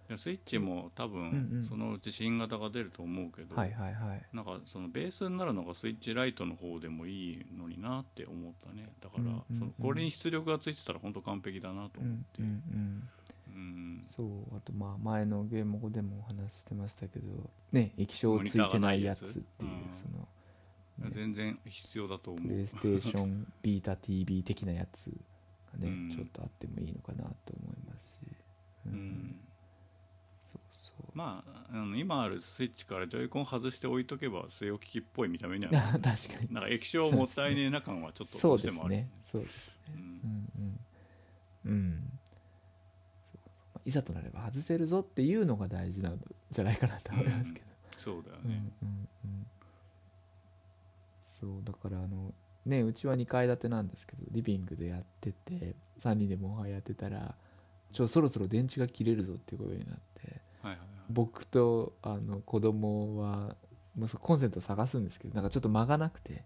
Speaker 2: やスイッチも多
Speaker 1: うんうん
Speaker 2: 分そのうち新型が出ると思うけど、
Speaker 1: はいはいはい
Speaker 2: なんかそのベースになるのがスイッチライトの方でもいいのになって思ったねだから
Speaker 1: うんうんうん
Speaker 2: そのこれに出力がついてたら本当完璧だなと
Speaker 1: う
Speaker 2: 思っ
Speaker 1: ん
Speaker 2: て
Speaker 1: うんうん
Speaker 2: うん
Speaker 1: そうあとまあ前のゲームでもお話ししてましたけどね液晶ついてないやつっていう
Speaker 2: モニターがないやつ
Speaker 1: そのね
Speaker 2: 全然必要だと思
Speaker 1: プレ
Speaker 2: う
Speaker 1: イステーションビータ TV 的なやつがね、
Speaker 2: うん
Speaker 1: ちょっとあってもいいのかなと思いますし、う
Speaker 2: うん
Speaker 1: そうそう [laughs]
Speaker 2: まああの今あるスイッチからジョイコン外して置いとけば据え置き機っぽい見た目に
Speaker 1: [laughs]
Speaker 2: はなる
Speaker 1: 確かに
Speaker 2: なんか液晶もったいねえな感はちょっとど
Speaker 1: そうう
Speaker 2: して
Speaker 1: です
Speaker 2: もある
Speaker 1: ねそうです
Speaker 2: うん
Speaker 1: うんうんうんそうそういざとなれば外せるぞっていうのが大事なんじゃないかなと思いますけど
Speaker 2: そうだよ
Speaker 1: うん
Speaker 2: ね
Speaker 1: うんうんそうだからあのねうちは2階建てなんですけどリビングでやってて3人でモンハンやってたらちょそろそろ電池が切れるぞっていうことになって
Speaker 2: はいはいはい
Speaker 1: 僕とあの子供はもうそコンセント探すんですけどなんかちょっと間がなくて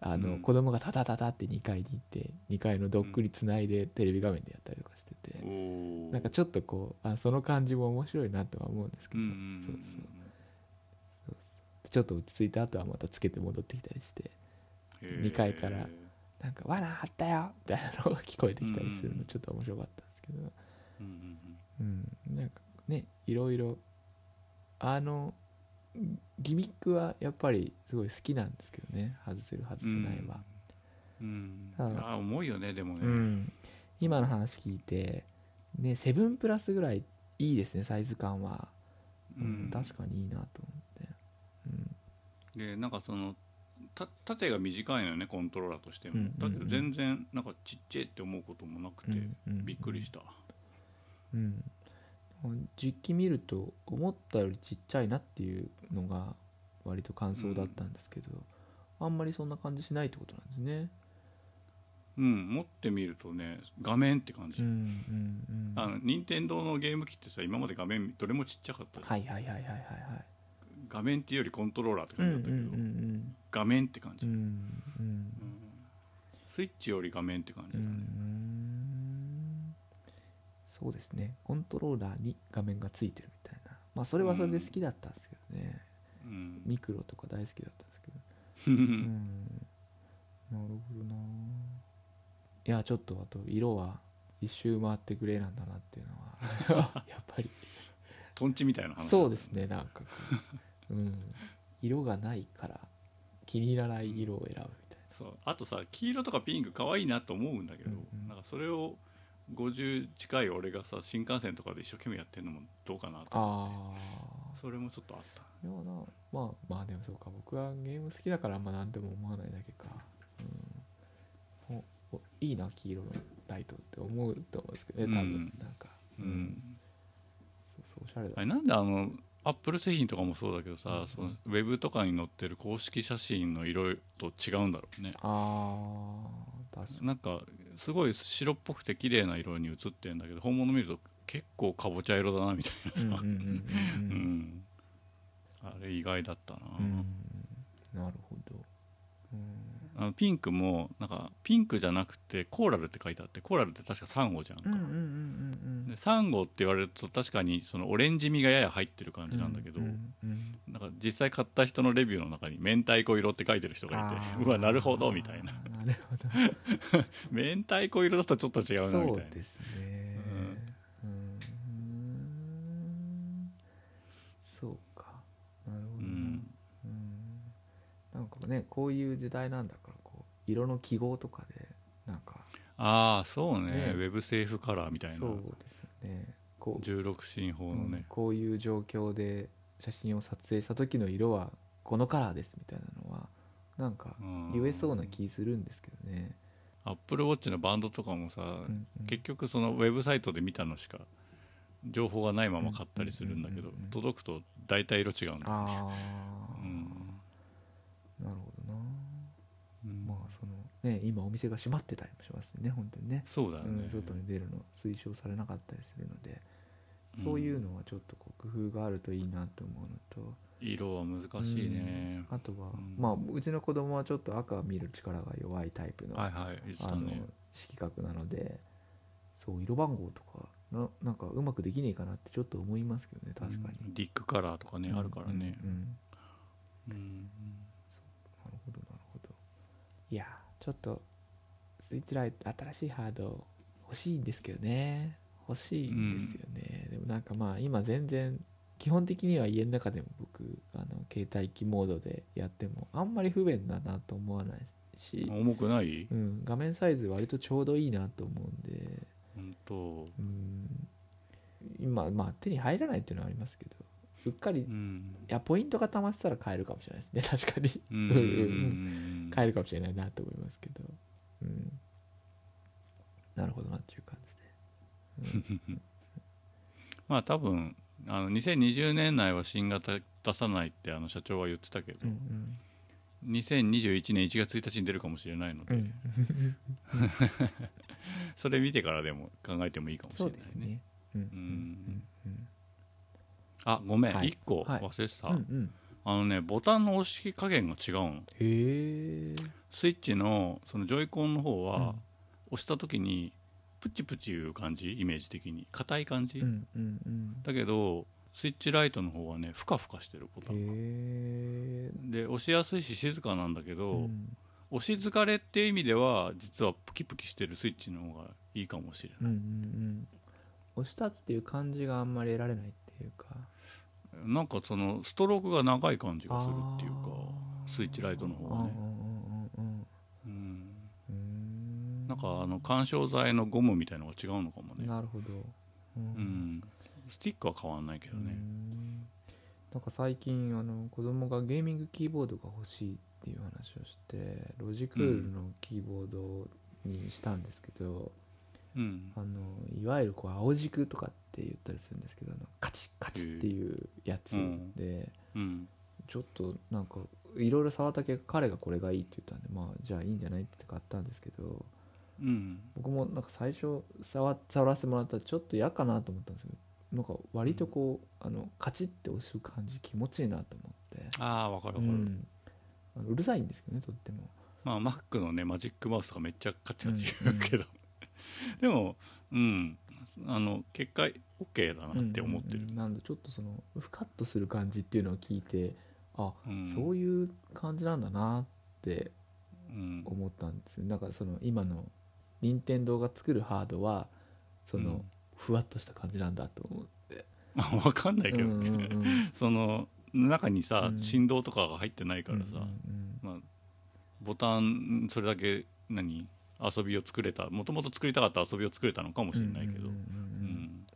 Speaker 1: あの、
Speaker 2: うん
Speaker 1: 子供がタタタタって2階に行って2階のドックにつないでテレビ画面でやったりとかしてて、
Speaker 2: おお
Speaker 1: なんかちょっとこうあその感じも面白いなとは思うんですけ
Speaker 2: うん
Speaker 1: ど、
Speaker 2: うん
Speaker 1: そうそうそうそうちょっと落ち着いた後はまたつけて戻ってきたりして
Speaker 2: うんうん
Speaker 1: 二階から
Speaker 2: へえ
Speaker 1: なんか「罠あったよ!」みたいなのが聞こえてきたりする
Speaker 2: うんう
Speaker 1: の
Speaker 2: ん
Speaker 1: ちょっと面白かったんですけど、
Speaker 2: うんうん
Speaker 1: うん、なんかねいろいろあのギミックはやっぱりすごい好きなんですけどね外せる外
Speaker 2: う
Speaker 1: せ
Speaker 2: ん
Speaker 1: ないは、
Speaker 2: うん
Speaker 1: ただ
Speaker 2: ああ重いよねでも
Speaker 1: うん
Speaker 2: ね
Speaker 1: 今の話聞いてねセブンプラスぐらいいいですねサイズ感は、
Speaker 2: うん
Speaker 1: 確かにいいなと思って、うん、
Speaker 2: でなんかそのた縦が短いのよねコントローラーとしても、
Speaker 1: うん
Speaker 2: だけど全然なんかちっちゃいって思うこともなくて、びっくり
Speaker 1: し
Speaker 2: した、
Speaker 1: た、うん、実機見ると思ったよりちっちゃいなっていうのが割と感想だったんですけど、あんまりそんな感じしないってことなんですね。
Speaker 2: うん、持ってみるとね画面って感じ、
Speaker 1: んうん
Speaker 2: あの任天堂のゲーム機ってさ今まで画面どれもちっちゃかったじゃん
Speaker 1: はいはいはいはいはいはい。
Speaker 2: 画面っていうよりコントローラーって
Speaker 1: う
Speaker 2: 感
Speaker 1: ん
Speaker 2: じ
Speaker 1: う
Speaker 2: だっ
Speaker 1: んう
Speaker 2: たけど、
Speaker 1: ん
Speaker 2: 画面って感
Speaker 1: う
Speaker 2: じ、
Speaker 1: んうん
Speaker 2: うんスイッチより画面って感じ
Speaker 1: う
Speaker 2: だね、
Speaker 1: んそうですねコントローラーに画面がついてるみたいなまあそれはそれで好きだったんですけどね、
Speaker 2: うん
Speaker 1: ミクロとか大好きだったんですけどうんなるほどないやちょっとあと色は一周回ってグレーなんだなっていうの
Speaker 2: [laughs]
Speaker 1: はやっぱり
Speaker 2: [laughs] トンチみたいな話だ
Speaker 1: そうですねなんかこう、うん、色がないから気に入らない色を選ぶみたい
Speaker 2: そうあとさ黄色とかピンク可愛いなと思うんだけど、
Speaker 1: うんうん
Speaker 2: なんかそれを50近い俺がさ新幹線とかで一生懸命やってるのもどうかなと
Speaker 1: な
Speaker 2: 思って
Speaker 1: ああ
Speaker 2: それもちょっとあった
Speaker 1: それはなまあまあでもそうか僕はゲーム好きだからあんま何でも思わないだけか、うん、おおいいな黄色のライトって思うと思うんですけどね多
Speaker 2: う
Speaker 1: 分
Speaker 2: ん
Speaker 1: なんか、
Speaker 2: うん、
Speaker 1: そうそうおしゃれだ
Speaker 2: あれなんであのアップル製品とかもそうだけどさ、
Speaker 1: うん
Speaker 2: そのウェブとかに載ってる公式写真の色と違うんだろうね
Speaker 1: あー確かに
Speaker 2: なんかすごい白っぽくて綺麗な色に写ってるんだけど本物見ると結構かぼちゃ色だなみたいなさ
Speaker 1: うんうん
Speaker 2: う
Speaker 1: うんうん
Speaker 2: んあれ意外だったな、
Speaker 1: うんうんなるほどうん
Speaker 2: あのピンクもなんかピンクじゃなくてコーラルって書いてあってコーラルって確かサンゴじゃんか、
Speaker 1: うんうんうんうん
Speaker 2: でサンゴって言われると確かにそのオレンジ味がやや入ってる感じなんだけど、
Speaker 1: うんうん
Speaker 2: なんか実際買った人のレビューの中に明太子色って書いてる人が
Speaker 1: あ
Speaker 2: いて
Speaker 1: ー
Speaker 2: うわなるほどみたいな
Speaker 1: なるほど
Speaker 2: 明太子色だとちょっと違うなみた
Speaker 1: そ
Speaker 2: いうな
Speaker 1: ですねうんんそうかなるほ
Speaker 2: う
Speaker 1: どな、
Speaker 2: ん
Speaker 1: うんなんかねこういう時代なんだからこう色の記号とかでなんか
Speaker 2: ああそう
Speaker 1: ね
Speaker 2: ねウェブセーフカラーみたいな
Speaker 1: そうですねこう,
Speaker 2: 16進法
Speaker 1: う
Speaker 2: の
Speaker 1: ん、
Speaker 2: ね、
Speaker 1: こういう状況で写真を撮影した時の色はこのカラーですみたいなのはなんか
Speaker 2: うん
Speaker 1: 言えそうな気するんですけどね、
Speaker 2: アップルウォッチのバンドとかもさ、
Speaker 1: うんうん
Speaker 2: 結局そのウェブサイトで見たのしか情報がないまま買ったりするんだけど、
Speaker 1: うんうんうんうん
Speaker 2: 届くと大体色違うんだ、
Speaker 1: ああ、
Speaker 2: うん
Speaker 1: なるほどな
Speaker 2: うん
Speaker 1: まあそのね今お店が閉まってたりもしますね本当にね
Speaker 2: そうだよ
Speaker 1: う
Speaker 2: ね
Speaker 1: ん、、外に出るの推奨されなかったりするのでそういうのはちょっとこう工夫があるといいなと思うのと、
Speaker 2: 色は難しいね、
Speaker 1: あとは、
Speaker 2: うん
Speaker 1: まあうちの子供はちょっと赤を見る力が弱いタイプの,、
Speaker 2: はいはい言って
Speaker 1: あ
Speaker 2: た
Speaker 1: の
Speaker 2: ね
Speaker 1: 色覚なのでそう色番号とかななんかうまくできねえかなってちょっと思いますけどね確か
Speaker 2: う
Speaker 1: に、
Speaker 2: んディックカラーとかね、あるからね、
Speaker 1: うんうんうん
Speaker 2: うん
Speaker 1: なるほどなるほどいやーちょっとスイッチライト新しいハード欲しいんですけどね欲しいんですよね、でもなんかまあ今全然基本的には家の中でも僕あの携帯機モードでやってもあんまり不便だなと思わないし、
Speaker 2: 重くない
Speaker 1: うん、画面サイズ割とちょうどいいなと思うんで
Speaker 2: 本当
Speaker 1: うん今まあ手に入らないっていうのはありますけどうっかりい
Speaker 2: うん
Speaker 1: やポイントがたまってたら買えるかもしれないですね確 [laughs] かに
Speaker 2: うん
Speaker 1: うん [laughs]
Speaker 2: うん
Speaker 1: 変えるかもしれないなと思いますけど、うん、なるほどなっていう感じで、
Speaker 2: まあ多分あの2020年内は新型出さないってあの社長は言ってたけど、
Speaker 1: うんうん
Speaker 2: 2021年1月1日に出るかもしれないので、
Speaker 1: うん
Speaker 2: それ見てからでも考えてもいいかもし
Speaker 1: そ
Speaker 2: れな
Speaker 1: う
Speaker 2: いね
Speaker 1: ですねうんうんうん
Speaker 2: あごめん、
Speaker 1: はい
Speaker 2: 1個
Speaker 1: はい
Speaker 2: 忘れてた、
Speaker 1: うんうん
Speaker 2: あのねボタンの押し加減が違うの
Speaker 1: へえ
Speaker 2: スイッチのそのジョイコンの方は、
Speaker 1: うん
Speaker 2: 押した時にプチプチいう感じイメージ的に硬い感じ、
Speaker 1: うんうんうん
Speaker 2: だけどスイッチライトの方はねふかふかしてるボタ
Speaker 1: へ
Speaker 2: ン
Speaker 1: え
Speaker 2: で押しやすいし静かなんだけど、
Speaker 1: うん
Speaker 2: 押し疲れっていう意味では実はプキプキしてるスイッチの方がいいかもしれない、
Speaker 1: うんうんうん押したっていう感じがあんまり得られないっていうか
Speaker 2: なんかそのストロークが長い感じがするっていうか
Speaker 1: あー
Speaker 2: スイッチライトの方がね
Speaker 1: うんうんうんうん
Speaker 2: うん
Speaker 1: うん
Speaker 2: なんかあの緩衝材のゴムみたいのが違うのかもね
Speaker 1: なるほどう
Speaker 2: うんんスティックは変わんないけど
Speaker 1: う
Speaker 2: ね
Speaker 1: んなんか最近あの子供がゲーミングキーボードが欲しいっっていう話をしてロジクールのキーボードにしたんですけど、
Speaker 2: うん
Speaker 1: あのいわゆるこう青軸とかって言ったりするんですけどあのカチッカチッっていうやつ
Speaker 2: へ
Speaker 1: で、
Speaker 2: えうん
Speaker 1: ちょっとなんかいろいろ触った結果彼がこれがいいって言ったんでまあじゃあいいんじゃないって買ったんですけど
Speaker 2: うん
Speaker 1: 僕もなんか最初触触らせてもらったらちょっと嫌かなと思ったんですけどなんか割とこう、あのカチッって押す感じ気持ちいいなと思って。
Speaker 2: ああわかる
Speaker 1: う
Speaker 2: わかる、
Speaker 1: ん、あのうるさいんですけどねとっても
Speaker 2: まあ Mac のねマジックマウスとかめっちゃカチカチ
Speaker 1: うん
Speaker 2: 言うけど、 [laughs] でもうんあの結果 OK だなって思ってる、
Speaker 1: うんうんなんでちょっとそのふかっとする感じっていうのを聞いてあ、
Speaker 2: うん
Speaker 1: そういう感じなんだなって
Speaker 2: うん
Speaker 1: 思ったんですよなんかその今の任天堂が作るハードはその、
Speaker 2: うん
Speaker 1: ふわっとした感じなんだと思う
Speaker 2: まあわかんないけどね、
Speaker 1: うんうんうん
Speaker 2: その中にさ、
Speaker 1: うん
Speaker 2: 振動とかが入ってないからさ、
Speaker 1: うんうん
Speaker 2: まあ、ボタンそれだけ何遊びを作れたもともと作りたかった遊びを作れたのかもしれない
Speaker 1: うんうん
Speaker 2: けどう
Speaker 1: うんうん
Speaker 2: ん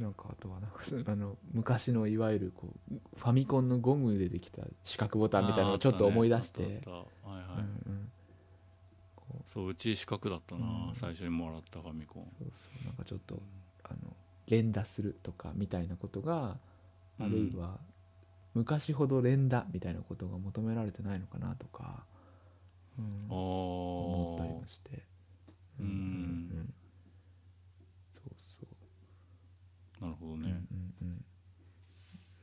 Speaker 1: なんかあとはなんかそのあ [laughs] の昔のいわゆるこうファミコンのゴムでできた四角ボタンみたいなのをちょっと思い出して、
Speaker 2: あったねあったあったはいはい
Speaker 1: うんうんこう
Speaker 2: そううち四角だったな、
Speaker 1: うん
Speaker 2: 最初にもらったファミコン
Speaker 1: そうそうなんかちょっとあの連打するとかみたいなことがあるいは昔ほど連打みたいなことが求められてないのかなとか、うん
Speaker 2: あ
Speaker 1: 思ったりも
Speaker 2: ー
Speaker 1: して
Speaker 2: うん
Speaker 1: んそうそう
Speaker 2: なるほど
Speaker 1: う
Speaker 2: ね、
Speaker 1: んうんうん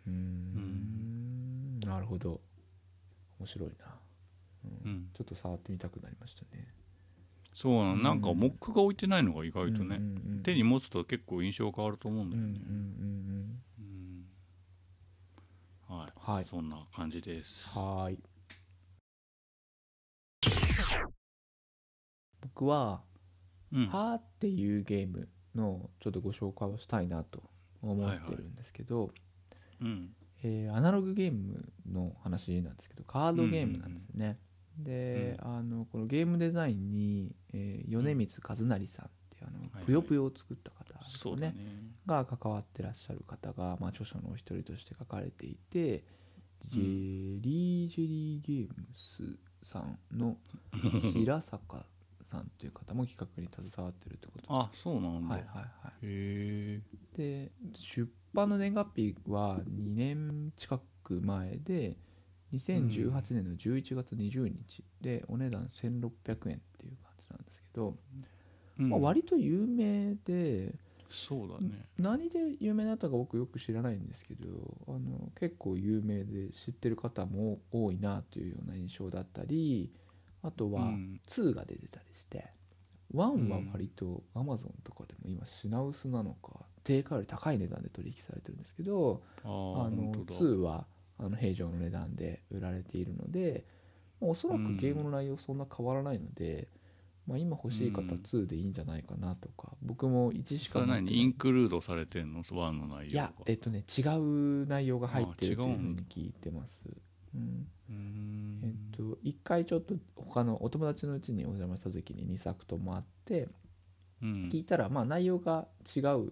Speaker 1: うんなるほど面白いな、う
Speaker 2: う
Speaker 1: んんちょっと触ってみたくなりましたね
Speaker 2: そうなの
Speaker 1: うん
Speaker 2: なんかモックが置いてないのが意外
Speaker 1: うん
Speaker 2: とね、
Speaker 1: うんうん
Speaker 2: 手に持つと結構印象変わると思う
Speaker 1: うん
Speaker 2: んだ
Speaker 1: うん
Speaker 2: よ
Speaker 1: うんう
Speaker 2: ね、
Speaker 1: ん
Speaker 2: うんはい、
Speaker 1: はい
Speaker 2: そんな感じです
Speaker 1: はーい僕は
Speaker 2: うん
Speaker 1: 「は」っていうゲームのちょっとご紹介をしたいなと思ってるんですけど、
Speaker 2: うん
Speaker 1: えーアナログゲームの話なんですけどカードゲームなんですよね、で、あのこのゲームデザインに、えー米光和成さんっていうあの、
Speaker 2: はいはい
Speaker 1: ぷよぷよを作った方です
Speaker 2: そうだ
Speaker 1: ね
Speaker 2: ね
Speaker 1: が関わってらっしゃる方が、まあ、著者のお一人として書かれていて、
Speaker 2: うん
Speaker 1: ジェリー・ジェリー・ゲームスさんの
Speaker 2: [laughs]
Speaker 1: 平坂さんという方も企画に携わってるってこと
Speaker 2: あそうなんだ、
Speaker 1: はいはいは
Speaker 2: へえ
Speaker 1: いで出版の年月日は2年近く前で2018年の11月20日でお値段1600円っていう感じなんですけど、
Speaker 2: うん
Speaker 1: まあ、割と有名で
Speaker 2: そうだね
Speaker 1: 何で有名だったか僕よく知らないんですけどあの結構有名で知ってる方も多いなというような印象だったりあと
Speaker 2: う
Speaker 1: は
Speaker 2: ん
Speaker 1: 2が出てたりして1は割と Amazon とかでも今品薄なのか定価より高い値段で取引されてるんですけど
Speaker 2: あ
Speaker 1: あ
Speaker 2: あ本
Speaker 1: の
Speaker 2: 当だ
Speaker 1: 2はあの平常の値段で売られているのでまあおそら
Speaker 2: う
Speaker 1: く
Speaker 2: ん
Speaker 1: ゲームの内容そんな変わらないので、まあ、今欲しい方
Speaker 2: うん
Speaker 1: 2でいいんじゃないかなとか僕も1し
Speaker 2: そ
Speaker 1: か持
Speaker 2: れ
Speaker 1: ってない
Speaker 2: 何インクルードされてんのワンの内容が
Speaker 1: いやえっとね違う内容が入ってる
Speaker 2: あ
Speaker 1: と
Speaker 2: 違う
Speaker 1: い
Speaker 2: ん
Speaker 1: う
Speaker 2: だ
Speaker 1: ふうに聞いてます、うん
Speaker 2: うーん
Speaker 1: えっと一回ちょっと他のお友達のうちにお邪魔した時に2作ともあって
Speaker 2: うん
Speaker 1: 聞いたらまあ内容が違う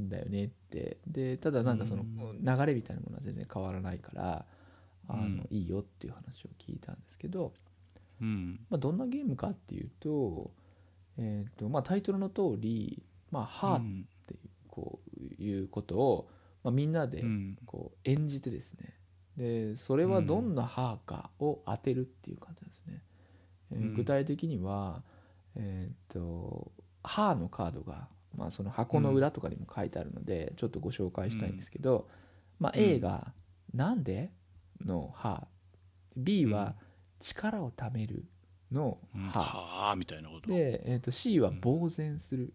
Speaker 1: んだよねってでただなんかその
Speaker 2: うん
Speaker 1: 流れみたいなものは全然変わらないからあの、
Speaker 2: うん
Speaker 1: いいよっていう話を聞いたんですけど、
Speaker 2: うん
Speaker 1: まあ、どんなゲームかっていうと,、えっとまあ、タイトルの通り「まあ、ハー
Speaker 2: う
Speaker 1: トっ
Speaker 2: ん
Speaker 1: ていうこういうことを、まあ、みんなで
Speaker 2: うん
Speaker 1: こう演じてですねでそれはどんな歯かを当てるっていう感じなんですね、えー
Speaker 2: うん
Speaker 1: 具体的には、えーっと歯のカードが、まあ、その箱の裏とかにも書いてあるので、ちょっとご紹介したいんですけど、まあ、
Speaker 2: うん
Speaker 1: A が「なんで?」の歯 B は「力をためる」の
Speaker 2: うん
Speaker 1: 歯、
Speaker 2: はあみたいなこと
Speaker 1: で、えーっと C は「呆然する」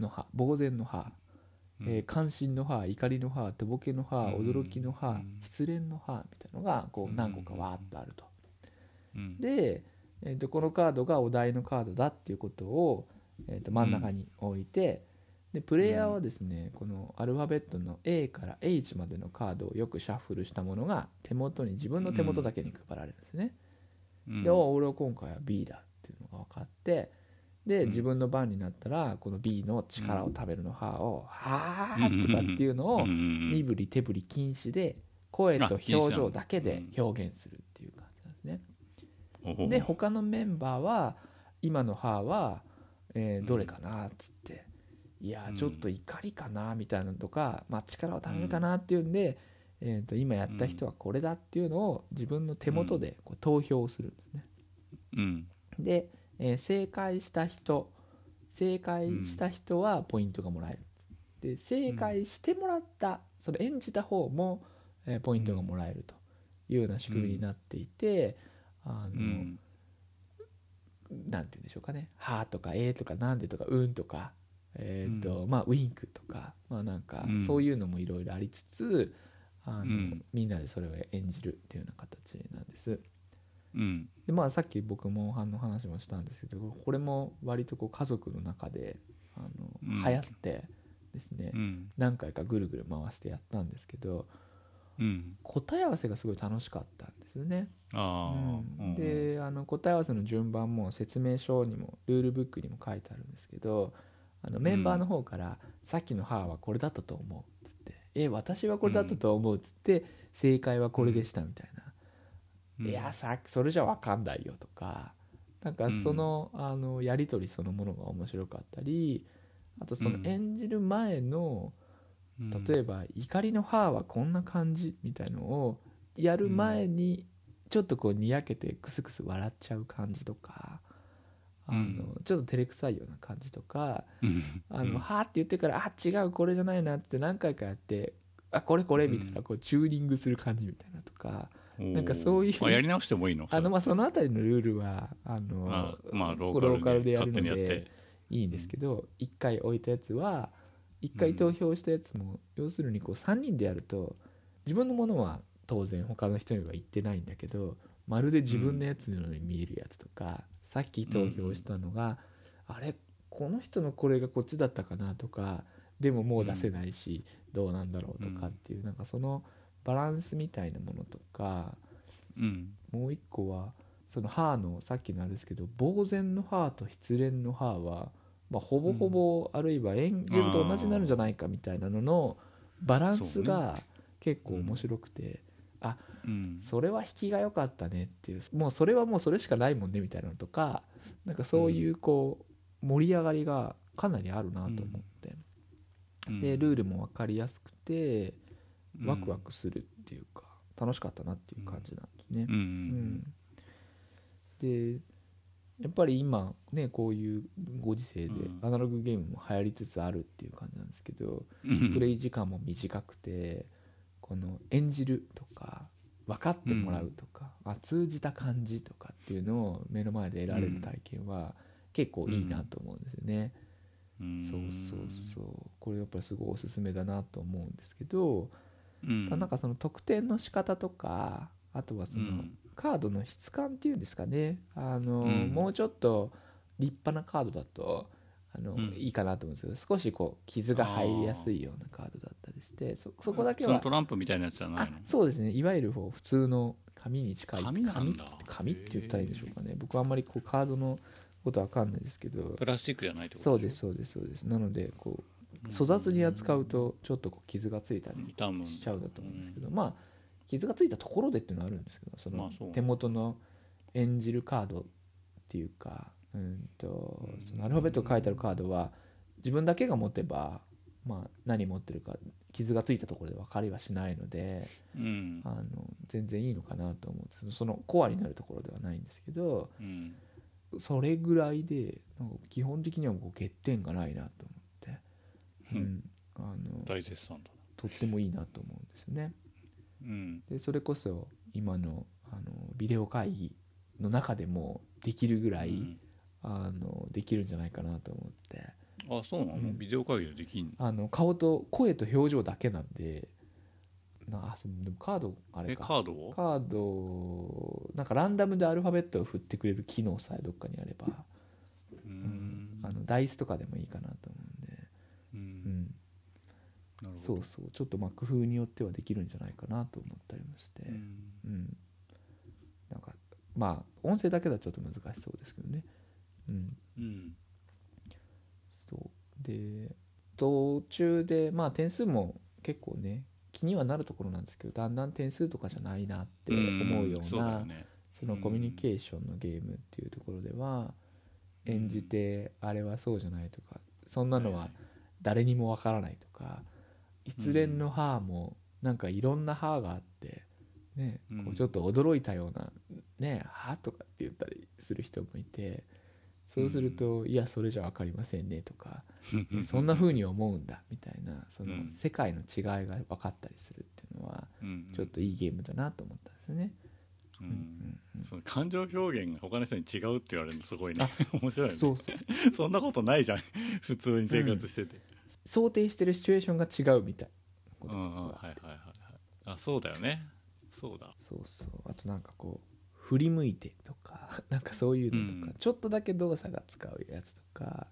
Speaker 1: の歯呆然の歯
Speaker 2: うん
Speaker 1: えー関心の歯怒りの歯とぼけの歯
Speaker 2: うん
Speaker 1: 驚きの歯、
Speaker 2: うん
Speaker 1: 失恋の歯みたいなのがこ
Speaker 2: う
Speaker 1: うん何個かわーっとあると。
Speaker 2: うん
Speaker 1: で、えー、とこのカードがお題のカードだっていうことを、えー、と真ん中に置いて、でプレイヤーはですねこのアルファベットの A から H までのカードをよくシャッフルしたものが手元に自分の手元だけに配られるんですね。
Speaker 2: うん
Speaker 1: でお俺は今回は B だっていうのが分かってで、
Speaker 2: うん
Speaker 1: 自分の番になったらこの B の力を食べるの歯を「は
Speaker 2: う
Speaker 1: ー」
Speaker 2: ん
Speaker 1: とかっていうのを
Speaker 2: うんうん
Speaker 1: 身振り手振り禁止で声と表情だけで表現するっていう感じなんですね。
Speaker 2: お
Speaker 1: で他のメンバーは今の歯は、えーどれかなっつって、いや
Speaker 2: うん
Speaker 1: ーちょっと怒りかなみたいなのとか、まあ、力をためるかなっていうんで、えー、と今やった人はこれだっていうのを自分の手元でこう投票をするんですね。
Speaker 2: うん
Speaker 1: で、えー正解した人正解した人はポイントがもらえる。で正解してもらった、その演じた方も、えーポイントがもらえるというような仕組みになっていて、あの
Speaker 2: うん
Speaker 1: なんて言うんでしょうかね「は」とか「え」とか「なんで」とか「うん」とか、えーとまあ、ウインクとか、まあ、なんか
Speaker 2: うん
Speaker 1: そういうのもいろいろありつつあの、
Speaker 2: うん
Speaker 1: みんなでそれを演じるっていうような形なんです。
Speaker 2: うん
Speaker 1: でまあ、さっき僕もあの話もしたんですけどこれも割とこう家族の中であの
Speaker 2: うん
Speaker 1: 流行ってですね、
Speaker 2: うん
Speaker 1: 何回かぐるぐる回してやったんですけど
Speaker 2: うん
Speaker 1: 答え合わせがすごい楽しかったんですよね。
Speaker 2: あ
Speaker 1: う
Speaker 2: あ
Speaker 1: ん、であの答え合わせの順番も説明書にもルールブックにも書いてあるんですけどあのメンバーの方から「さっきの歯はこれだったと思う」っつって「え私はこれだったと思う」っつって「正解はこれでした」みたいな「
Speaker 2: うん
Speaker 1: いやさそれじゃ分かんないよ」とかなんかその,、あのやり取りそのものが面白かったりあとその
Speaker 2: うん
Speaker 1: 演じる前の、例えば「怒りの歯はこんな感じ」みたいのをやる前にちょっとこうにやけてクスクス笑っちゃう感じとかあの、
Speaker 2: うん
Speaker 1: ちょっと照れくさいような感じとか
Speaker 2: うん
Speaker 1: 「あのは」って言ってから「あ違うこれじゃないな」って何回かやって「あこれこれ」みたいなこうチューニングする感じみたいなとか
Speaker 2: うん
Speaker 1: なんかそういう
Speaker 2: あやり直してもいいの
Speaker 1: あのまあその辺りのルールはあの
Speaker 2: あまあロ
Speaker 1: これ
Speaker 2: ーカルで
Speaker 1: ローカ
Speaker 2: 勝手にやっ
Speaker 1: で
Speaker 2: て
Speaker 1: いいんですけど、1回置いたやつは1回投票したやつも、要するにこう3人でやると自分のものは当然他の人には言ってないんだけどまるで自分のやつのように見えるやつとか、さっき投票したのが、あれこの人のこれがこっちだったかなとかでももう出せないし、どうなんだろうとかっていう、なんかそのバランスみたいなものとか
Speaker 2: うん
Speaker 1: もう一個はその歯のさっきのあれですけど呆然の歯と失恋の歯は、まあ、ほぼほぼ、あるいは演じると同じになるんじゃないかみたいなののバランスが結構面白くて、
Speaker 2: うん
Speaker 1: それは引きが良かったねっていうもうそれはもうそれしかないもんねみたいなのとかなんかそういうこう盛り上がりがかなりあるなと思って、でルールも分かりやすくてワクワクするっていうか、楽しかったなっていう感じなんですね。
Speaker 2: うんう
Speaker 1: うんんでやっぱり今ねこういうご時世で
Speaker 2: うん
Speaker 1: アナログゲームも流行りつつあるっていう感じなんですけど、
Speaker 2: うん
Speaker 1: プレイ時間も短くてこの演じるとか分かってもらうとか、まあ通じた感じとかっていうのを目の前で得られる体験は結構いいなと思うんですよね。
Speaker 2: うん
Speaker 1: そうそうそうこれやっぱりすごいおすすめだなと思うんですけど、
Speaker 2: うん
Speaker 1: ただなんかその得点の仕方とかあとはその、
Speaker 2: うん
Speaker 1: カードの質感っていうんですかねあの、
Speaker 2: うん
Speaker 1: もうちょっと立派なカードだとあの、
Speaker 2: うん
Speaker 1: いいかなと思うんですけど少しこう傷が入りやすいようなカードだったりしてそそこだけ
Speaker 2: その
Speaker 1: は
Speaker 2: トランプみたいなやつじゃな
Speaker 1: あ
Speaker 2: いの
Speaker 1: そうですねいわゆるこう普通の紙に近い
Speaker 2: 紙なんだ
Speaker 1: 紙って言ったらいいんでしょうかね僕はあんまりこうカードのことわかんないですけど
Speaker 2: プラスチックじゃないってこと
Speaker 1: そうですすそうですそうですなのでこう粗雑に扱うとちょっとこう傷がついたり
Speaker 2: 多分
Speaker 1: しちゃうだと思うんですけど、まあ傷がついたところでっていうのはあるんですけどそ
Speaker 2: まあ
Speaker 1: の
Speaker 2: そう
Speaker 1: 手元の演じるカードっていうかうんと
Speaker 2: うん
Speaker 1: そのアルファベットが書いてあるカードは自分だけが持てば、まあ、何持ってるか傷がついたところで分かりはしないので
Speaker 2: うん
Speaker 1: あの全然いいのかなと思うんですけどそのコアになるところではないんですけど
Speaker 2: うん
Speaker 1: それぐらいでなんか基本的にはもう欠点がないなと思って、
Speaker 2: う
Speaker 1: うんん、あの
Speaker 2: 大絶賛だ
Speaker 1: とってもいいなと思うんですよね。
Speaker 2: うん
Speaker 1: でそれこそ今のあのビデオ会議の中でもできるぐらい、
Speaker 2: うん
Speaker 1: あのできるんじゃないかなと思って
Speaker 2: あそうな
Speaker 1: う
Speaker 2: の
Speaker 1: ん
Speaker 2: ビデオ会議でできんの
Speaker 1: あの顔と声と表情だけなんでなあそうでもカードあれ
Speaker 2: え
Speaker 1: か
Speaker 2: カードを
Speaker 1: カードなんかランダムでアルファベットを振ってくれる機能さえどっかにあれば、
Speaker 2: う
Speaker 1: うんあのダイスとかでもいいかなと思うんで、
Speaker 2: う
Speaker 1: うんん、
Speaker 2: なるほど
Speaker 1: そうそうちょっとまあ工夫によってはできるんじゃないかなと思ったりもして。
Speaker 2: うん
Speaker 1: うん、なんかまあ音声だけだとちょっと難しそうですけどね、うん、
Speaker 2: うん
Speaker 1: そうで途中でまあ点数も結構ね気にはなるところなんですけどだんだん点数とかじゃないなって思うような、
Speaker 2: んそうだよね
Speaker 1: そのコミュニケーションのゲームっていうところでは演じてあれはそうじゃないとかそんなのは誰にもわからないとか失恋の母もなんかいろんな母があってねこ
Speaker 2: うん
Speaker 1: うちょっと驚いたようなね母とかって言ったりする人もいてそうするといやそれじゃわかりませんねとかそんな風に思うんだみたいなその
Speaker 2: うん
Speaker 1: 世界の違いが分かったりするっていうのはちょっといいゲームだなと思ったんですよね。
Speaker 2: うん、
Speaker 1: うんうん
Speaker 2: その感情表現が他の人に違うって言われるのすごいね [laughs] 面白いね
Speaker 1: そ
Speaker 2: そう
Speaker 1: そうん
Speaker 2: なことないじゃん [laughs] 普通に生活してて、
Speaker 1: 想定してるシチュエーションが違うみたいなこ
Speaker 2: うん
Speaker 1: とと
Speaker 2: うんはい
Speaker 1: か
Speaker 2: はいはいはいあそうだよねそうだ
Speaker 1: そうそうあとなんかこう振り向いてとか [laughs] なんかそういうのとか、
Speaker 2: うん
Speaker 1: ちょっとだけ動作が使うやつとか、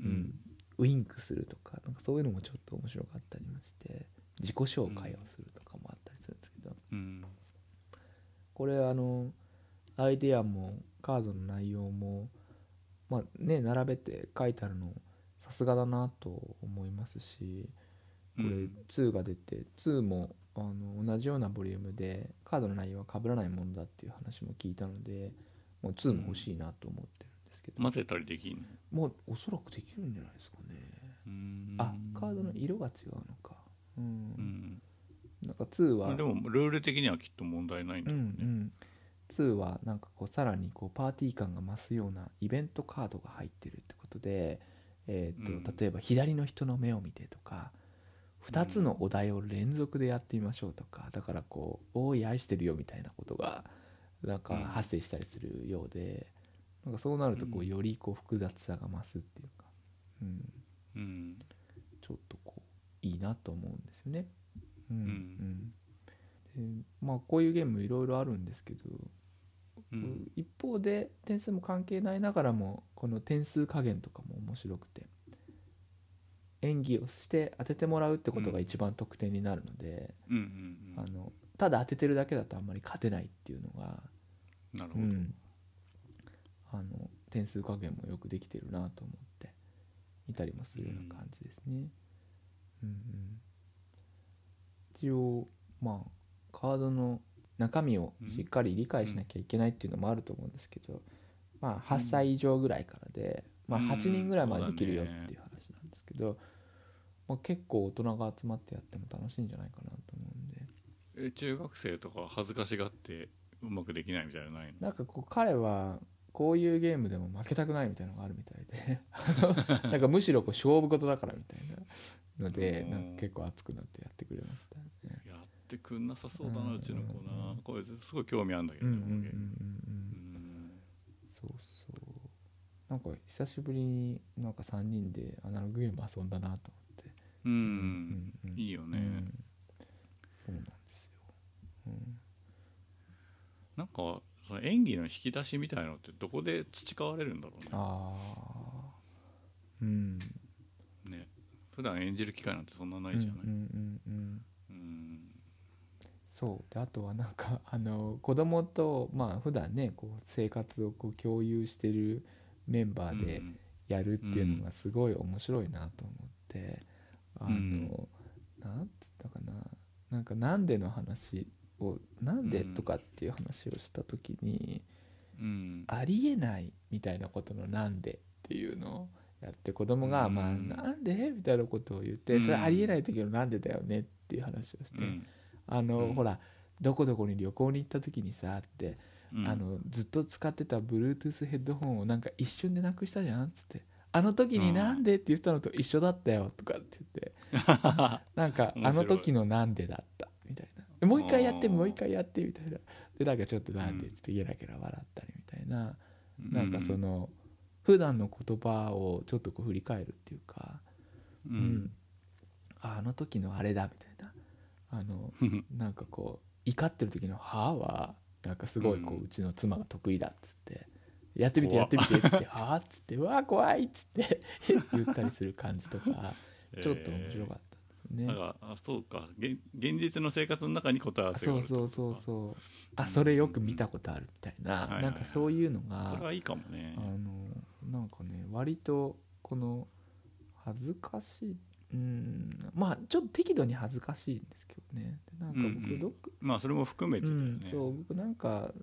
Speaker 1: うん、ウインクするとかなんかそういうのもちょっと面白かったりもして自己紹介をするとかもあったりするんですけど、
Speaker 2: うん
Speaker 1: これあのアイデアもカードの内容もまあね並べて書いてあるのさすがだなと思いますしこれ
Speaker 2: うん
Speaker 1: 2が出て2もあの同じようなボリュームでカードの内容は被らないものだっていう話も聞いたのでもう2も欲しいなと思ってるんですけど、
Speaker 2: 混ぜたりできんの
Speaker 1: もうおそらくできるんじゃないですかね
Speaker 2: うん
Speaker 1: あカードの色が違うのかうん、
Speaker 2: うん
Speaker 1: なんか2は
Speaker 2: でもルール的にはきっと問題ないん
Speaker 1: う
Speaker 2: だ
Speaker 1: ん
Speaker 2: ろうね、
Speaker 1: うん、2はなんかこうさらにこうパーティー感が増すようなイベントカードが入ってるってことで、えーと
Speaker 2: うん
Speaker 1: 例えば左の人の目を見てとか2つのお題を連続でやってみましょうとかだからこう「おい愛してるよ」みたいなことがなんか
Speaker 2: うん
Speaker 1: 発生したりするようで、なんかそうなるとこ
Speaker 2: う
Speaker 1: うんよりこう複雑さが増すっていうか、うん、
Speaker 2: うん
Speaker 1: ちょっとこういいなと思うんですよね。うんうんでまあこういうゲームいろいろあるんですけど、
Speaker 2: うん
Speaker 1: 一方で点数も関係ないながらもこの点数加減とかも面白くて演技をして当ててもらうってことが一番得点になるので、
Speaker 2: うんうん
Speaker 1: あのただ当ててるだけだとあんまり勝てないっていうのが、
Speaker 2: うんなる
Speaker 1: う
Speaker 2: ほど、
Speaker 1: ん、あの点数加減もよくできてるなと思って見たりもするような感じですね。うんうん、一応まあカードの中身をしっかり理解しなきゃいけないっていうのもあると思うんですけど、まあ、8歳以上ぐらいからで、まあ、
Speaker 2: うん
Speaker 1: 8人ぐらいまで
Speaker 2: そ
Speaker 1: で
Speaker 2: うだね
Speaker 1: きるよっていう話なんですけど、まあ、結構大人が集まってやっても楽しいんじゃないかなと思うんで。
Speaker 2: え中学生とか恥ずかしがってうまくできないみたいなのないの
Speaker 1: なんかこう彼はこういうゲームでも負けたくないみたいなのがあるみたい
Speaker 2: [laughs]
Speaker 1: であのなんかむしろこう勝負事だからみたいなので
Speaker 2: うん
Speaker 1: なんか結構熱くなってやってくれましたね。
Speaker 2: やってくんなさそうだ
Speaker 1: う
Speaker 2: なんうちの子
Speaker 1: う
Speaker 2: なんこれすごい興味あるんだけ
Speaker 1: う
Speaker 2: ど
Speaker 1: んうん
Speaker 2: ね
Speaker 1: うん
Speaker 2: このゲーム
Speaker 1: うん
Speaker 2: うん
Speaker 1: そうそうなんか久しぶりになんか3人でアナログゲーム遊んだなと思って、
Speaker 2: う、
Speaker 1: うんうんうん
Speaker 2: いいよね、
Speaker 1: うんそうなんですよ、うん
Speaker 2: なんかその演技の引き出しみたいのってどこで培われるんだろう
Speaker 1: ああうん
Speaker 2: ねね普段演じる機会なんてそんなないじゃない、
Speaker 1: うんうんうんうん
Speaker 2: うん
Speaker 1: そうであとはなんかあの子供とまあ普段ねこう生活をこう共有してるメンバーで
Speaker 2: うん
Speaker 1: やるっていうのがすごい面白いなと思って、
Speaker 2: ん
Speaker 1: あのなんつったかななんかなんでの話をなんで
Speaker 2: うん
Speaker 1: とかっていう話をした時に、
Speaker 2: うん
Speaker 1: ありえないみたいなことのなんでっていうのをやって子供が、
Speaker 2: うん
Speaker 1: まあなんでみたいなことを言って、
Speaker 2: うん
Speaker 1: それありえない時のなんでだよねっていう話をして。
Speaker 2: うん
Speaker 1: あの、
Speaker 2: うん
Speaker 1: ほらどこどこに旅行に行った時にさって、
Speaker 2: うん
Speaker 1: あのずっと使ってた Bluetooth ヘッドホンをなんか一瞬でなくしたじゃんっつって「あの時になんで?」って言ってたのと一緒だったよとかって言って
Speaker 2: [laughs]
Speaker 1: なんか「
Speaker 2: 面白い
Speaker 1: あの時のなんでだった」みたいな「もう一回やって
Speaker 2: あー
Speaker 1: もう一回やって」みたいなでなんかちょっとなんでっつってゲラゲラ笑ったりみたいな、なんかそ、の普段の言葉をちょっとこう振り返るっていうか、
Speaker 2: う
Speaker 1: うんああの時のあれだみたいなあの
Speaker 2: うん
Speaker 1: なんかこう怒ってる時の「は」はなんかすごいこ
Speaker 2: う
Speaker 1: うんうちの妻が得意だっつって「やってみてや
Speaker 2: 怖っ
Speaker 1: ってみて」っつって「は」っつって「うわー怖い」っつって [laughs] 言ったりする感じと
Speaker 2: [laughs]
Speaker 1: かちょっと面白かったです
Speaker 2: えー
Speaker 1: ね。
Speaker 2: なんかあそうか現現実の生活の中に答え合わ
Speaker 1: あ
Speaker 2: せが
Speaker 1: そ
Speaker 2: ある
Speaker 1: う
Speaker 2: ってこ
Speaker 1: そうそ
Speaker 2: と
Speaker 1: う
Speaker 2: か
Speaker 1: そう
Speaker 2: う
Speaker 1: あ
Speaker 2: ん
Speaker 1: それよく見たことあるみたい
Speaker 2: はいは
Speaker 1: ないなんかそういうの
Speaker 2: それ
Speaker 1: が
Speaker 2: はいいかもね
Speaker 1: あのなんかね割とこの恥ずかしいうんまあちょっと適度に恥ずかしいんですけどねでなんか
Speaker 2: うんう
Speaker 1: 僕
Speaker 2: ん
Speaker 1: どっか
Speaker 2: まあそれも含めてだよね、
Speaker 1: うん、そう僕なんか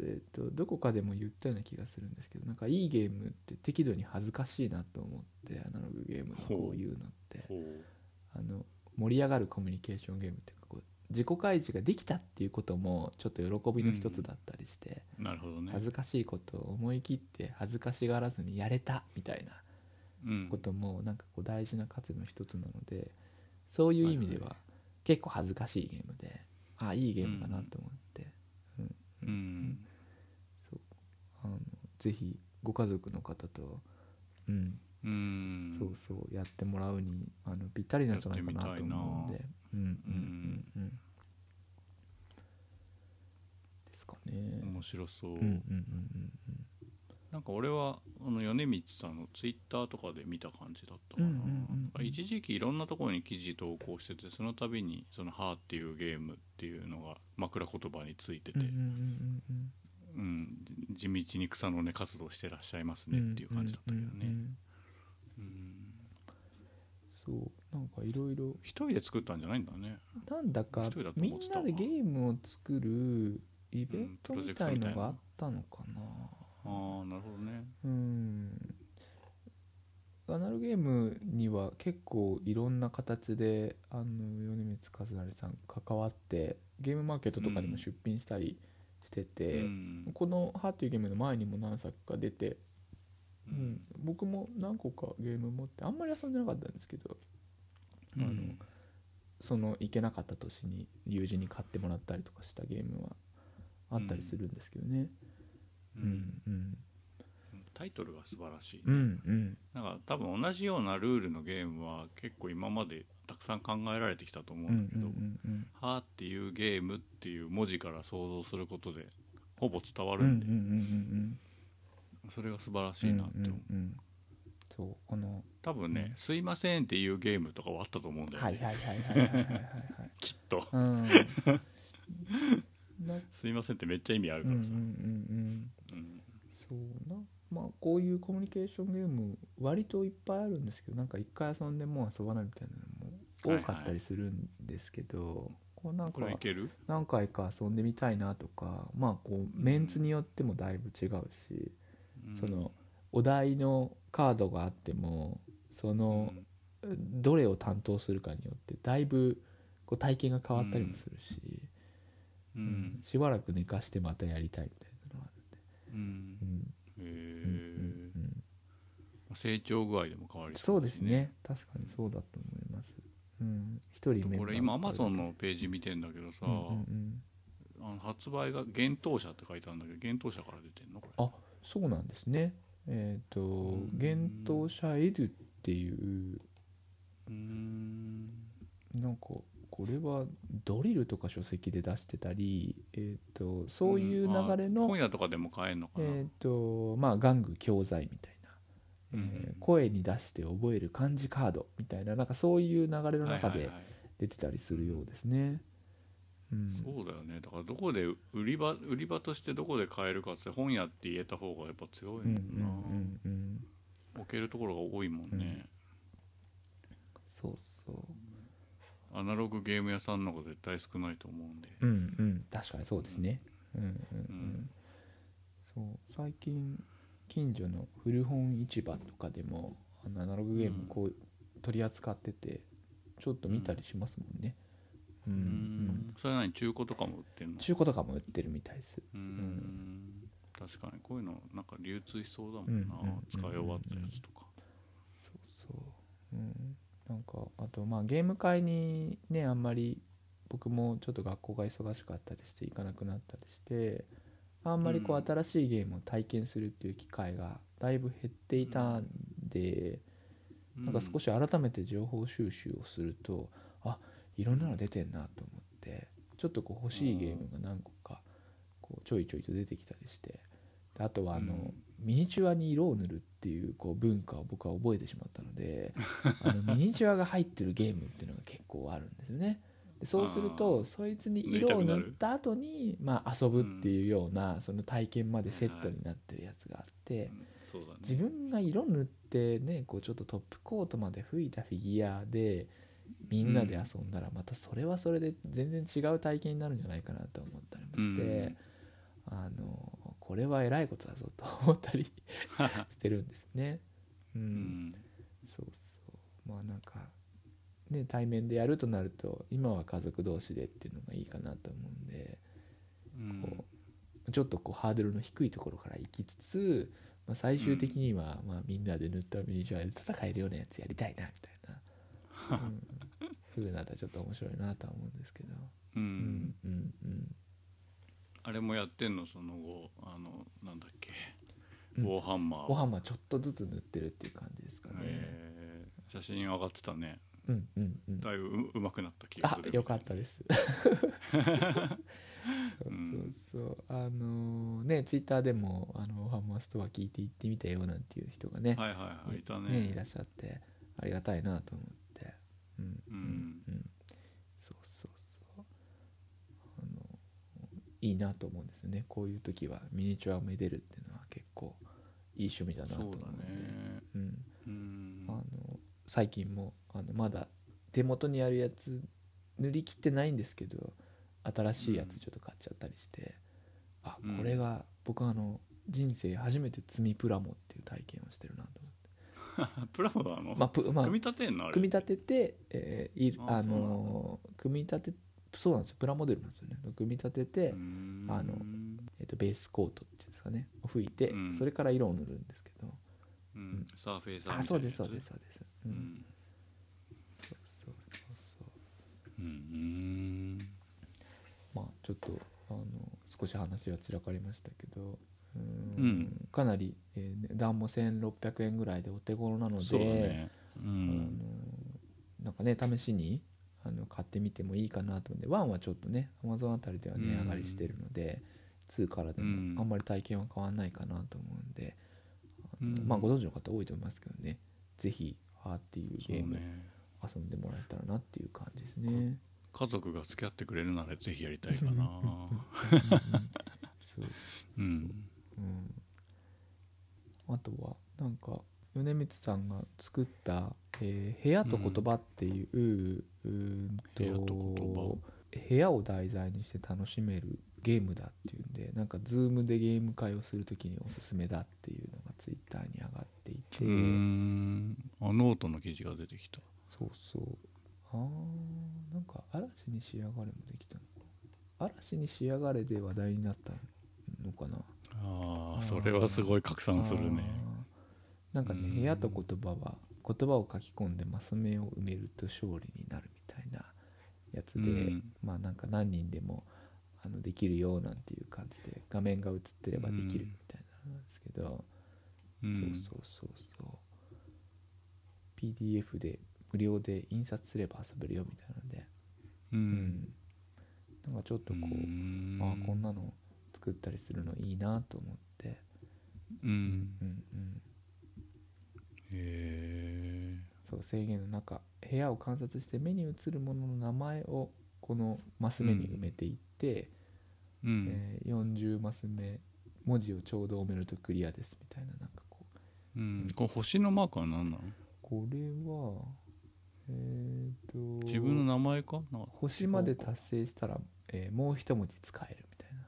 Speaker 1: えっとどこかでも言ったような気がするんですけどなんかいいゲームって適度に恥ずかしいなと思ってアナログゲームのこういうのって
Speaker 2: ほう
Speaker 1: あの盛り上がるコミュニケーションゲームっていうかこう自己開示ができたっていうこともちょっと喜びの一つだったりして、
Speaker 2: なるほどね
Speaker 1: 恥ずかしいことを思い切って恥ずかしがらずにやれたみたいな
Speaker 2: うん
Speaker 1: こともなんかこう大事な価値の一つなのでそういう意味で
Speaker 2: はいは
Speaker 1: は結構恥ずかしいゲームであいいゲームだなと思って、
Speaker 2: うん
Speaker 1: そうあのぜひご家族の方と、うん
Speaker 2: うん
Speaker 1: そうそうやってもらうにあのぴったりなんじゃないかなと思うん
Speaker 2: やってみたい
Speaker 1: でうんうんうんうんですかね
Speaker 2: 面白そう、
Speaker 1: うんうんうんうん
Speaker 2: なんか俺はあの米光さんのツイッターとかで見た感じだったかな,、
Speaker 1: うんうんうん
Speaker 2: なんか一時期いろんなところに記事投稿しててその度にその「はーっていうゲームっていうのが枕言葉についてて、
Speaker 1: うんうんうんうん
Speaker 2: うん地道に草の根活動してらっしゃいます
Speaker 1: う
Speaker 2: ねっ
Speaker 1: ん
Speaker 2: ていう感じだったけどね、
Speaker 1: うんうんうん
Speaker 2: うん
Speaker 1: そうなんかいろいろ
Speaker 2: 一人で作ったんじゃないんだね
Speaker 1: なんだか
Speaker 2: 一人だと
Speaker 1: み
Speaker 2: 思って
Speaker 1: ん
Speaker 2: たわ
Speaker 1: なでゲームを作るイベント
Speaker 2: うんプロ
Speaker 1: み
Speaker 2: ジェクト
Speaker 1: た
Speaker 2: み
Speaker 1: い
Speaker 2: たいな
Speaker 1: のがあったのかな、
Speaker 2: ああなるほどね
Speaker 1: うんアナログゲームには結構いろんな形であの米光和成さん関わってゲームマーケットとかにも出品したりしてて、
Speaker 2: うん
Speaker 1: この「ハーっていうゲームの前にも何作か出て、うん、僕も何個かゲーム持ってあんまり遊んでなかったんですけど、
Speaker 2: うん
Speaker 1: あのその行けなかった年に友人に買ってもらったりとかしたゲームはあったりするんですけどね、う
Speaker 2: う
Speaker 1: んんうん、
Speaker 2: タイトルが素晴らしい
Speaker 1: うんうん
Speaker 2: なんか多分同じようなルールのゲームは結構今までたくさん考えられてきたと思うんだけど「
Speaker 1: うんうん
Speaker 2: は」っていうゲームっていう文字から想像することでほぼ伝わ
Speaker 1: うんう
Speaker 2: る
Speaker 1: んうん
Speaker 2: んで、
Speaker 1: うん
Speaker 2: それが素晴ら
Speaker 1: う
Speaker 2: しい
Speaker 1: ん
Speaker 2: なっ
Speaker 1: う
Speaker 2: て思う、
Speaker 1: んうんうんそうこの
Speaker 2: 多分ね「すいません」っていうゲームとかはあったと思うんだ
Speaker 1: は
Speaker 2: よね、
Speaker 1: いはいはいはいはいはいはいはい
Speaker 2: きっと
Speaker 1: うん
Speaker 2: [laughs]
Speaker 1: な
Speaker 2: 「すいません」ってめっちゃ意味ある
Speaker 1: うん
Speaker 2: か
Speaker 1: うんうんう
Speaker 2: らさ、
Speaker 1: ん
Speaker 2: うん
Speaker 1: そうなまあこういうコミュニケーションゲーム割といっぱいあるんですけどなんか一回遊んでもう遊ばないみたいなのも多かったりするんですけど、こうなん
Speaker 2: こ
Speaker 1: か
Speaker 2: れはいける
Speaker 1: 何回か遊んでみたいなとかまあこうメンツによってもだいぶ違うし、そのお題のカードがあってもその
Speaker 2: うん
Speaker 1: どれを担当するかによってだいぶこう体験が変わったりもするし、
Speaker 2: う
Speaker 1: うん
Speaker 2: ん
Speaker 1: しばらく寝かしてまたやりたいみたいなのはあ
Speaker 2: うん
Speaker 1: る、うん
Speaker 2: へ
Speaker 1: うん
Speaker 2: え
Speaker 1: うんうん
Speaker 2: 成長具合でも変わり
Speaker 1: そうう
Speaker 2: で
Speaker 1: ですす
Speaker 2: ね
Speaker 1: ね確かにそうだと思いますうん一人
Speaker 2: これ今ア
Speaker 1: を
Speaker 2: マ
Speaker 1: 取
Speaker 2: ゾ
Speaker 1: る
Speaker 2: ンのページ見てんだけどさ、
Speaker 1: うんうんうん
Speaker 2: あの発売が「幻冬舎」って書いてあるんだけど幻冬舎から出てんのこれ
Speaker 1: あそうなんですねえっ、と
Speaker 2: うん
Speaker 1: 「幻冬者エル」っていう
Speaker 2: うーん
Speaker 1: なんかこれはドリルとか書籍で出してたり、えっとそういう流れ
Speaker 2: うんあ
Speaker 1: の、
Speaker 2: 本屋とかでも買えるのかな、
Speaker 1: えっとまあ玩具教材みたいな、
Speaker 2: うん
Speaker 1: えー声に出して覚える漢字カードみたいななんかそういう流れの中
Speaker 2: はい
Speaker 1: で
Speaker 2: はいはい
Speaker 1: 出てたりするようですね。うん
Speaker 2: そうだよねだからどこで売り場売り場としてどこで買えるかって本屋って言えた方がやっぱ強い
Speaker 1: うん
Speaker 2: も
Speaker 1: うん
Speaker 2: んな、
Speaker 1: うんうん
Speaker 2: 置けるところが多いもんね、
Speaker 1: そうそう
Speaker 2: アナログゲーム屋さんの方が絶対少ないと思うんで、
Speaker 1: うんうん確かにそうですねうんうん
Speaker 2: う
Speaker 1: うんんそう最近近所の古本市場とかでもあのアナログゲームこう取り扱っててちょっと見たりしますもんねうん、
Speaker 2: う
Speaker 1: うん
Speaker 2: んそれなに中古とかも売ってるの
Speaker 1: 中古とかも売ってるみたいです
Speaker 2: うーん確かにこういうのなんか流通しそうだも
Speaker 1: うんん
Speaker 2: な、
Speaker 1: うんうん
Speaker 2: 使い終わったやつとか、
Speaker 1: そうそううんなんかあとまあゲーム会にねあんまり僕もちょっと学校が忙しかったりして行かなくなったりしてあんまりこ
Speaker 2: うん
Speaker 1: う新しいゲームを体験するっていう機会がだいぶ減っていたんで、なんか少し改めて情報収集をするとあいろんなの出てんなと思ってちょっとこう欲しいゲームが何個かこうちょいちょいと出てきたりしてであとはあの、
Speaker 2: うん
Speaker 1: ミニチュアに色を塗るっていうこう文化を僕は覚えてしまったの
Speaker 2: [laughs]
Speaker 1: であのミニチュアが入ってるゲームっていうのが結構あるんですよね。でそうする
Speaker 2: あ
Speaker 1: と
Speaker 2: ー
Speaker 1: そいつに色を塗った後にまあ遊ぶっていうようなその体験までセットになってるやつがあって、
Speaker 2: うんそうだね
Speaker 1: 自分が色塗ってねこうちょっとトップコートまで吹いたフィギュアでみんなで遊んだらまたそれはそれで全然違う体験になるんじゃないかなと思ったりもして、
Speaker 2: う
Speaker 1: あのこれはえらいことだぞと思ったり [laughs] してるんですね。うん
Speaker 2: うん
Speaker 1: そうそうまあなんかね対面でやるとなると今は家族同士でっていうのがいいかなと思うんで
Speaker 2: うん
Speaker 1: こうちょっとこうハードルの低いところから行きつつ、まあ、最終的には、まあ、みんなで塗ったミニチュアで戦えるようなやつやりたいなみた
Speaker 2: [laughs]
Speaker 1: いな、うん、ふうなったらちょっと面白いなとは思うんですけど、
Speaker 2: うん
Speaker 1: うんうんうん、
Speaker 2: あれもやってんのその後あのなんだっけ、
Speaker 1: うん
Speaker 2: ウォーハンマー
Speaker 1: ご飯はちょっとずつ塗ってるっていう感じですかね、
Speaker 2: えー写真上がってたね
Speaker 1: うんうんうん
Speaker 2: だいぶううまくなった気が
Speaker 1: あ
Speaker 2: する
Speaker 1: よかった
Speaker 2: [laughs]
Speaker 1: です。そう
Speaker 2: うん
Speaker 1: そうそうあのーねツイッターでもあのハンマーストア聞いて行ってみたよなんていう人がね、
Speaker 2: はいはいはいいたね
Speaker 1: いらっしゃってありがたいなと思って、うん
Speaker 2: うん
Speaker 1: うんそうそうそうあのいいなと思うんですよねこういう時はミニチュアをめでるっていうのは結構いい趣味だな
Speaker 2: そ
Speaker 1: と
Speaker 2: う
Speaker 1: 思うんで
Speaker 2: だね
Speaker 1: うん
Speaker 2: うん
Speaker 1: あの最近もあのまだ手元にあるやつ塗り切ってないんですけど新しいやつちょっと買っちゃったりして、あ
Speaker 2: うん
Speaker 1: これが僕あの人生初めて積みプラモっていう体験をしてるなと思って、
Speaker 2: プラモなの、
Speaker 1: まあプまあ、組
Speaker 2: 組み立てんのあれ
Speaker 1: み立てて、えーいる
Speaker 2: あ
Speaker 1: あの組み立てそうなんですよプラモデルなんですよね組み立てて、
Speaker 2: うん
Speaker 1: あのえっとベースコートっていうんですかねを拭いて、
Speaker 2: うん
Speaker 1: それから色を塗るんですけど、
Speaker 2: うんサーフェイサー
Speaker 1: あ
Speaker 2: みた
Speaker 1: そ
Speaker 2: いうな
Speaker 1: で
Speaker 2: や
Speaker 1: すそ
Speaker 2: つ
Speaker 1: うですそうです、うそうそうそうそ
Speaker 2: うんん
Speaker 1: う
Speaker 2: うん
Speaker 1: まあちょっとあの少し話は散らかりましたけどうーん
Speaker 2: うん
Speaker 1: かなり、えー値段も1600円ぐらいでお手頃なので
Speaker 2: そうだねう
Speaker 1: あの
Speaker 2: ん
Speaker 1: なんかね試しにあの買ってみてもいいかなと思ってワンはちょっとねアマゾンあたりでは値上がりしてるので、ツーからで
Speaker 2: うん
Speaker 1: もあんまり体験は変わんないかなと思うんで、あの
Speaker 2: うん
Speaker 1: まあご存知の方多いと思いますけどねぜひあーっていう
Speaker 2: そ
Speaker 1: ゲ
Speaker 2: う
Speaker 1: ーム
Speaker 2: ね
Speaker 1: 遊んでもらえたらなっていう感じですね。
Speaker 2: 家族が付き合ってくれるならぜひやりたいかな
Speaker 1: そう
Speaker 2: うん
Speaker 1: うん、あとはなんか米光さんが作った「えー部屋と言葉」っていう,、うーんと
Speaker 2: 部屋と
Speaker 1: 部屋を題材にして楽しめるゲームだっていうんでなんか Zoom でゲーム会をする時におすすめだっていうのが Twitter に上がっていて、
Speaker 2: うんあノートの記事が出てきた
Speaker 1: そうそうあーなんか「嵐に仕上がれ」もできたのか嵐に仕上がれで話題になったのかな
Speaker 2: あ
Speaker 1: あー
Speaker 2: あそれはすごい拡散するね
Speaker 1: あーなんか
Speaker 2: う
Speaker 1: ね
Speaker 2: ん
Speaker 1: 部屋と言葉は言葉を書き込んでマス目を埋めると勝利になるみたいなやつで、
Speaker 2: うん
Speaker 1: まあなんか何人でもあのできるよなんていう感じで画面が映ってればできるみたいなんですけど、
Speaker 2: うん
Speaker 1: そうそうそうそう PDF で無料で印刷すれば遊べるよみたいなので、
Speaker 2: う
Speaker 1: うんなんかちょっとこう、
Speaker 2: うん
Speaker 1: ああこんなの作ったりするのいいなと思って、
Speaker 2: うん
Speaker 1: うんうん、
Speaker 2: へえ
Speaker 1: そう制限の中部屋を観察して目に映るものの名前をこのマス目に埋めていって、
Speaker 2: うん
Speaker 1: えー40マス目文字をちょうど埋めるとクリアですみたいななんかこう
Speaker 2: うんこれ星のマークは何なの
Speaker 1: これはえっ、と
Speaker 2: 自分の名前かなんか
Speaker 1: 星まで達成したら、えーもう一文字使えるみたいな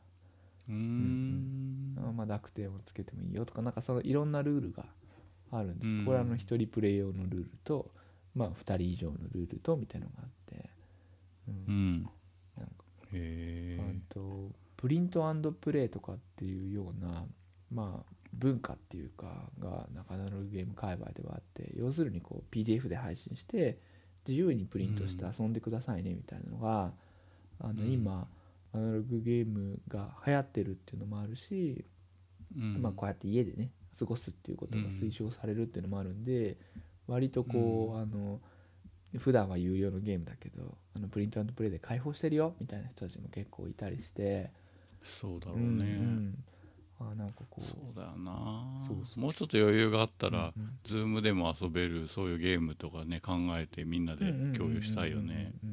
Speaker 2: うーん
Speaker 1: あーまあ濁点をつけてもいいよとかなんかそのいろんなルールがあるんです、
Speaker 2: うん
Speaker 1: これはあの1人プレイ用のルールと、まあ、2人以上のルールとみたいなのがあって、うん
Speaker 2: うん
Speaker 1: なんか
Speaker 2: へえ
Speaker 1: あとプリントプレイとかっていうような、まあ、文化っていうかが中野のゲーム界隈ではあって要するにこう PDF で配信して自由にプリントして
Speaker 2: うん
Speaker 1: 遊んでくださいねみたいなのが、あの
Speaker 2: うん
Speaker 1: 今アナログゲームが流行ってるっていうのもあるし、
Speaker 2: うん
Speaker 1: まあ、こうやって家でね過ごすっていうことが推奨されるっていうのもあるんで、割とこう、あの普段は有料のゲームだけどあのプリントプレイで開放してるよみたいな人たちも結構いたりして
Speaker 2: そうだろう
Speaker 1: うん
Speaker 2: ね
Speaker 1: うんあなんかこう
Speaker 2: そうだよな
Speaker 1: そうそう
Speaker 2: もうちょっと余裕があったら、
Speaker 1: うんうん
Speaker 2: ズームでも遊べるそういうゲームとかね考えてみんなで共有したいよね。
Speaker 1: うん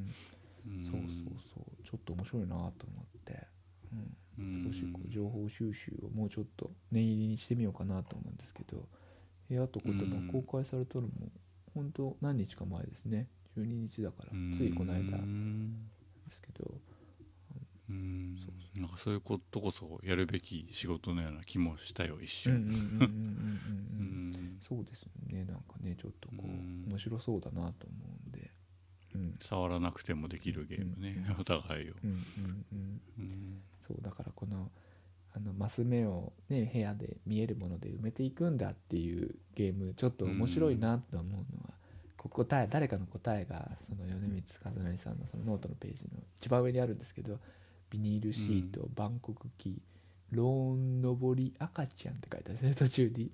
Speaker 1: うんうんうんうんうんそうそうそうちょっと面白いなと思って、うん
Speaker 2: うん
Speaker 1: 少しこう情報収集をもうちょっと念入りにしてみようかなと思うんですけど部屋と言葉
Speaker 2: うん
Speaker 1: 公開されたのも本当何日か前ですね12日だからついこの間
Speaker 2: うん
Speaker 1: ですけど
Speaker 2: うん
Speaker 1: そう
Speaker 2: なんかそういうことこそやるべき仕事のような気もしたよ一
Speaker 1: うん
Speaker 2: 瞬。
Speaker 1: うんうんうんうんうん
Speaker 2: う
Speaker 1: うん
Speaker 2: ん
Speaker 1: そうですねなんかねちょっとこう
Speaker 2: うん
Speaker 1: 面白そうだなと思うんでうん
Speaker 2: 触らなくてもできるゲームね、お互いを。
Speaker 1: うんうんうん
Speaker 2: うん
Speaker 1: そうだからこのあのマス目を、ね、部屋で見えるもので埋めていくんだっていうゲームちょっと面白いなと思うのは、こう答え誰かの答えがその米光和成さんのそのノートのページの一番上にあるんですけど「ビニールシート、バンコクキー」ローン上り赤ちゃんって書いてあるんですね途中に、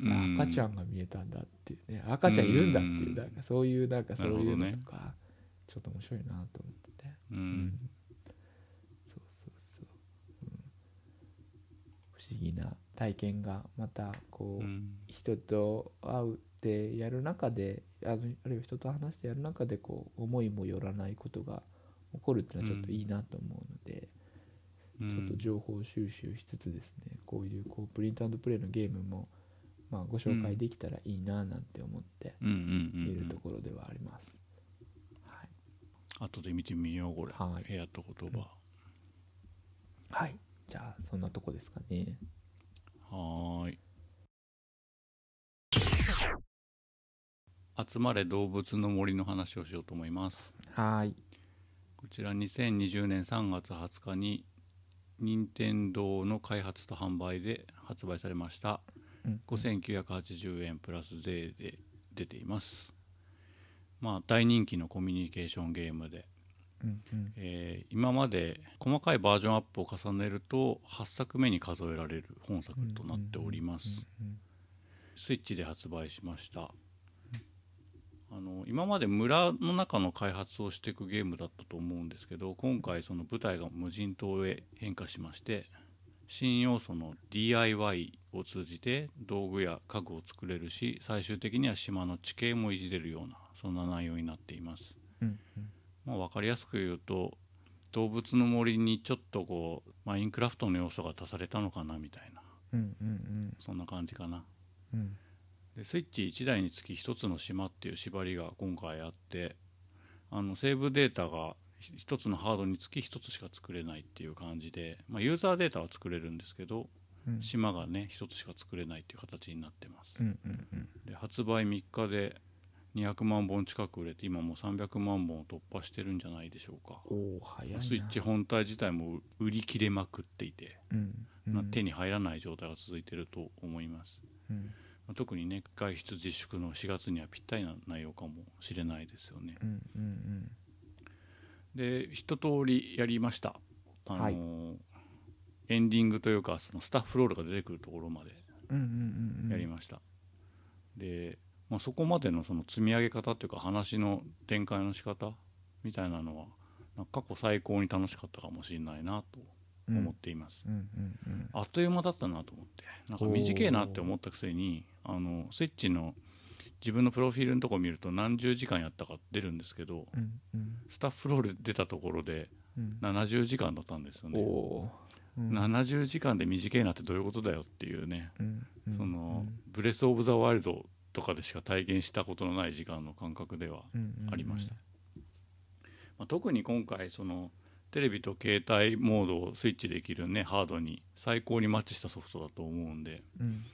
Speaker 2: うん
Speaker 1: 赤ちゃんが見えたんだっていうね赤ちゃんいるんだっていう、
Speaker 2: うん
Speaker 1: なんかそういうなんかそういう
Speaker 2: なる
Speaker 1: の
Speaker 2: ほどね
Speaker 1: とか、ちょっと面白いなと思ってて
Speaker 2: う
Speaker 1: うんんそうそうそう、うん不思議な体験がまたこう、
Speaker 2: うん
Speaker 1: 人と会うってやる中であのあるいは人と話してやる中でこう思いもよらないことが起こるっていうのはちょっといいなと思うので、ちょっと情報収集しつつですねこういうこうプリントアンドプレイのゲームも、まあ、ご紹介できたらいいななんて思って
Speaker 2: うんうんうん
Speaker 1: いる
Speaker 2: う
Speaker 1: と
Speaker 2: ん
Speaker 1: ころではあります。はい
Speaker 2: 後で見てみようこれ、
Speaker 1: はい
Speaker 2: 部屋と言葉、
Speaker 1: はい、じゃあそんなとこですかね。
Speaker 2: はーい集まれ動物の森の話をしようと思います
Speaker 1: はい
Speaker 2: こちら2020年3月20日に任天堂の開発と販売で発売されました
Speaker 1: うん
Speaker 2: 5980円プラス税で出ていますまあ大人気のコミュニケーションゲームで
Speaker 1: うんうん
Speaker 2: えー今まで細かいバージョンアップを重ねると8作目に数えられる本作となっております
Speaker 1: うん
Speaker 2: スイッチで発売しましたあの今まで村の中の開発をしていくゲームだったと思うんですけど今回その舞台が無人島へ変化しまして新要素の DIY を通じて道具や家具を作れるし最終的には島の地形もいじれるようなそんな内容になっています
Speaker 1: うん
Speaker 2: まあ、分かりやすく言うと動物の森にちょっとこうマインクラフトの要素が足されたのかなみたいな
Speaker 1: うんうんうん
Speaker 2: そんな感じかな
Speaker 1: うんうん
Speaker 2: でスイッチ1台につき1つの島っていう縛りが今回あってあのセーブデータが1つのハードにつき1つしか作れないっていう感じで、まあ、ユーザーデータは作れるんですけど
Speaker 1: うん
Speaker 2: 島がね1つしか作れないっていう形になってます
Speaker 1: うんうんうん
Speaker 2: で発売3日で200万本近く売れて今もう300万本を突破してるんじゃないでしょうか
Speaker 1: おお早いな
Speaker 2: スイッチ本体自体も売り切れまくっていて、
Speaker 1: うんうん
Speaker 2: まあ手に入らない状態が続いてると思います、
Speaker 1: うん
Speaker 2: まあ特にね外出自粛の4月にはぴったりな内容かもしれないですよね
Speaker 1: うんうんうん
Speaker 2: で一通りやりましたあのー
Speaker 1: はい
Speaker 2: エンディングというかそのスタッフロールが出てくるところまで
Speaker 1: うんうんうん
Speaker 2: やりました、で、まあ、そこまでのその積み上げ方っていうか話の展開の仕方みたいなのはなんか過去最高に楽しかったかもしれないなと
Speaker 1: うん
Speaker 2: 思っています、
Speaker 1: うんうんうん
Speaker 2: あっという間だったなと思ってなんか短いなって思ったくせにあのスイッチの自分のプロフィールのとこ見ると何十時間やったか出るんですけど
Speaker 1: うんうん
Speaker 2: スタッフロール出たところで
Speaker 1: うん
Speaker 2: 70時間だったんですよ
Speaker 1: お
Speaker 2: ね
Speaker 1: おーうん
Speaker 2: 70時間で短いなってどういうことだよっていうね
Speaker 1: うんうん
Speaker 2: そのブレス・オブ・ザ・ワイルドとかでしか体験したことのない時間の感覚では
Speaker 1: うんうん
Speaker 2: ありました、まあ、特に今回そのテレビと携帯モードをスイッチできるねハードに最高にマッチしたソフトだと思うんで、
Speaker 1: うん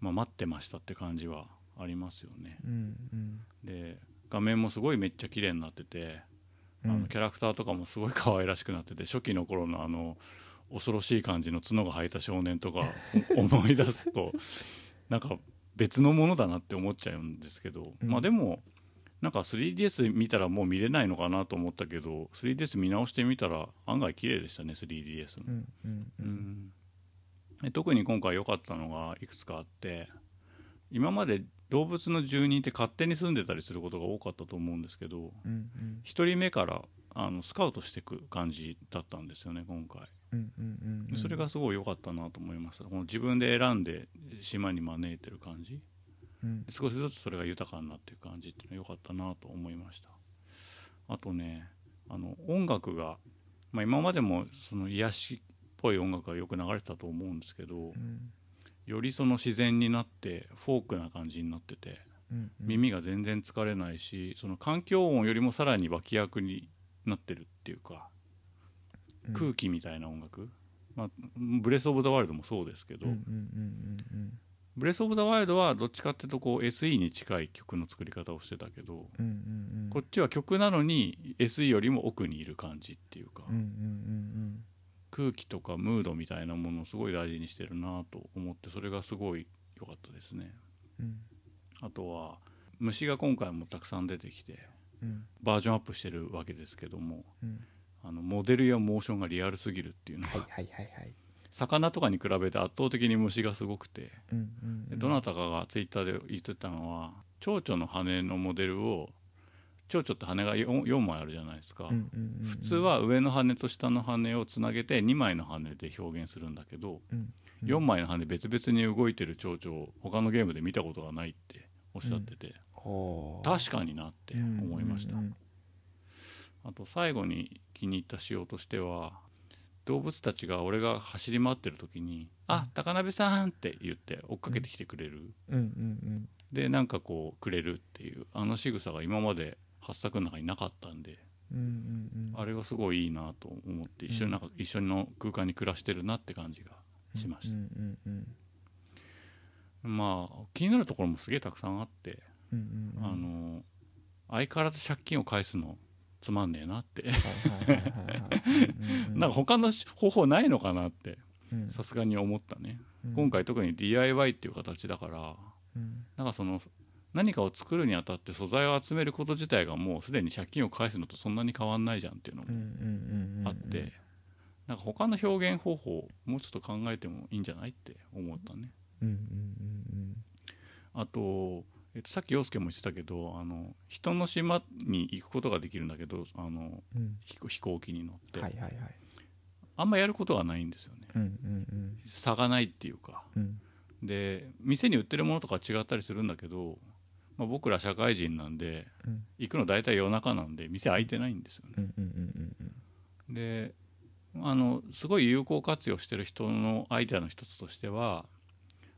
Speaker 2: まあ、待ってましたって感じはありますよね
Speaker 1: うんうん
Speaker 2: で画面もすごいめっちゃ綺麗になってて、
Speaker 1: うん
Speaker 2: あのキャラクターとかもすごい可愛らしくなってて初期の頃のあの恐ろしい感じの角が生えた少年と
Speaker 1: [laughs]
Speaker 2: かお思い出すとなんか別のものだなって思っちゃうんですけど、
Speaker 1: うん
Speaker 2: まあでもなんか 3DS 見たらもう見れないのかなと思ったけど 3DS 見直してみたら案外綺麗でしたね 3DS の
Speaker 1: う。んうんう
Speaker 2: うんんで特に今回良かったのがいくつかあって今まで動物の住人って勝手に住んでたりすることが多かったと思うんですけど
Speaker 1: うんうん
Speaker 2: 1人目からあのスカウトしていく感じだったんですよね今回
Speaker 1: うんうんうん
Speaker 2: でそれがすごい良かったなと思いましたこの自分で選んで島に招いてる感じ
Speaker 1: うん
Speaker 2: 少しずつそれが豊かになっていく感じっていうのは良かったなと思いましたあとねあの音楽が、まあ、今までもその癒しっぽい音楽がよく流れてたと思うんですけど
Speaker 1: うん
Speaker 2: よりその自然になってフォークな感じになってて
Speaker 1: うんうん
Speaker 2: 耳が全然疲れないしその環境音よりもさらに脇役になってるっていうか
Speaker 1: うん
Speaker 2: 空気みたいな音楽、まあ、ブレス・オブ・ザ・ワイルドもそうですけど、
Speaker 1: うんうんうんうん
Speaker 2: ブレス・オブ・ザ・ワイルドはどっちかっていうとこう SE に近い曲の作り方をしてたけど、
Speaker 1: うんうんうん
Speaker 2: こっちは曲なのに SE よりも奥にいる感じっていうか、
Speaker 1: うんうんうん
Speaker 2: 空気とかムードみたいなものをすごい大事にしてるなと思ってそれがすごい良かったですね
Speaker 1: うんうん
Speaker 2: あとは虫が今回もたくさん出てきて
Speaker 1: うん
Speaker 2: バージョンアップしてるわけですけども
Speaker 1: うん
Speaker 2: あのモデルやモーションがリアルすぎるっていうの
Speaker 1: はい
Speaker 2: が
Speaker 1: はいはいはい
Speaker 2: 魚とかに比べて圧倒的に虫がすごくて
Speaker 1: うんうんう
Speaker 2: で
Speaker 1: ん
Speaker 2: どなたかがツイッターで言ってたのは蝶々の羽のモデルを蝶々って羽が 4, 4枚あるじゃないですか、
Speaker 1: うんうんうん
Speaker 2: 普通は上の羽と下の羽をつなげて2枚の羽で表現するんだけど、
Speaker 1: うんうん
Speaker 2: 4枚の羽別々に動いてる蝶々を他のゲームで見たことがないっておっしゃってて、
Speaker 3: ほ
Speaker 2: 確かになって思いました、
Speaker 1: うん
Speaker 2: あと最後に気に入った仕様としては動物たちが俺が走り回ってる時に「あ高鍋さん!」って言って追っかけてきてくれる、
Speaker 1: うんうん
Speaker 2: でなんかこうくれるっていうあの仕草が今まで8作の中になかったんで
Speaker 1: うんうんうんうん
Speaker 2: あれがすごいいいなと思って一緒になんか一緒の空間に暮らしてるなって感じがしました
Speaker 1: う、んうんうん
Speaker 2: まあ気になるところもすげえたくさんあって
Speaker 1: うんうんうん
Speaker 2: あの相変わらず借金を返すのつまんねえなって、
Speaker 1: はいはいはいはいうんうん
Speaker 2: [laughs] なんか他のし方法ないのかなって
Speaker 1: うん
Speaker 2: さすがに思ったね、
Speaker 1: うん
Speaker 2: 今回特に DIY っていう形だから
Speaker 1: うん
Speaker 2: なんかその何かを作るにあたって素材を集めること自体がもうすでに借金を返すのとそんなに変わんないじゃんっていうの
Speaker 1: うんう
Speaker 2: も
Speaker 1: んうんうん
Speaker 2: あって、なんか他の表現方法もうちょっと考えてもいいんじゃないって思ったね
Speaker 1: うんうん
Speaker 2: あと、えっと、さっき陽介も言ってたけどあの人の島に行くことができるんだけどあの
Speaker 1: うんうん
Speaker 2: 飛行飛行機に乗って、
Speaker 1: はいはいはい
Speaker 2: あんまやることがないんですよね
Speaker 1: うんうん
Speaker 2: 差がないっていうか
Speaker 1: うんうん
Speaker 2: で店に売ってるものとか違ったりするんだけど、まあ、僕ら社会人なんで
Speaker 1: うん
Speaker 2: 行くの大体夜中なんで店開いてないんですよね
Speaker 1: うんうんうんうん
Speaker 2: であのすごい有効活用してる人のアイデアの一つとしては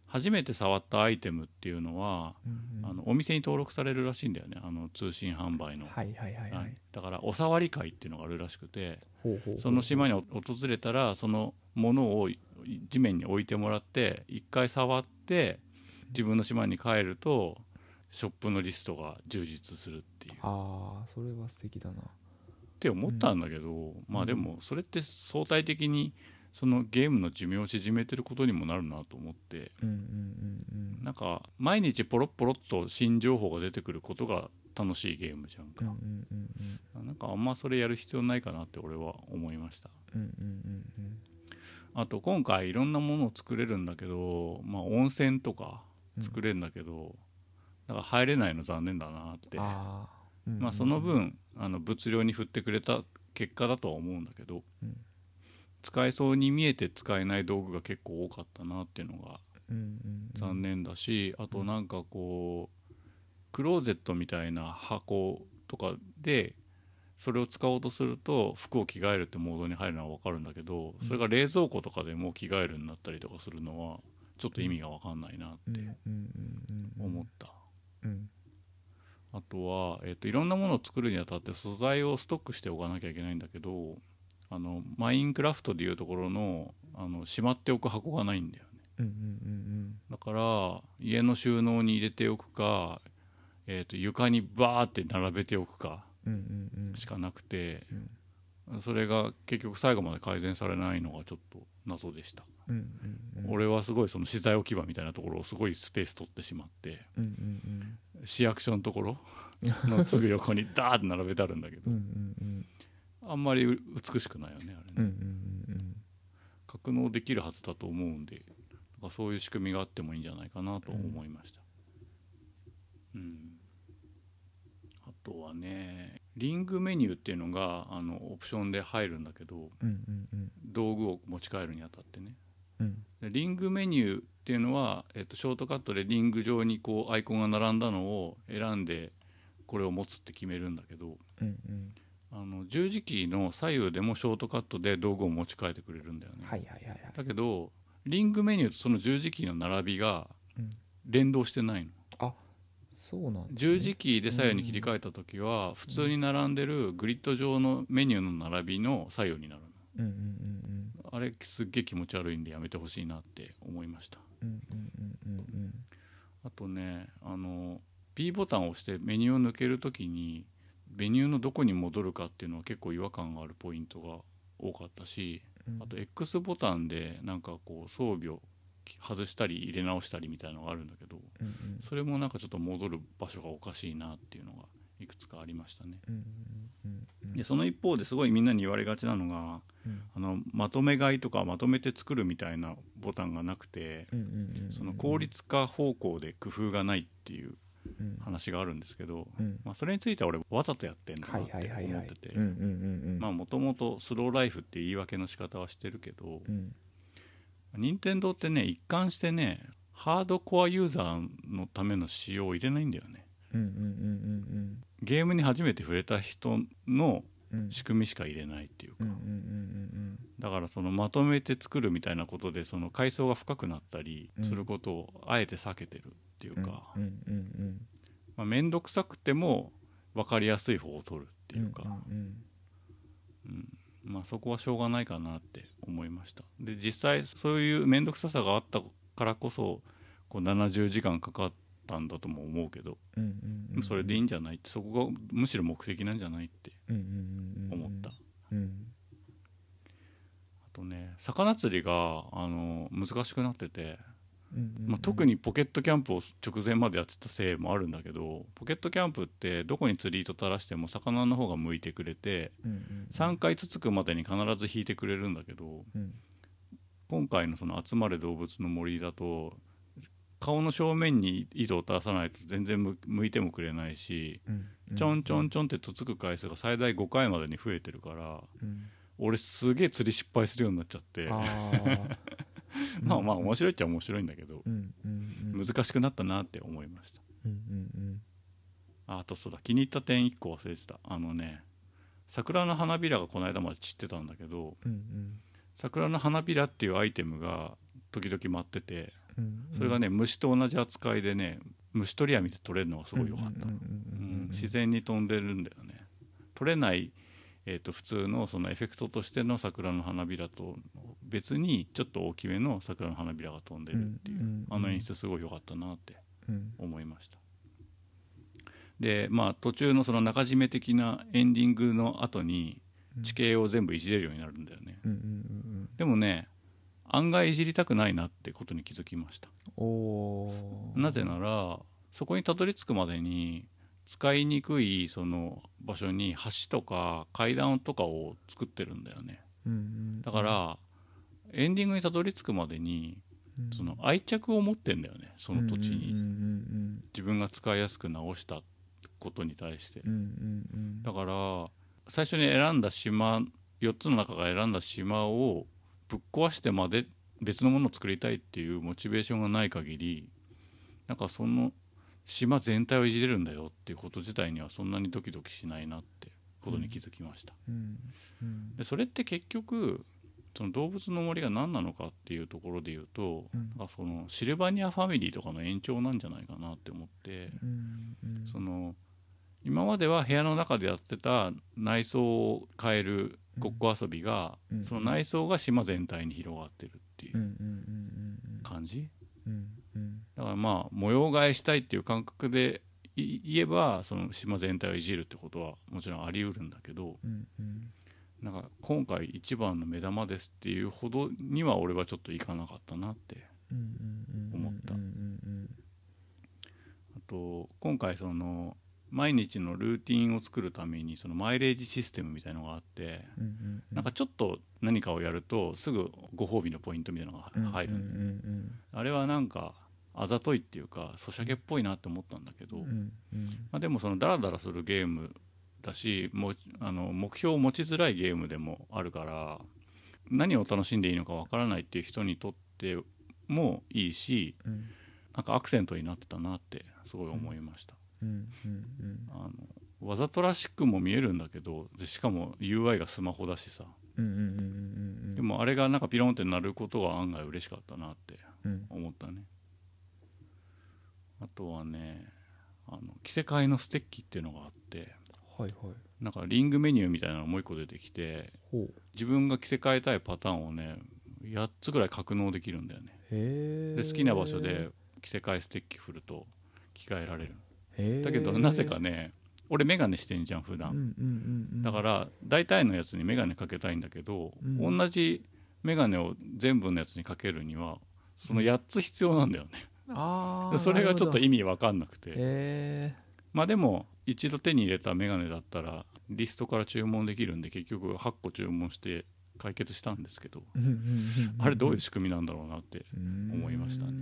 Speaker 2: 初めて触ったアイテムっていうのは、
Speaker 1: うんうん
Speaker 2: あのお店に登録されるらしいんだよねあの通信販売の、
Speaker 1: はいはいはいは
Speaker 2: はいいだからお触り会っていうのがあるらしくて
Speaker 1: ほうほうほう
Speaker 2: その島に訪れたらそのものを地面に置いてもらって一回触って自分の島に帰るとショップのリストが充実するっていうっ
Speaker 1: ああそれは素敵だな
Speaker 2: て思ったんだけど、まあでもそれって相対的にそのゲームの寿命を縮めてることにもなるなと思って
Speaker 1: うんうんうんうん
Speaker 2: なんか毎日ポロッポロッと新情報が出てくることが楽しいゲームじゃん
Speaker 1: うん
Speaker 2: か
Speaker 1: う、んうんうん
Speaker 2: なんかあんまそれやる必要ないかなって俺は思いました
Speaker 1: うんうんうん
Speaker 2: あと今回いろんなものを作れるんだけど、まあ、温泉とか
Speaker 1: うん
Speaker 2: 作れるんだけど、だから入れないの残念だなって
Speaker 1: ああ
Speaker 2: まあ、その分あの物量に振ってくれた結果だとは思うんだけど、
Speaker 1: うん
Speaker 2: 使えそうに見えて使えない道具が結構多かったなっていうのが残
Speaker 1: 念
Speaker 2: 念だし、あとなんかこうクローゼットみたいな箱とかでそれを使おうとすると服を着替えるってモードに入るのは分かるんだけどそれが冷蔵庫とかでもう着替えるになったりとかするのはちょっと意味が分かんないなって思った。
Speaker 1: うん
Speaker 2: あとは、えっといろんなものを作るにあたって素材をストックしておかなきゃいけないんだけどあのマインクラフトでいうところのあのしまっておく箱がないんだよね
Speaker 1: うんうん
Speaker 2: だから家の収納に入れておくか、えー、と床にバーって並べておくか
Speaker 1: うんうんうんうんうん
Speaker 2: しかなくて、それが結局最後まで改善されないのがちょっと謎でした、
Speaker 1: うんうんうん
Speaker 2: 俺はすごいその資材置き場みたいなところをすごいスペース取ってしまって
Speaker 1: うんうん
Speaker 2: 市役所のところのすぐ横にダーって並べてあるんだけ
Speaker 1: う
Speaker 2: ど
Speaker 1: んうんうん
Speaker 2: あんまり美しくないよねあ
Speaker 1: う
Speaker 2: れ
Speaker 1: んうん
Speaker 2: ね、格納できるはずだと思うんでなんかそういう仕組みがあってもいいんじゃないかなと思いましたうん、あとはねリングメニューっていうのがあのオプションで入るんだけど
Speaker 1: うんうんうんうん
Speaker 2: 道具を持ち帰るにあたってね
Speaker 1: うん
Speaker 2: でリングメニューっていうのは、えっと、ショートカットでリング上にこうアイコンが並んだのを選んでこれを持つって決めるんだけど
Speaker 1: うんうん
Speaker 2: あの十字キーの左右でもショートカットで道具を持ち替えてくれるんだよね、
Speaker 1: はいはいはいはい
Speaker 2: だけどリングメニューとその十字キーの並びが
Speaker 1: うん
Speaker 2: 連動してないの、
Speaker 1: そうなんだね
Speaker 2: 十字キーで左右に切り替えた時は普通に並んでるグリッド上のメニューの並びの左右になるの
Speaker 1: うんうんうん
Speaker 2: あれすっげえ気持ち悪いんでやめてほしいなって思いました
Speaker 1: うんうんうんうんうん
Speaker 2: あとねあの B ボタンを押してメニューを抜けるときにメニューのどこに戻るかっていうのは結構違和感があるポイントが多かったし
Speaker 1: うん
Speaker 2: あと X ボタンでなんかこう装備を外したり入れ直したりみたいなのがあるんだけど
Speaker 1: うんうん
Speaker 2: それもなんかちょっと戻る場所がおかしいなっていうのがいくつかありましたね。
Speaker 1: うんうんうん
Speaker 2: でその一方ですごいみんなに言われがちなのが
Speaker 1: うん
Speaker 2: あのまとめ買いとかまとめて作るみたいなボタンがなくて
Speaker 1: うんうんうんうん
Speaker 2: その効率化方向で工夫がないっていう
Speaker 1: うん
Speaker 2: 話があるんですけど、
Speaker 1: うん
Speaker 2: まあ、それについては俺わざとやってんだなって
Speaker 1: はいはいはい
Speaker 2: 思
Speaker 1: は
Speaker 2: っ
Speaker 1: い
Speaker 2: てて
Speaker 1: うんうんうんうん
Speaker 2: まあもともとスローライフって言い訳の仕方はしてるけど
Speaker 1: うん
Speaker 2: 任天堂ってね一貫してねハードコアユーザーのための仕様を入れないんだよね
Speaker 1: うんうんうん
Speaker 2: ゲームに初めて触れた人の
Speaker 1: うんうん
Speaker 2: 仕組みしか入れないっていうか、
Speaker 1: うんうんうん
Speaker 2: だからそのまとめて作るみたいなことでその階層が深くなったりすることをあえて避けてるっていう
Speaker 1: うんうん
Speaker 2: か
Speaker 1: うんうん
Speaker 2: まあ面倒、くさくても分かりやすい方を取るっていうか、
Speaker 1: うんうん
Speaker 2: うんまあ、そこはしょうがないかなって思いましたで実際そういう面倒くささがあったからこそこう70時間かかったんだとも思うけど、
Speaker 1: うんうんうん
Speaker 2: それでいいんじゃないってそこがむしろ目的なんじゃないって
Speaker 1: うんうんうんうん
Speaker 2: 思った、あ
Speaker 1: うん
Speaker 2: とね魚釣りがあの難しくなってて、
Speaker 1: うんうんうん
Speaker 2: まあ、特にポケットキャンプを直前までやってたせいもあるんだけどポケットキャンプってどこに釣り糸垂らしても魚の方が向いてくれて
Speaker 1: うんうん
Speaker 2: 3回つつくまでに必ず引いてくれるんだけど、
Speaker 1: うん
Speaker 2: 今回のその集まれ動物の森だと顔の正面に糸を垂らさないと全然む向いてもくれないし
Speaker 1: うんうん
Speaker 2: ちょんちょんちょんってつつく回数が最大5回までに増えてるから
Speaker 1: うん
Speaker 2: 俺すげえ釣り失敗するようになっちゃって
Speaker 1: あー
Speaker 2: まあまあ面白いっちゃ面白いんだけど
Speaker 1: うんうんうん
Speaker 2: 難しくなったなって思いました
Speaker 1: うんうん
Speaker 2: ああとそうだ気に入った点1個忘れてたあのね桜の花びらがこの間まで散ってたんだけど
Speaker 1: うんうん
Speaker 2: 桜の花びらっていうアイテムが時々舞ってて
Speaker 1: うん
Speaker 2: それがね、虫と同じ扱いでね虫取り網で取れるのがすごい良かった、
Speaker 1: うん
Speaker 2: うん自然に飛んでるんだよね取れない、えー、と普通のそのエフェクトとしての桜の花びらと別にちょっと大きめの桜の花びらが飛んでるっていう、
Speaker 1: うんうんうん
Speaker 2: あの演出すごい良かったなって
Speaker 1: うん
Speaker 2: 思いましたでまあ途中のその中締め的なエンディングの後に地形を全部いじれるようになるんだよね
Speaker 1: うんうんうん
Speaker 2: でもね案外いじりたくないなってことに気づきました
Speaker 1: うんおー
Speaker 2: なぜならそこにたどり着くまでに使いにくいその場所に橋とか階段とかを作ってるんだよね
Speaker 1: うんうん
Speaker 2: だからエンディングにたどり着くまでに
Speaker 1: うん
Speaker 2: その愛着を持ってんだよねその土地
Speaker 1: うんう
Speaker 2: に
Speaker 1: ん
Speaker 2: 自分が使いやすく直したことに対して
Speaker 1: うんうんうんうん
Speaker 2: だから最初に選んだ島4つの中から選んだ島をぶっ壊してまで別のものを作りたいっていうモチベーションがない限りなんかその島全体をいじれるんだよっていうこと自体にはそんなにドキドキしないなってことに気づきました、
Speaker 1: うんうん
Speaker 2: でそれって結局その動物の森が何なのかっていうところで言うと、
Speaker 1: うん
Speaker 2: なんかそのシルバニアファミリーとかの延長なんじゃないかなって思って、
Speaker 1: うんうん
Speaker 2: その今までは部屋の中でやってた内装を変えるごっこ遊びが、
Speaker 1: うん
Speaker 2: その内装が島全体に広がってるってい
Speaker 1: うん
Speaker 2: う
Speaker 1: うんうん
Speaker 2: 感じ、
Speaker 1: うんうんうん
Speaker 2: だからまあ模様替えしたいっていう感覚でい言えばその島全体をいじるってことはもちろんあり得るんだけど
Speaker 1: うんうん
Speaker 2: なんか今回一番の目玉ですっていうほどには俺はちょっといかなかったなって
Speaker 1: うんうんうん
Speaker 2: 思った
Speaker 1: うんうんうん
Speaker 2: あと今回その毎日のルーティンを作るためにそのマイレージシステムみたいのがあって
Speaker 1: うんうんう
Speaker 2: なんかちょっと何かをやるとすぐご褒美のポイントみたいなのが入る、
Speaker 1: うんうん
Speaker 2: あれはなんかあざといっていうかそしゃげっぽいなって思ったんだけど、
Speaker 1: うんう
Speaker 2: ま
Speaker 1: んうん
Speaker 2: あ、でもそのダラダラするゲームだしもうあの目標を持ちづらいゲームでもあるから何を楽しんでいいのかわからないっていう人にとってもいいし
Speaker 1: うん
Speaker 2: なんかアクセントになってたなってすごい思いました、
Speaker 1: うんうん
Speaker 2: あのわざとらしくも見えるんだけどでしかも UI がスマホだしさ
Speaker 1: うんうんうんうんうんうん
Speaker 2: でもあれがなんかピロンってなることが案外嬉しかったなって
Speaker 1: うん
Speaker 2: 思ったねあとはねあの着せ替えのステッキっていうのがあって
Speaker 1: はいはい
Speaker 2: なんかリングメニューみたいなのもう一個出てきて
Speaker 1: ほう
Speaker 2: 自分が着せ替えたいパターンをね8つぐらい格納できるんだよね
Speaker 1: へえ
Speaker 2: で好きな場所で着せ替えステッキ振ると着替えられる
Speaker 1: へー
Speaker 2: だけどなぜかね俺眼鏡してんじゃん普
Speaker 1: うん
Speaker 2: 段
Speaker 1: うんうんうん
Speaker 2: だから大体のやつに眼鏡かけたいんだけど、
Speaker 1: うん
Speaker 2: 同じ眼鏡を全部のやつにかけるにはその8つ必要なんだよね、
Speaker 1: あー
Speaker 2: それがちょっと
Speaker 1: なる
Speaker 2: 意味わかんなくて、
Speaker 1: ほどへ
Speaker 2: まあでも一度手に入れた眼鏡だったらリストから注文できるんで結局8個注文して解決したんですけど、
Speaker 1: えうんうんうんん
Speaker 2: あれどういう仕組みなんだろうなって
Speaker 1: 思
Speaker 2: 思いましたね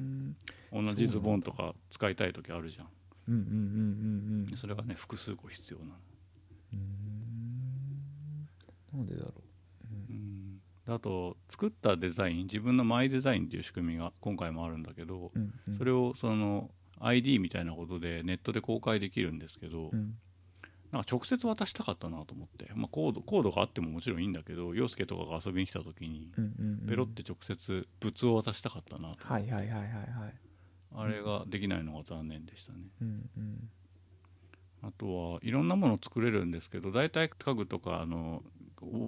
Speaker 1: うん
Speaker 2: 同じズボンとか使いたい時あるじゃん
Speaker 1: うんうんうんうんうん
Speaker 2: それがね複数個必要なの、
Speaker 1: うーんなんでだろ
Speaker 2: うん、あと作ったデザイン自分のマイデザインっていう仕組みが今回もあるんだけど
Speaker 1: う、うんうん、
Speaker 2: それをその ID みたいなことでネットで公開できるんですけど、
Speaker 1: うん
Speaker 2: なんか直接渡したかったなと思って、まあ、コードコードがあってももちろんいいんだけど陽介とかが遊びに来た時に
Speaker 1: うんうんうん
Speaker 2: ペロって直接物を渡したかったなと、
Speaker 1: はいはいはいはいはい
Speaker 2: あれができないのが残念でしたね
Speaker 1: うんうん
Speaker 2: あとはいろんなもの作れるんですけど大体家具とかあの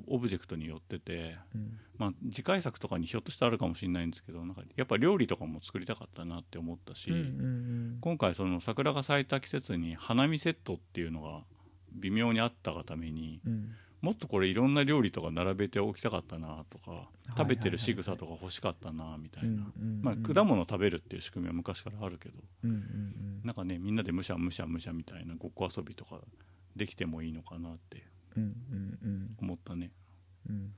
Speaker 2: オオブジェクトによってて、
Speaker 1: うん
Speaker 2: まあ、次回作とかにひょっとしたらあるかもしれないんですけどなんかやっぱ料理とかも作りたかったなって思ったし、
Speaker 1: うんうん
Speaker 2: 今回その桜が咲いた季節に花見セットっていうのが微妙にあったがために
Speaker 1: うんうん
Speaker 2: もっとこれいろんな料理とか並べておきたかったなとか
Speaker 1: い
Speaker 2: 食べてる仕草とか欲しかったなみたいな、
Speaker 1: うん
Speaker 2: まあ、果物食べるっていう仕組みは昔からあるけど
Speaker 1: うんうんうん
Speaker 2: なんかねみんなでむしゃむしゃむしゃみたいなごっこ遊びとかできてもいいのかなって
Speaker 1: うんうんうん
Speaker 2: 思ったね
Speaker 1: うん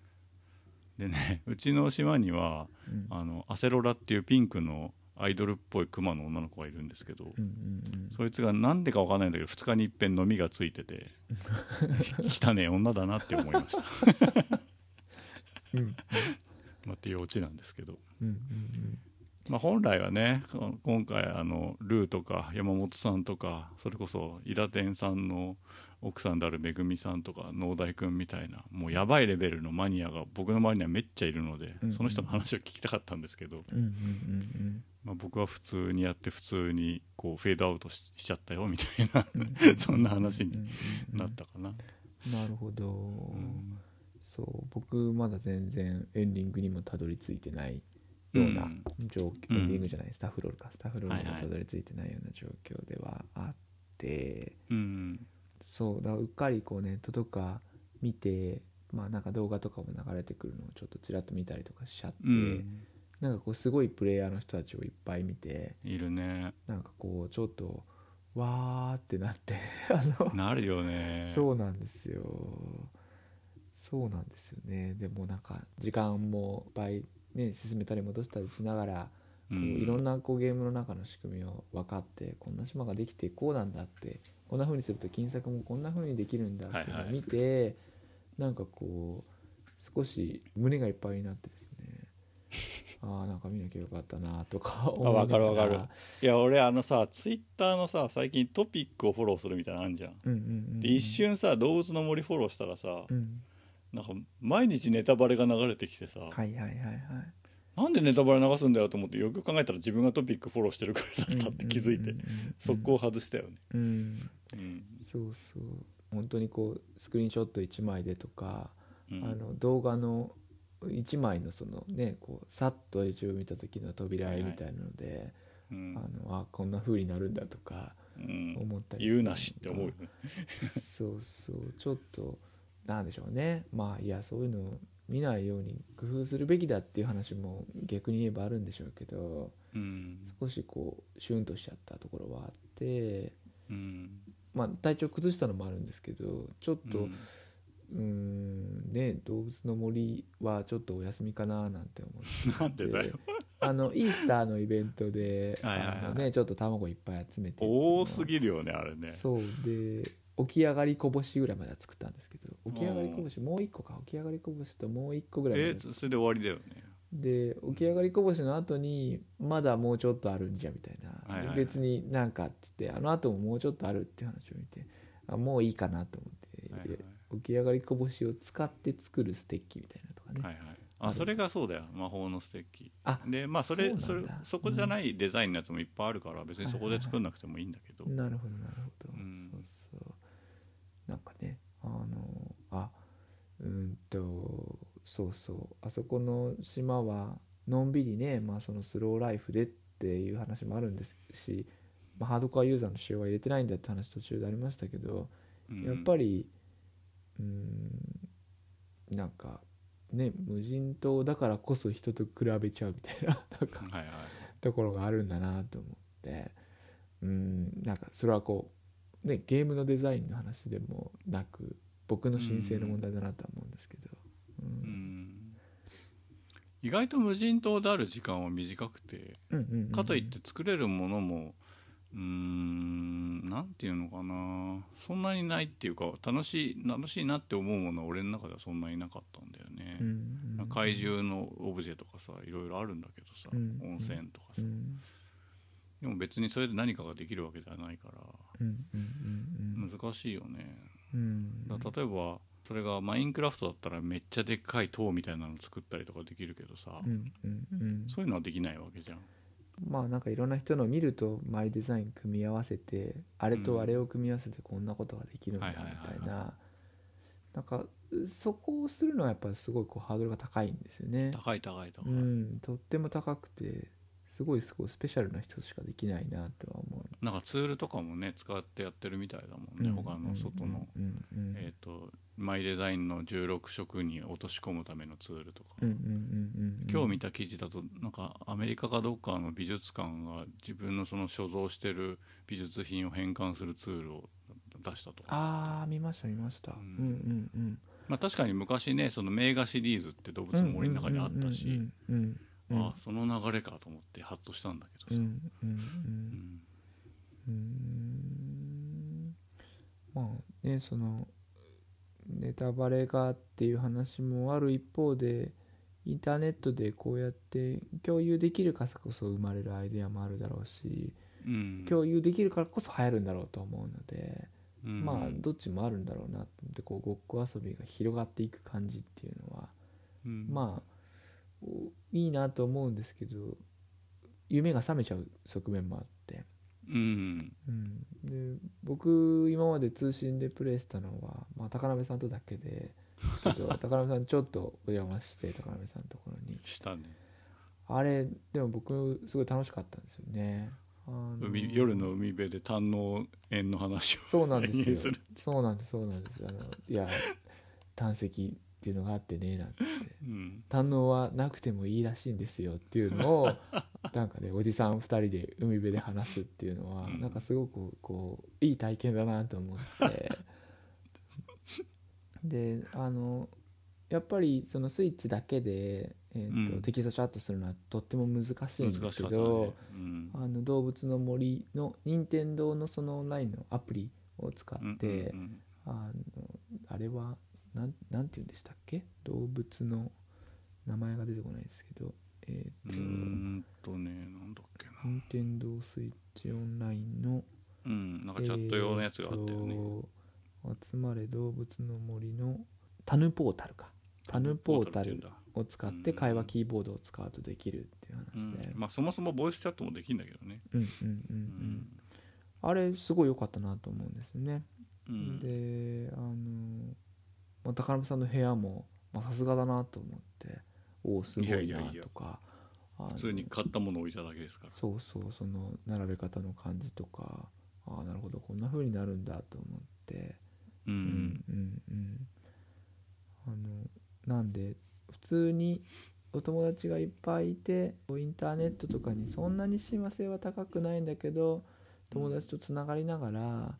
Speaker 2: でねうちの島には
Speaker 1: うん
Speaker 2: あのアセロラっていうピンクのアイドルっぽいクマの女の子がいるんですけど、
Speaker 1: うんうんうん
Speaker 2: そいつがなんでかわかんないんだけど2日にいっぺん飲みがつい
Speaker 1: [laughs]
Speaker 2: てて汚ねえ女だなって思いました [laughs]
Speaker 1: うん
Speaker 2: まあっていうオチなんですけど、
Speaker 1: うんうん
Speaker 2: まあ、本来はねこ今回あのルーとか山本さんとかそれこそ伊田天さんの奥さんであるめぐみさんとか農大君みたいなもうやばいレベルのマニアが僕の周りにはめっちゃいるので、
Speaker 1: うん
Speaker 2: その人の話を聞きたかったんですけど、
Speaker 1: うんうんうん
Speaker 2: まあ、僕は普通にやって普通にこうフェードアウトししちゃったよみたいな
Speaker 1: うん
Speaker 2: [laughs] そんな話
Speaker 1: うんう
Speaker 2: に
Speaker 1: んうん
Speaker 2: なったかな。
Speaker 1: なるほど、
Speaker 2: うん
Speaker 1: そう僕まだ全然エンディングにもたどり着いてないよう
Speaker 2: う
Speaker 1: なん状況、
Speaker 2: うん
Speaker 1: エンディングじゃないスタッフロールかスタッフロールに
Speaker 2: はい
Speaker 1: も
Speaker 2: はい
Speaker 1: たどり着いてないような状況ではあって、
Speaker 2: うん
Speaker 1: そうだからうっかりこうネットとか見てまあなんか動画とかも流れてくるのをちょっとちらっと見たりとかしちゃって、
Speaker 2: うん
Speaker 1: なんかこうすごいプレイヤーの人たちをいっぱい見て
Speaker 2: いるね
Speaker 1: なんかこうちょっとわーってなって [laughs] あの
Speaker 2: なるよね
Speaker 1: そうなんですよそうなんですよねでもなんか時間もいっぱいね進めたり戻したりしながら、
Speaker 2: う
Speaker 1: こうんいろんなこうゲームの中の仕組みを分かってこんな島ができてこうなんだってこんな風にすると金策もこんな風にできるんだっていうの
Speaker 2: は
Speaker 1: を
Speaker 2: いはい
Speaker 1: 見て、なんかこう少し胸がいっぱいになってですね
Speaker 2: [laughs]
Speaker 1: ああなんか見なきゃよかったなとか思いながら
Speaker 2: わかるわかるいや俺あのさツイッターのさ最近トピックをフォローするみたいなのあんじゃん
Speaker 1: うんうんうん、
Speaker 2: で一、瞬さ動物の森フォローしたらさ
Speaker 1: うん、
Speaker 2: なんか毎日ネタバレが流れてきてさ
Speaker 1: はいはいはいはい
Speaker 2: なんでネタバレ流すんだよと思ってよくよく考えたら自分がトピックフォローしてるからだったって気づいて速攻外したよね
Speaker 1: うんうんうんうん
Speaker 2: うん
Speaker 1: そうそう本当にこうスクリーンショット1枚でとか、
Speaker 2: うん
Speaker 1: あの動画の1枚のそのねこうさっと YouTube 見た時の扉絵みたいなので、
Speaker 2: うん
Speaker 1: あのあこんな風になるんだとか
Speaker 2: うん
Speaker 1: 思ったりする
Speaker 2: 言うなしって思うよね
Speaker 1: そうそうちょっとなんでしょうねまあいやそういうのを見ないように工夫するべきだっていう話も逆に言えばあるんでしょうけど
Speaker 2: うん
Speaker 1: 少しこうシュンとしちゃったところはあって
Speaker 2: うん
Speaker 1: まあ体調崩したのもあるんですけどちょっと、
Speaker 2: うん
Speaker 1: うーんね動物の森はちょっとお休みかななんて思っていて
Speaker 2: なんでだよ
Speaker 1: あのイースターのイベントで
Speaker 2: はいはいはい
Speaker 1: あのねちょっと卵いっぱい集めて
Speaker 2: 多すぎるよねあれね
Speaker 1: そうで起き上がりこぼしぐらいまでは作ったんですけど起き上がりこぼしもう一個か起き上がりこぼしともう一個ぐらいま
Speaker 2: え
Speaker 1: で
Speaker 2: それで終わりだよね
Speaker 1: で起き上がりこぼしの後にまだもうちょっとあるんじゃみたいな、
Speaker 2: はいはいはい
Speaker 1: 別になんかって言ってあの後ももうちょっとあるっていう話を見てあもういいかなと思って、
Speaker 2: はいはい
Speaker 1: 起き上がりこぼしを使って作るステッキみたいなのとかね、
Speaker 2: はいはい、あそれがそうだよ魔法のステッキ
Speaker 1: あ
Speaker 2: でまあそれ
Speaker 1: そ
Speaker 2: そう
Speaker 1: な
Speaker 2: れ
Speaker 1: んだ
Speaker 2: そこじゃないデザインのやつもいっぱいあるから別にそこで作んなくてもいいんだけど、
Speaker 1: なるほどなるほど、
Speaker 2: うん
Speaker 1: そうそうなんかねあのあうーんとそうそうあそこの島はのんびりね、まあ、そのスローライフでっていう話もあるんですし、まあ、ハードコアユーザーの使用は入れてないんだって話途中でありましたけどやっぱ
Speaker 2: り
Speaker 1: りうーんなんかね無人島だからこそ人と比べちゃうみたいななんか
Speaker 2: はいはい
Speaker 1: ところがあるんだなと思ってうんなんかそれはこう、ね、ゲームのデザインの話でもなく僕の申請の問題だなとは思うんですけど、う
Speaker 2: うんん意外と無人島である時間は短くて
Speaker 1: うんうんうん
Speaker 2: かといって作れるものもうーんなんていうのかなそんなにないっていうか楽しい楽しいなって思うものは俺の中ではそんなになかったんだよね、
Speaker 1: うんうん
Speaker 2: 怪獣のオブジェとかさいろいろあるんだけどさ、
Speaker 1: うん
Speaker 2: 温泉とか
Speaker 1: う
Speaker 2: さ、
Speaker 1: ん
Speaker 2: でも別にそれで何かができるわけではないから
Speaker 1: うんうんうん
Speaker 2: 難しいよね、
Speaker 1: うんうん
Speaker 2: だ例えばそれがマインクラフトだったらめっちゃでっかい塔みたいなの作ったりとかできるけどさ、
Speaker 1: うんうんうん
Speaker 2: そういうのはできないわけじゃん
Speaker 1: まあなんかいろんな人のを見るとマイデザイン組み合わせてあれとあれを組み合わせてこんなことができるんだ
Speaker 2: は
Speaker 1: み
Speaker 2: いはいはいはい
Speaker 1: たいななんかそこをするのはやっぱりすごいこうハードルが高いんですよね
Speaker 2: 高い高い高い、
Speaker 1: うんとっても高くてすごいすごいスペシャルな人しかできないなとは思う
Speaker 2: なんかツールとかもね使ってやってるみたいだもんね、
Speaker 1: うん
Speaker 2: 他の外の、
Speaker 1: うんうん
Speaker 2: えっ、とマイデザインの16色に落とし込むためのツールとか、
Speaker 1: うんうんうんうん
Speaker 2: 今日見
Speaker 1: た
Speaker 2: た記事だとなんかアメリカかどっかの美術館が自分のその所蔵してる美術品を返還するツールを出したとか
Speaker 1: ああ見ました見ました
Speaker 2: う
Speaker 1: うんんうんうん
Speaker 2: まあ、確かに昔ねその名画シリーズって動物の森の中にあったし
Speaker 1: うんうんう
Speaker 2: あ
Speaker 1: んうんうん
Speaker 2: あその流れかと思ってハッとしたんだけど
Speaker 1: う
Speaker 2: さ、
Speaker 1: んうんうん
Speaker 2: うん
Speaker 1: うーんまあねそのネタバレがっていう話もある一方でインターネットでこうやって共有できるからこそ生まれるアイデアもあるだろうし
Speaker 2: うん
Speaker 1: 共有できるからこそ流行るんだろうと思うので、
Speaker 2: うん
Speaker 1: まあどっちもあるんだろうなと思ってこうごっこ遊びが広がっていく感じっていうのは
Speaker 2: うん
Speaker 1: まあおいいなと思うんですけど夢が覚めちゃう側面もあって。
Speaker 2: うん
Speaker 1: うん、で僕今まで通信でプレイしたのは、まあ、高鍋さんとだけでですけ
Speaker 2: [laughs]
Speaker 1: ど高鍋さんちょっとお邪魔して高鍋さんのところに
Speaker 2: したね
Speaker 1: あれでも僕すごい楽しかったんですよねあの
Speaker 2: 海夜の海辺で堪能園の話を
Speaker 1: そうなん
Speaker 2: [laughs] 延々
Speaker 1: ですすよ
Speaker 2: る
Speaker 1: そうなんですそうなんですあのいや胆石っていうのがあってねなんて
Speaker 2: うん
Speaker 1: 堪能はなくてもいいらしいんですよっていうの
Speaker 2: [laughs]
Speaker 1: をなんかねおじさん2人で海辺で話すっていうのは、
Speaker 2: うん
Speaker 1: なんかすごくこういい体験だなと思ってであのやっぱりそのスイッチだけで、えーと
Speaker 2: うん
Speaker 1: テキストチャットするのはとっても難しいん
Speaker 2: 難
Speaker 1: で
Speaker 2: し
Speaker 1: す
Speaker 2: かっ
Speaker 1: け
Speaker 2: たね
Speaker 1: ど、
Speaker 2: うん
Speaker 1: あの動物の森の任天堂のそのオンラインのアプリを使
Speaker 2: うん
Speaker 1: って、
Speaker 2: うん
Speaker 1: あのあれはなんなんて言うんでしたっけ動物の名前が出てこないですけどえ
Speaker 2: う
Speaker 1: っ、
Speaker 2: んう
Speaker 1: と
Speaker 2: んとねなんだっけな
Speaker 1: 任天堂スイッチオンラインの
Speaker 2: うんなんかチャット用のやつがあったよね
Speaker 1: えーと集まれ動物の森のタヌポータルかタヌポータ
Speaker 2: っていうん
Speaker 1: ル
Speaker 2: だ
Speaker 1: を使って会話キーボードを使うとできるっていう話で
Speaker 2: うんまあそもそもボイスチャットもできるんだけどね
Speaker 1: うんうんうん
Speaker 2: う
Speaker 1: うんあれすごい良かったなと思うんですよね
Speaker 2: うん
Speaker 1: であの、まあ、高山さんの部屋もまあさすがだなと思っておおすごいなとか
Speaker 2: いやいやいや
Speaker 1: あの
Speaker 2: 普通に買ったものを置いただけですから
Speaker 1: そうそうその並べ方の感じとかああなるほどこんな風になるんだと思ってう
Speaker 2: う
Speaker 1: んうんうんあのなんで普通にお友達がいっぱいいてインターネットとかにそんなに親和性は高くないんだけど友達とつながりながら
Speaker 2: うん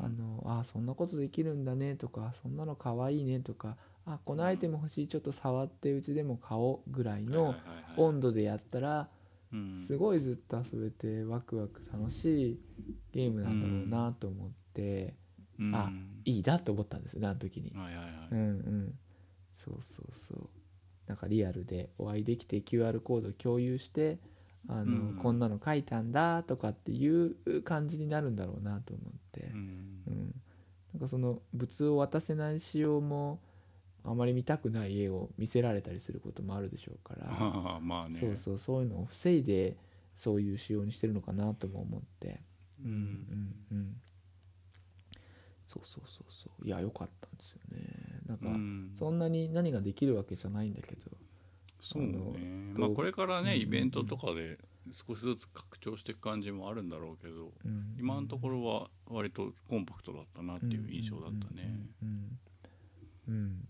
Speaker 1: あのあそんなことできるんだねとかそんなのかわいいねとかあこのアイテム欲しいちょっと触ってうちでも買おうぐらい
Speaker 2: は
Speaker 1: の
Speaker 2: いはいはいはい
Speaker 1: 温度でやったら
Speaker 2: うん
Speaker 1: すごいずっと遊べてワクワク楽しいゲームなんだろうなと思って
Speaker 2: うん
Speaker 1: あいいなと思ったんですよねあの時に。
Speaker 2: はいはいはい
Speaker 1: うんうんそうそうそうなんかリアルでお会いできて QR コード共有してあの、
Speaker 2: うん
Speaker 1: こんなの書いたんだとかっていう感じになるんだろうなと思って。
Speaker 2: うん
Speaker 1: うん、なんかその物を渡せない仕様もあまり見たくない絵を見せられたりすることもあるでしょうから、
Speaker 2: [laughs] まあね
Speaker 1: そうそうそういうのを防いでそういう仕様にしてるのかなとも思って、
Speaker 2: うん
Speaker 1: うんうんそうそうそうそういや良かったんですよねなんか、
Speaker 2: うん
Speaker 1: そんなに何ができるわけじゃないんだけど
Speaker 2: そうね
Speaker 1: あの
Speaker 2: まあこれからね
Speaker 1: うん
Speaker 2: イベントとかで少しずつ拡張していく感じもあるんだろうけど
Speaker 1: うん
Speaker 2: 今のところは割とコンパクトだったなっていう印象だったね
Speaker 1: うんうんうんうんうん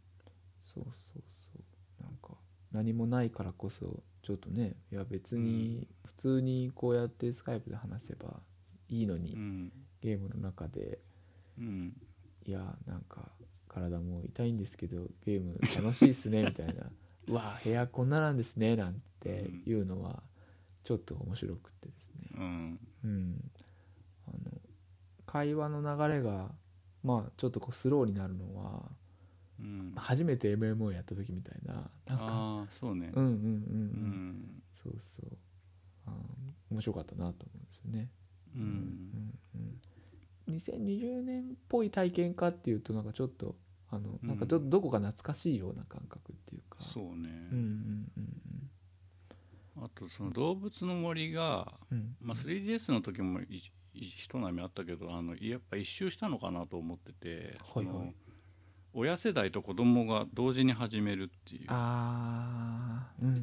Speaker 1: そうそうそうなんか何もないからこそちょっとねいや別に普通にこうやってスカイプで話せばいいのに、
Speaker 2: うん
Speaker 1: ゲームの中で
Speaker 2: うん
Speaker 1: いやなんか体も痛いんですけどゲーム楽しいっす
Speaker 2: [laughs]
Speaker 1: ねみたいなうわあ部屋こんななんですねなんていうのはちょっと面白くってですね
Speaker 2: うん
Speaker 1: うん、あの会話の流れがまあちょっとこうスローになるのは
Speaker 2: うん
Speaker 1: 初めて MMO やった時みたいななんか
Speaker 2: ああそうね
Speaker 1: うんうんうん
Speaker 2: う
Speaker 1: うん、
Speaker 2: ん
Speaker 1: そうそうあー面白かったなと思うんですよね、
Speaker 2: う
Speaker 1: うんうんうん、2020年っぽい体験かっていうとなんかちょっとあのなんかど,、
Speaker 2: うん
Speaker 1: どこか懐かしいような感覚っていうか
Speaker 2: そう
Speaker 1: うんう
Speaker 2: ね
Speaker 1: んうん
Speaker 2: あとその動物の森が
Speaker 1: うんうん
Speaker 2: まあ 3DS の時もいいひと波あったけどあのやっぱ一周したのかなと思ってて
Speaker 1: はいはい
Speaker 2: その親世代と子供が同時に始めるっていう
Speaker 1: あーうんうんうん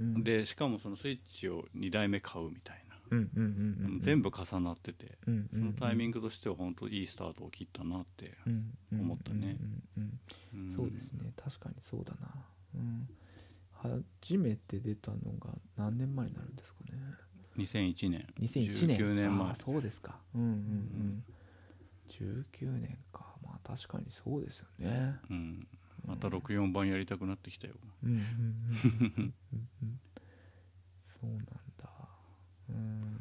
Speaker 1: うんうん
Speaker 2: でしかもそのスイッチを2台目買うみたいな、
Speaker 1: うんうんうんうん
Speaker 2: 全部重なってて
Speaker 1: うんう
Speaker 2: そ
Speaker 1: んう
Speaker 2: の
Speaker 1: ん
Speaker 2: タイミングとしては本当いいスタートを切ったなって、思ったね
Speaker 1: うんうん
Speaker 2: うん
Speaker 1: うんそうですね確かにそうだな、うん、初めて出たのが何年前になるんですかね
Speaker 2: 2001年
Speaker 1: 2001年
Speaker 2: 19年前
Speaker 1: ああそうですかうんうん
Speaker 2: うん
Speaker 1: うん、19年かまあ確かにそうですよね
Speaker 2: うん、また64番やりたくなってきたよ
Speaker 1: うんうんうんうんうんうんそうなんだうん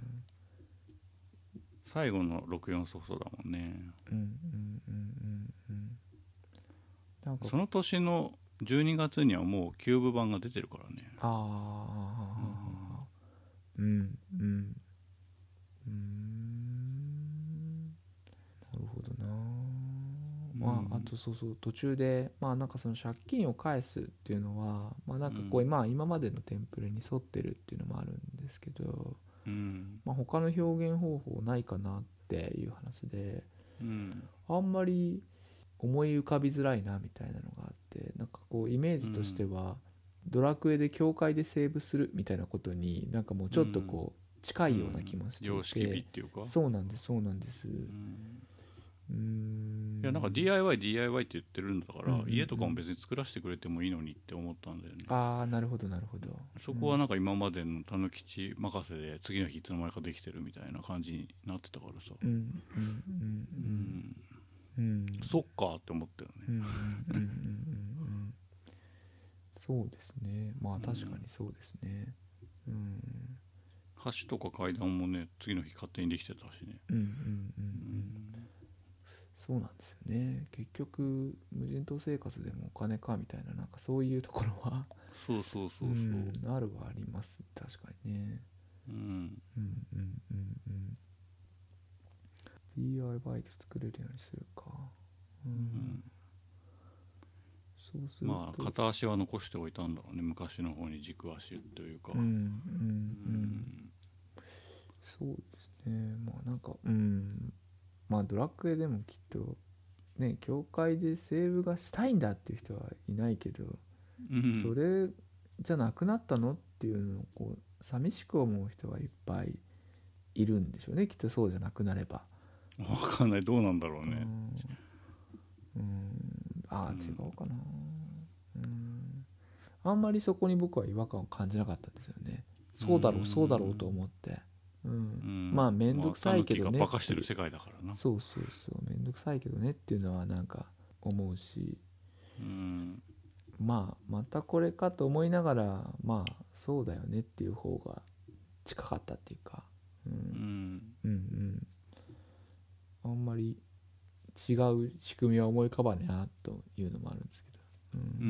Speaker 2: 最後の64ソフトだもんね
Speaker 1: うんうんうんうんうんなんか
Speaker 2: その年の12月にはもうキューブ版が出てるからね
Speaker 1: ああうんうんうーんなるほどなまあ
Speaker 2: う
Speaker 1: あ
Speaker 2: ん
Speaker 1: とそうそう途中でまあなんかその借金を返すっていうのはまあなんかこう、
Speaker 2: うん
Speaker 1: まあ今までのテンプレに沿ってるっていうのもあるんですけど、
Speaker 2: うん
Speaker 1: まあ、他の表現方法ないかなっていう話で
Speaker 2: うん
Speaker 1: あんまり思い浮かびづらいなみたいなのがあってなんかこうイメージとしては、ドラクエで教会でセーブするみたいなことになんかもうちょっとこう近いような気もしていて、
Speaker 2: 様式美っていうか
Speaker 1: そうなんですそうなんです
Speaker 2: うん
Speaker 1: うーん
Speaker 2: いやなんか DIYDIY って言ってるんだから、
Speaker 1: うん
Speaker 2: 家とかも別に作らせてくれてもいいのにって思ったんだよね
Speaker 1: ああなるほどなるほど
Speaker 2: そこは
Speaker 1: うん
Speaker 2: なんか今までのたぬきち任せで次の日いつの間にかできてるみたいな感じになってたからさ、
Speaker 1: うんう
Speaker 2: う
Speaker 1: ん
Speaker 2: ん、
Speaker 1: うんうん
Speaker 2: そっかって思ったよね
Speaker 1: うんうんうんうんうんうんそうですねまあ確かにそうですねうん
Speaker 2: 橋とか階段もね次の日勝手にできてたしね、
Speaker 1: うんうんうんう
Speaker 2: うんん、
Speaker 1: そうなんですよね結局無人島生活でもお金かみたいななんかそういうところは
Speaker 2: そうそうそうそう、
Speaker 1: んあるはあります確かにね
Speaker 2: うん
Speaker 1: うんうんうんうん DIY で作れるようにするかうん、
Speaker 2: うん
Speaker 1: そうすると
Speaker 2: まあ片足は残しておいたんだろうね昔の方に軸足というか、
Speaker 1: うんうんうん
Speaker 2: ん
Speaker 1: そうですねまあなんかうんまあドラクエでもきっとね教会でセーブがしたいんだっていう人はいないけど、
Speaker 2: うん
Speaker 1: それじゃなくなったのっていうのをこう寂しく思う人はいっぱいいるんでしょうねきっとそうじゃなくなれば、
Speaker 2: わかんないどうなんだろうね、
Speaker 1: うんうんああ
Speaker 2: うん
Speaker 1: 違うかなうんあんまりそこに僕は違和感を感じなかったんですよねそうだろ
Speaker 2: うん
Speaker 1: うそうだろうと思ってうん、
Speaker 2: うん
Speaker 1: まあ面倒くさいけどね
Speaker 2: まあタヌキがバカしてる世界だからな
Speaker 1: そうそうそう面倒くさいけどねっていうのはなんか思うし
Speaker 2: うん
Speaker 1: まあまたこれかと思いながらまあそうだよねっていう方が近かったっていうか、う、
Speaker 2: うんん
Speaker 1: うんうんあんまり違う仕組みは思い浮かばねえなというのもあるんですけど、う
Speaker 2: うん
Speaker 1: うんうん
Speaker 2: ん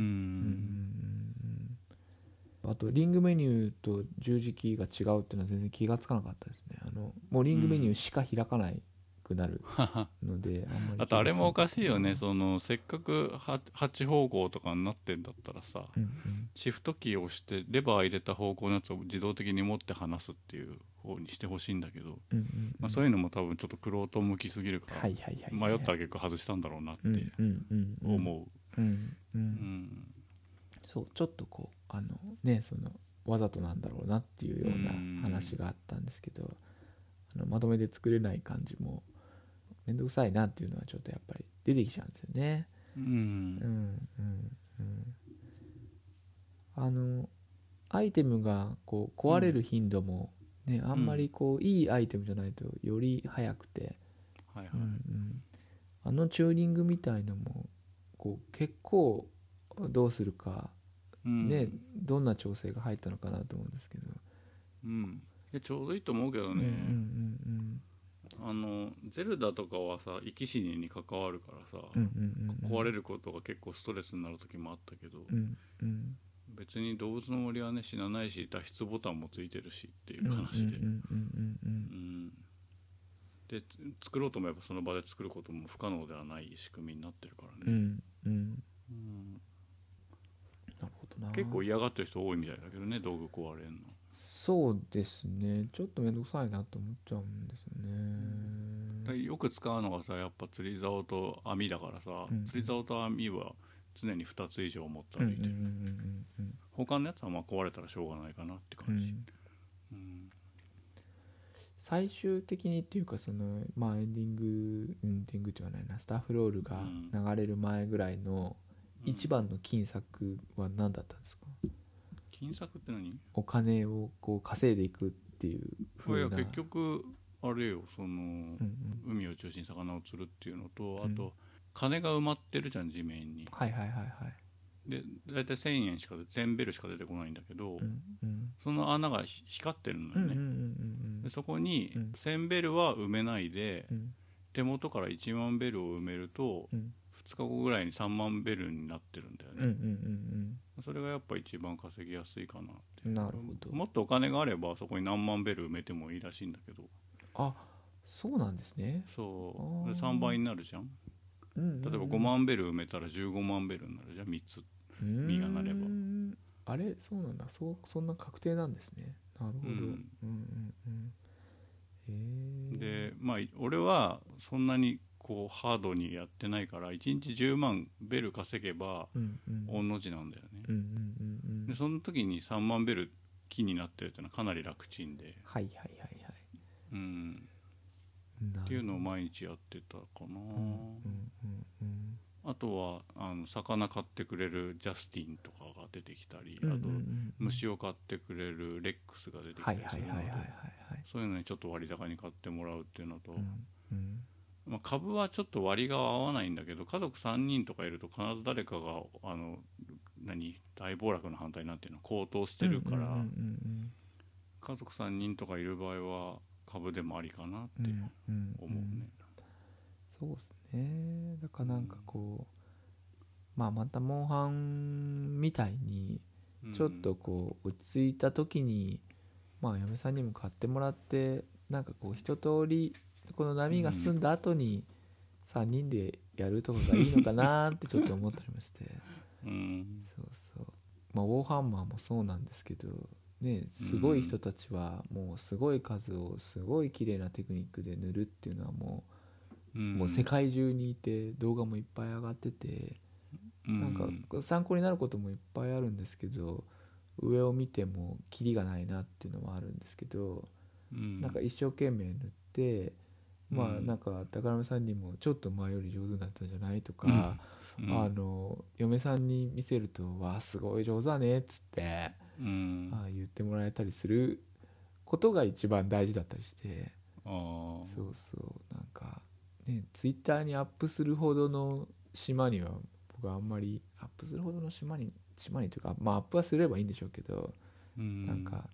Speaker 1: うんあとリングメニューと十字キーが違うっていうのは全然気がつかなかったですねあのもうリングメニューしか開かないくなるので、あんまり
Speaker 2: [laughs] あとあれもおかしいよねそのせっかくは8方向とかになってんだったらさ
Speaker 1: うんうん
Speaker 2: シフトキーを押してレバー入れた方向のやつを自動的に持って離すっていう方にしてほしいんだけど、
Speaker 1: うんうん
Speaker 2: まあ、そういうのも多分ちょっとクロート向きすぎるから、
Speaker 1: はいはいはいはい
Speaker 2: 迷った挙句外したんだろうなっ
Speaker 1: うん
Speaker 2: て
Speaker 1: うんうんうん
Speaker 2: 思う、
Speaker 1: うんう
Speaker 2: うんん
Speaker 1: そうちょっとこうあのねそのわざとなんだろうなっていうような話があったんですけどあのまとめて作れない感じも面倒くさいなっていうのはちょっとやっぱり出てきちゃうんですよね。
Speaker 2: う
Speaker 1: うんんうんうんあのアイテムがこう壊れる頻度も、ねあんまりこういいアイテムじゃないとより早くて、
Speaker 2: はいはい、
Speaker 1: うんうんあのチューニングみたいのもこう結構どうするか
Speaker 2: うん
Speaker 1: ね、どんな調整が入ったのかなと思うんですけど、
Speaker 2: うん、いやちょうどいいと思うけ
Speaker 1: う
Speaker 2: ど
Speaker 1: んうん
Speaker 2: ね、
Speaker 1: うん
Speaker 2: あのゼルダとかはさ生き死にに関わるからさ、
Speaker 1: うんうんうん
Speaker 2: 壊れることが結構ストレスになる時もあったけど、
Speaker 1: うんうん
Speaker 2: 別に動物の森はね死なないし脱出ボタンもついてるしってい
Speaker 1: うん
Speaker 2: う話で、
Speaker 1: うんうんうんう
Speaker 2: うんんでつ作ろうと思えばその場で作ることも不可能ではない仕組みになってるから
Speaker 1: う
Speaker 2: ね、
Speaker 1: んうん
Speaker 2: うん
Speaker 1: なるほどな
Speaker 2: 結構嫌がってる人多いみたいだけどね道具壊れんの
Speaker 1: そうですねちょっと面倒くさいなと思っちゃうんですよ
Speaker 2: だから
Speaker 1: ね
Speaker 2: よく使うのがさやっぱ釣り竿と網だからさ、
Speaker 1: うん
Speaker 2: 釣り竿と網は常に2つ以上持って歩いてる、
Speaker 1: うんうんうんうん
Speaker 2: 他のやつはまあ壊れたらしょうがないかなって
Speaker 1: うんう
Speaker 2: 感じ、
Speaker 1: ん
Speaker 2: うん
Speaker 1: 最終的にっていうかそのまあエンディングエンディングではないなスタッフロールが流れる前ぐらいの一番の金策は何だったんですか、
Speaker 2: 金策って何
Speaker 1: お金をこう稼いでいくっていう
Speaker 2: い
Speaker 1: 風
Speaker 2: や
Speaker 1: な
Speaker 2: 結局あれよその
Speaker 1: うんうん、
Speaker 2: 海を中心に魚を釣るっていうのと
Speaker 1: うん
Speaker 2: あと金が埋まってるじゃん地面に
Speaker 1: はいはいはいはい、
Speaker 2: で大体1000円しか1000ベルしか出てこないんだけど、
Speaker 1: うんうん、
Speaker 2: その穴がひ光ってるのよ
Speaker 1: う
Speaker 2: ね、
Speaker 1: んうんうんうん
Speaker 2: でそこに
Speaker 1: うん
Speaker 2: 1000ベルは埋めないで
Speaker 1: うんうん
Speaker 2: 手元から1万ベルを埋めると
Speaker 1: うん
Speaker 2: 2日後ぐらいに3万ベルになってるんだよ
Speaker 1: うんうん
Speaker 2: ね、
Speaker 1: うん
Speaker 2: それがやっぱ一番稼ぎやすいかなって
Speaker 1: うんなるほど
Speaker 2: もっとお金があればそこに何万ベル埋めてもいいらしいんだけど
Speaker 1: あそうなんですね、
Speaker 2: そう
Speaker 1: あー
Speaker 2: で3倍になるじゃん
Speaker 1: うんうんうん
Speaker 2: 例えば5万ベル埋めたら15万ベルになるじゃん3つ実がなれば
Speaker 1: うーんあれそうなんだそうそんな確定なんですねなるほど、う
Speaker 2: うんん、
Speaker 1: うんうんへえ
Speaker 2: でまあ俺はそんなにこうハードにやってないから1日10万ベル稼げば
Speaker 1: うんうん
Speaker 2: 御の字なんだよね
Speaker 1: うんうんうんうん
Speaker 2: でその時に3万ベル木になってるっていうのはかなり楽ちんで、
Speaker 1: はいはいはいはい
Speaker 2: うん、
Speaker 1: なるほど
Speaker 2: っていうのを毎日やってたかな、
Speaker 1: うんうんうんうん
Speaker 2: あとはあの魚買ってくれるジャスティンとかが出てきたりあ
Speaker 1: うん
Speaker 2: と
Speaker 1: うんうんうん
Speaker 2: 虫を買ってくれるレックスが出てき
Speaker 1: は
Speaker 2: た
Speaker 1: い
Speaker 2: り
Speaker 1: は
Speaker 2: す
Speaker 1: い
Speaker 2: る
Speaker 1: はいは
Speaker 2: ので
Speaker 1: いはいはい
Speaker 2: そういうのにちょっと割高に買ってもらうっていうのと、
Speaker 1: うんうん
Speaker 2: まあ、株はちょっと割が合わないんだけど家族3人とかいると必ず誰かがあの何大暴落の反対なんていうの高騰してるから、
Speaker 1: うんうんうん
Speaker 2: 家族3人とかいる場合は株でもありかなっ
Speaker 1: うん
Speaker 2: て
Speaker 1: うん
Speaker 2: 思うね、
Speaker 1: そうですねだからなんかこうまあまたモンハンみたいに
Speaker 2: うん
Speaker 1: ちょっとこう落ち着いた時に、まあ嫁さんにも買ってもらってなんかこう一通りこの波が済んだ後に3人でやるとかがいいのかなってちょっと思ったりまして
Speaker 2: [laughs] うん
Speaker 1: そうそうまあウォーハンマーもそうなんですけどねすごい人たちはもうすごい数をすごい綺麗なテクニックで塗るっていうのはもう,、もう世界中にいて動画もいっぱい上がっててなんか参考になることもいっぱいあるんですけど上を見てもキリがないなっていうのはあるんですけど、
Speaker 2: な
Speaker 1: なんか一生懸命塗ってまあ
Speaker 2: うん
Speaker 1: なんか高山さんにも「ちょっと前より上手になったんじゃない?」とか、あの嫁さんに見せると「わあすごい上手だね」っつって、
Speaker 2: うん
Speaker 1: ああ言ってもらえたりすることが一番大事だったりして。
Speaker 2: あー
Speaker 1: そうそうなんかねツイッターにアップするほどの島には僕はあんまりアップするほどの島に島にというかまあアップはすればいいんでしょうけど、
Speaker 2: うん
Speaker 1: なんか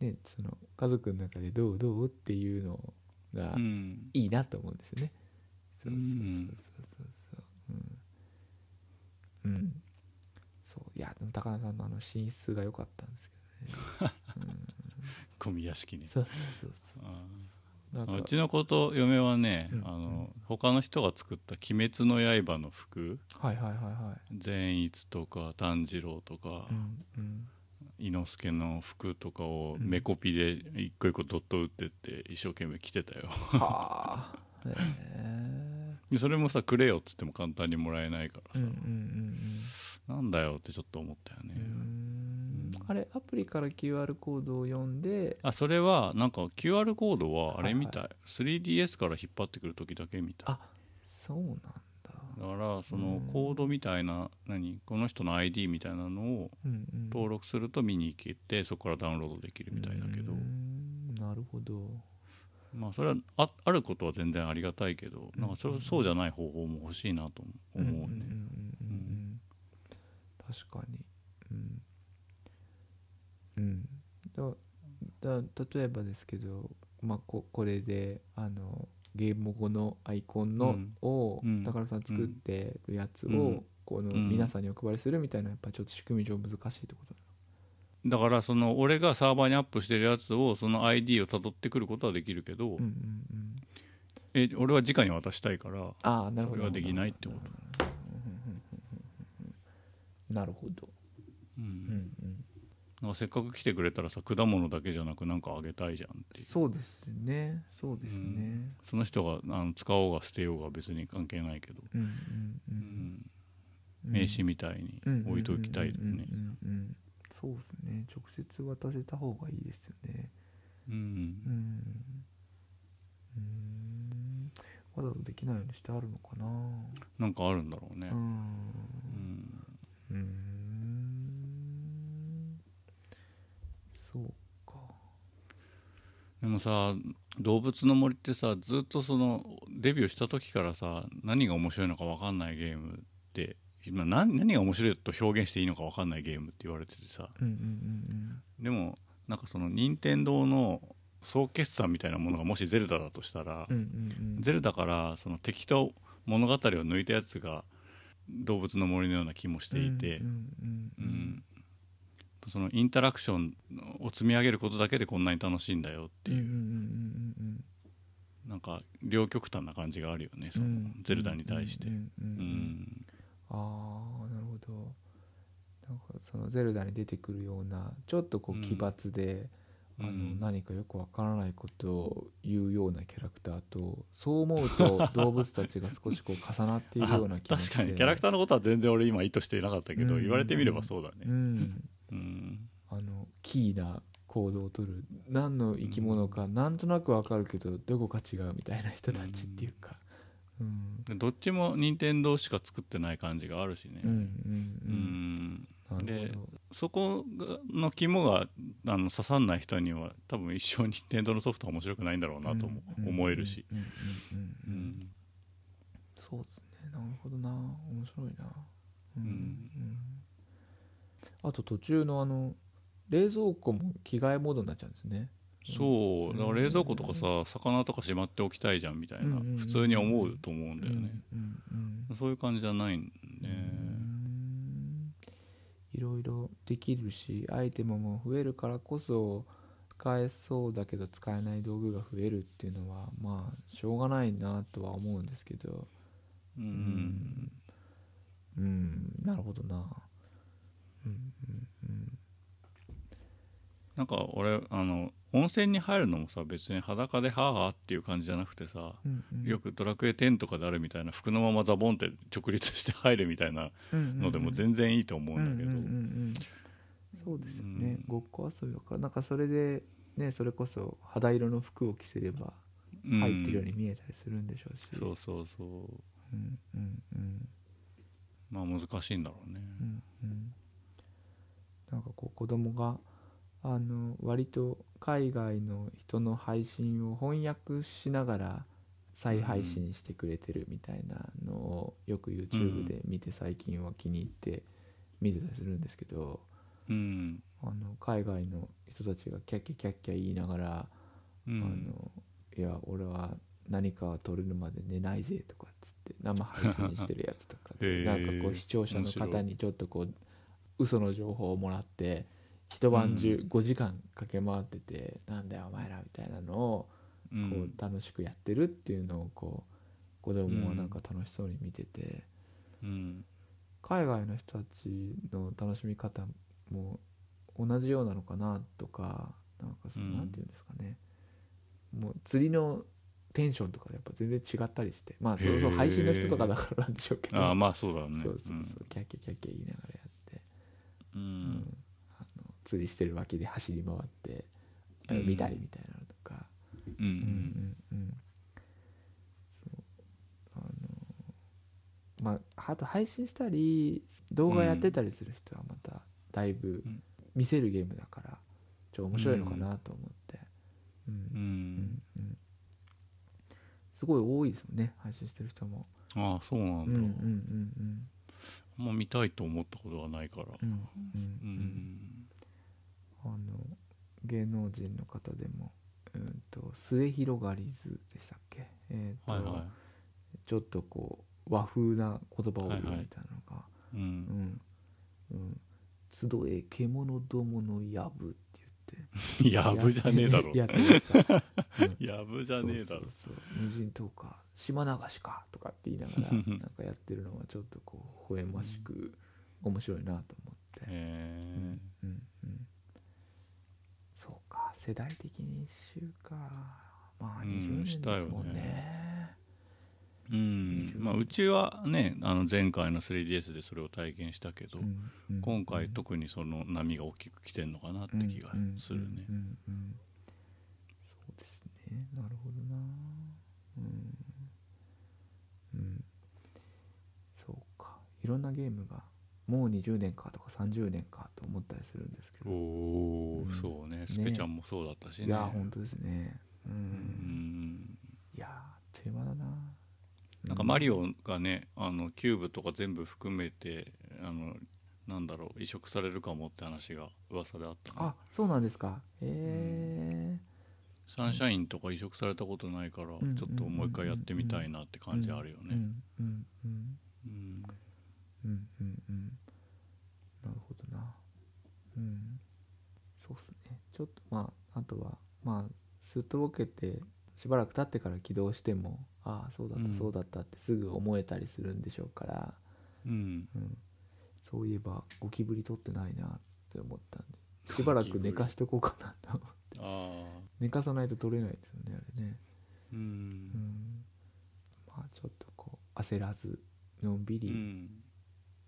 Speaker 1: ねその家族の中でどうどうっていうのが
Speaker 2: うん
Speaker 1: いいなと思うんですよね、そう
Speaker 2: う
Speaker 1: そ
Speaker 2: ん
Speaker 1: うそうそうそうそううん、うん、そういやでも高田さんのあの寝室が良かったんですけどね、
Speaker 2: ゴミ屋敷
Speaker 1: うん、
Speaker 2: ね
Speaker 1: そうそうそう
Speaker 2: あ
Speaker 1: そう
Speaker 2: ー
Speaker 1: な
Speaker 2: うん
Speaker 1: か
Speaker 2: ちの子と嫁はね、
Speaker 1: うん
Speaker 2: あの他の人が作った「鬼滅の刃」の服
Speaker 1: はいはいはいはい
Speaker 2: 善逸とか炭治郎とか、
Speaker 1: うんうん
Speaker 2: 伊之助の服とかをメコピで一個一個ドット打ってって一生懸命着てたよ [laughs]
Speaker 1: はあへえ
Speaker 2: でそれもさくれよっつっても簡単にもらえないから
Speaker 1: うん
Speaker 2: さ、
Speaker 1: うんうん
Speaker 2: なんだよってちょっと思ったよね、
Speaker 1: うんうーんあれアプリから QR コードを読んで
Speaker 2: あそれはなんか QR コードはあれみたい、
Speaker 1: は
Speaker 2: 3DS から引っ張ってくる時だけみたい
Speaker 1: あそうなんだ
Speaker 2: だからそうの
Speaker 1: ん
Speaker 2: コードみたいな何この人の ID みたいなのを
Speaker 1: うんうん
Speaker 2: 登録すると見に行けてそこからダウンロードできるみたいだけど
Speaker 1: うーんなるほど
Speaker 2: まあそれはああることは全然ありがたいけど
Speaker 1: うん
Speaker 2: なんかそれそうじゃない方法も欲しいなと思うね、
Speaker 1: んんんうんうんうん確かにうん、うん、だだ例えばですけど、まあ、ここれであのゲーム後のアイコンの、
Speaker 2: うん
Speaker 1: を
Speaker 2: うん
Speaker 1: 高田さん作ってるやつを、
Speaker 2: うん
Speaker 1: この
Speaker 2: うん
Speaker 1: 皆さんにお配りするみたいなやっぱりちょっと仕組み上難しいってこと
Speaker 2: だからその俺がサーバーにアップしてるやつをその ID を辿ってくることはできるけど、
Speaker 1: うんうんうん、
Speaker 2: え俺は直に渡したいから
Speaker 1: ああなるほど
Speaker 2: それはできないってこと
Speaker 1: となるほど、
Speaker 2: うん
Speaker 1: うんうん、
Speaker 2: なんかせっかく来てくれたらさ果物だけじゃなくなんかあげたいじゃんっていう
Speaker 1: そうですねそうです
Speaker 2: う
Speaker 1: ね
Speaker 2: んその人があの使おうが捨てようが別に関係ないけど、
Speaker 1: うんうんう
Speaker 2: うんん
Speaker 1: うん
Speaker 2: 名刺みたいに置いときたいよね
Speaker 1: うんうんうんうんうんそうですね直接渡せた方がいいですよね
Speaker 2: うん
Speaker 1: うんうんわざとできないようにしてあるのかな
Speaker 2: なんかあるんだろうね
Speaker 1: う、ん
Speaker 2: うん
Speaker 1: うんそうか
Speaker 2: でもさ動物の森ってさずっとそのデビューした時からさ何が面白いのか分かんないゲームって今何何が面白いと表現していいのか分かんないゲームって言われててさ
Speaker 1: うんうんうん
Speaker 2: でもなんかその任天堂の総決算みたいなものがもしゼルダだとしたら、
Speaker 1: うんうんうんうん
Speaker 2: ゼルダからその敵と物語を抜いたやつが動物の森のような気もしていて、
Speaker 1: うんうんう
Speaker 2: うんんそのインタラクションを積み上げることだけでこんなに楽しいんだよっていう、
Speaker 1: うんうんうんうんうん
Speaker 2: なんか両極端な感じがあるよねその
Speaker 1: うん
Speaker 2: ゼルダに対して。
Speaker 1: うんうんうん
Speaker 2: う
Speaker 1: うん
Speaker 2: ん
Speaker 1: ああなるほどなんかそのゼルダに出てくるようなちょっとこ
Speaker 2: う
Speaker 1: うん奇抜で、あ
Speaker 2: う
Speaker 1: の
Speaker 2: ん
Speaker 1: 何かよくわからないことを言うようなキャラクターとそう思う
Speaker 2: [laughs]
Speaker 1: と動物たちが少しこう重なっているような
Speaker 2: あ
Speaker 1: 気がして
Speaker 2: 確かにキャラクターのことは全然俺今意図していなかったけど、
Speaker 1: うん
Speaker 2: 言われてみればそうだね、
Speaker 1: うん
Speaker 2: うん
Speaker 1: あのキーな行動をとる何の生き物かなんとなくわかるけどどこか違うみたいな人たちっていうか、うん、
Speaker 2: でどっちも任天堂しか作ってない感じがあるしね、
Speaker 1: うん
Speaker 2: う
Speaker 1: うん
Speaker 2: ん
Speaker 1: うんなる
Speaker 2: で
Speaker 1: ほど
Speaker 2: そこの肝があの刺さんない人には多分一生任天堂のソフトは面白くないんだろうなとも
Speaker 1: うん
Speaker 2: 思えるし、
Speaker 1: うんうん
Speaker 2: う
Speaker 1: うんうんうん
Speaker 2: ん
Speaker 1: そうですねなるほどな面白いなうん、
Speaker 2: うん
Speaker 1: うんあと途中のあの冷蔵庫も着替えモードになっちゃうんですね
Speaker 2: そうだから冷蔵庫とかさ魚とかしまっておきたいじゃんみたいな
Speaker 1: うんうんうん
Speaker 2: 普通に思うと思うんだよね、
Speaker 1: うんうん
Speaker 2: そういう感じじゃないん
Speaker 1: うん
Speaker 2: で、
Speaker 1: うんいろいろできるしアイテムも増えるからこそ使えそうだけど使えない道具が増えるっていうのはまあしょうがないなとは思うんですけど
Speaker 2: うん
Speaker 1: うんなるほどなうん
Speaker 2: なんか俺あの温泉に入るのもさ別に裸で「はあはあ」っていう感じじゃなくてさ
Speaker 1: うんうん
Speaker 2: よく「ドラクエ10」とかであるみたいな服のままザボンって直立して入るみたいなのでも全然いいと思うんだけど、
Speaker 1: うんうんうんうんそうですよね、
Speaker 2: うん
Speaker 1: ごっこ遊びとかなんかそれでねそれこそ肌色の服を着せれば
Speaker 2: うん
Speaker 1: 入ってるように見えたりするんでしょうし、
Speaker 2: そうそうそう
Speaker 1: うんうんうん
Speaker 2: まあ難しいんだろうね
Speaker 1: うんうんなんかこう子供があの割と海外の人の配信を翻訳しながら再配信してくれてるみたいなのをよく YouTube で見て最近は気に入って見てたりするんですけど、
Speaker 2: うん、
Speaker 1: あの海外の人たちがキャッキャキャッキャ言いながら、
Speaker 2: うん、
Speaker 1: あのいや俺は何かを取れるまで寝ないぜとかっつって生配信してるやつとか
Speaker 2: [laughs]
Speaker 1: で
Speaker 2: へー
Speaker 1: なんかこう視聴者の
Speaker 2: 面白
Speaker 1: 方
Speaker 2: い
Speaker 1: にちょっとこう嘘の情報をもらって一晩
Speaker 2: う
Speaker 1: 中5時間駆け回ってて、なんだよお前らみたいなのを
Speaker 2: う
Speaker 1: こうん楽しくやってるっていうのをこう子供はなんか楽しそうに見てて。
Speaker 2: うん
Speaker 1: 海外の人たちの楽しみ方も同じようなのかなとかなんかその
Speaker 2: うん
Speaker 1: なんていうんですかね、もう釣りのテンションとかやっぱ全然違ったりしてまあそ
Speaker 2: へ
Speaker 1: う
Speaker 2: ー
Speaker 1: そう配信の人とかだからなんでしょうけど、
Speaker 2: ああまあそうだよね
Speaker 1: そうそうそうキャッキャキャッキャ言いながらやって、
Speaker 2: うんう
Speaker 1: うん
Speaker 2: ん
Speaker 1: あの釣りしてる脇で走り回って、あの
Speaker 2: うん
Speaker 1: 見たりみたいなのとか、
Speaker 2: う
Speaker 1: うん
Speaker 2: ん
Speaker 1: うんうんそうあのまああと配信したり動画やってたりする人はまただいぶ
Speaker 2: うん
Speaker 1: 見せるゲームだからちょっと面白いのかなと思って、うん
Speaker 2: う
Speaker 1: うん
Speaker 2: ん
Speaker 1: うんすごい多いですもんね配信してる人も、
Speaker 2: ああそうな
Speaker 1: うんうんうん
Speaker 2: んだあんま見たいと思ったことがないから
Speaker 1: うんうんうん
Speaker 2: う
Speaker 1: うん
Speaker 2: ん
Speaker 1: あの芸能人の方でも、うん、と末広がりずでしたっけ、えーと
Speaker 2: はいは
Speaker 1: ちょっとこう和風な言葉を言うみたいなのが、
Speaker 2: いうん
Speaker 1: うん、うん、集え獣どものやぶって言っ
Speaker 2: やぶじゃねえだろ
Speaker 1: てやってました
Speaker 2: やぶじゃねえだろ
Speaker 1: そうそうそう無人島か島流しかとかって言いながらなんかやってるのはちょっとこう微笑ましく面白いなと思って、う
Speaker 2: へ
Speaker 1: んうんうんそうか世代的に一周かまあ
Speaker 2: うん
Speaker 1: 20年ですもん
Speaker 2: したよ
Speaker 1: ね,、
Speaker 2: えうんまあうちはねあの前回の 3DS でそれを体験したけど
Speaker 1: うん
Speaker 2: 今回特にその波が大きく来てんのかなって気がす
Speaker 1: うんうんうん
Speaker 2: るね
Speaker 1: うんそうですねなるほどなうん、うん、そうかいろんなゲームがもう20年かとか30年かと思ったりするんですけど、
Speaker 2: おお
Speaker 1: うん
Speaker 2: そうねスペちゃんもそうだったしね
Speaker 1: いや本当ですねうん、
Speaker 2: うん
Speaker 1: いやーあっという間だな
Speaker 2: なんかマリオがねあのキューブとか全部含めてあのなんだろう移植されるかもって話が噂であったね
Speaker 1: あそうなんですかへえ
Speaker 2: サンシャインとか移植されたことないから
Speaker 1: ん
Speaker 2: ちょっともう一回やってみたいなって感じあるよ
Speaker 1: う
Speaker 2: ね
Speaker 1: んうんうん
Speaker 2: うん
Speaker 1: うんうんうんなるほどなうんそうっすねちょっとまああとはまあすっとぼけてしばらく経ってから起動してもああそうだっ
Speaker 2: うん
Speaker 1: たそうだったってすぐ思えたりするんでしょうから、
Speaker 2: うん
Speaker 1: うん、そういえばゴキブリ取ってないなって思ったんでしばらく寝かしとこうかなと [laughs]
Speaker 2: ああ
Speaker 1: 寝かさないと取れないですよねあれね
Speaker 2: う
Speaker 1: うんんまあちょっとこう焦らずのんび
Speaker 2: う
Speaker 1: り、
Speaker 2: ん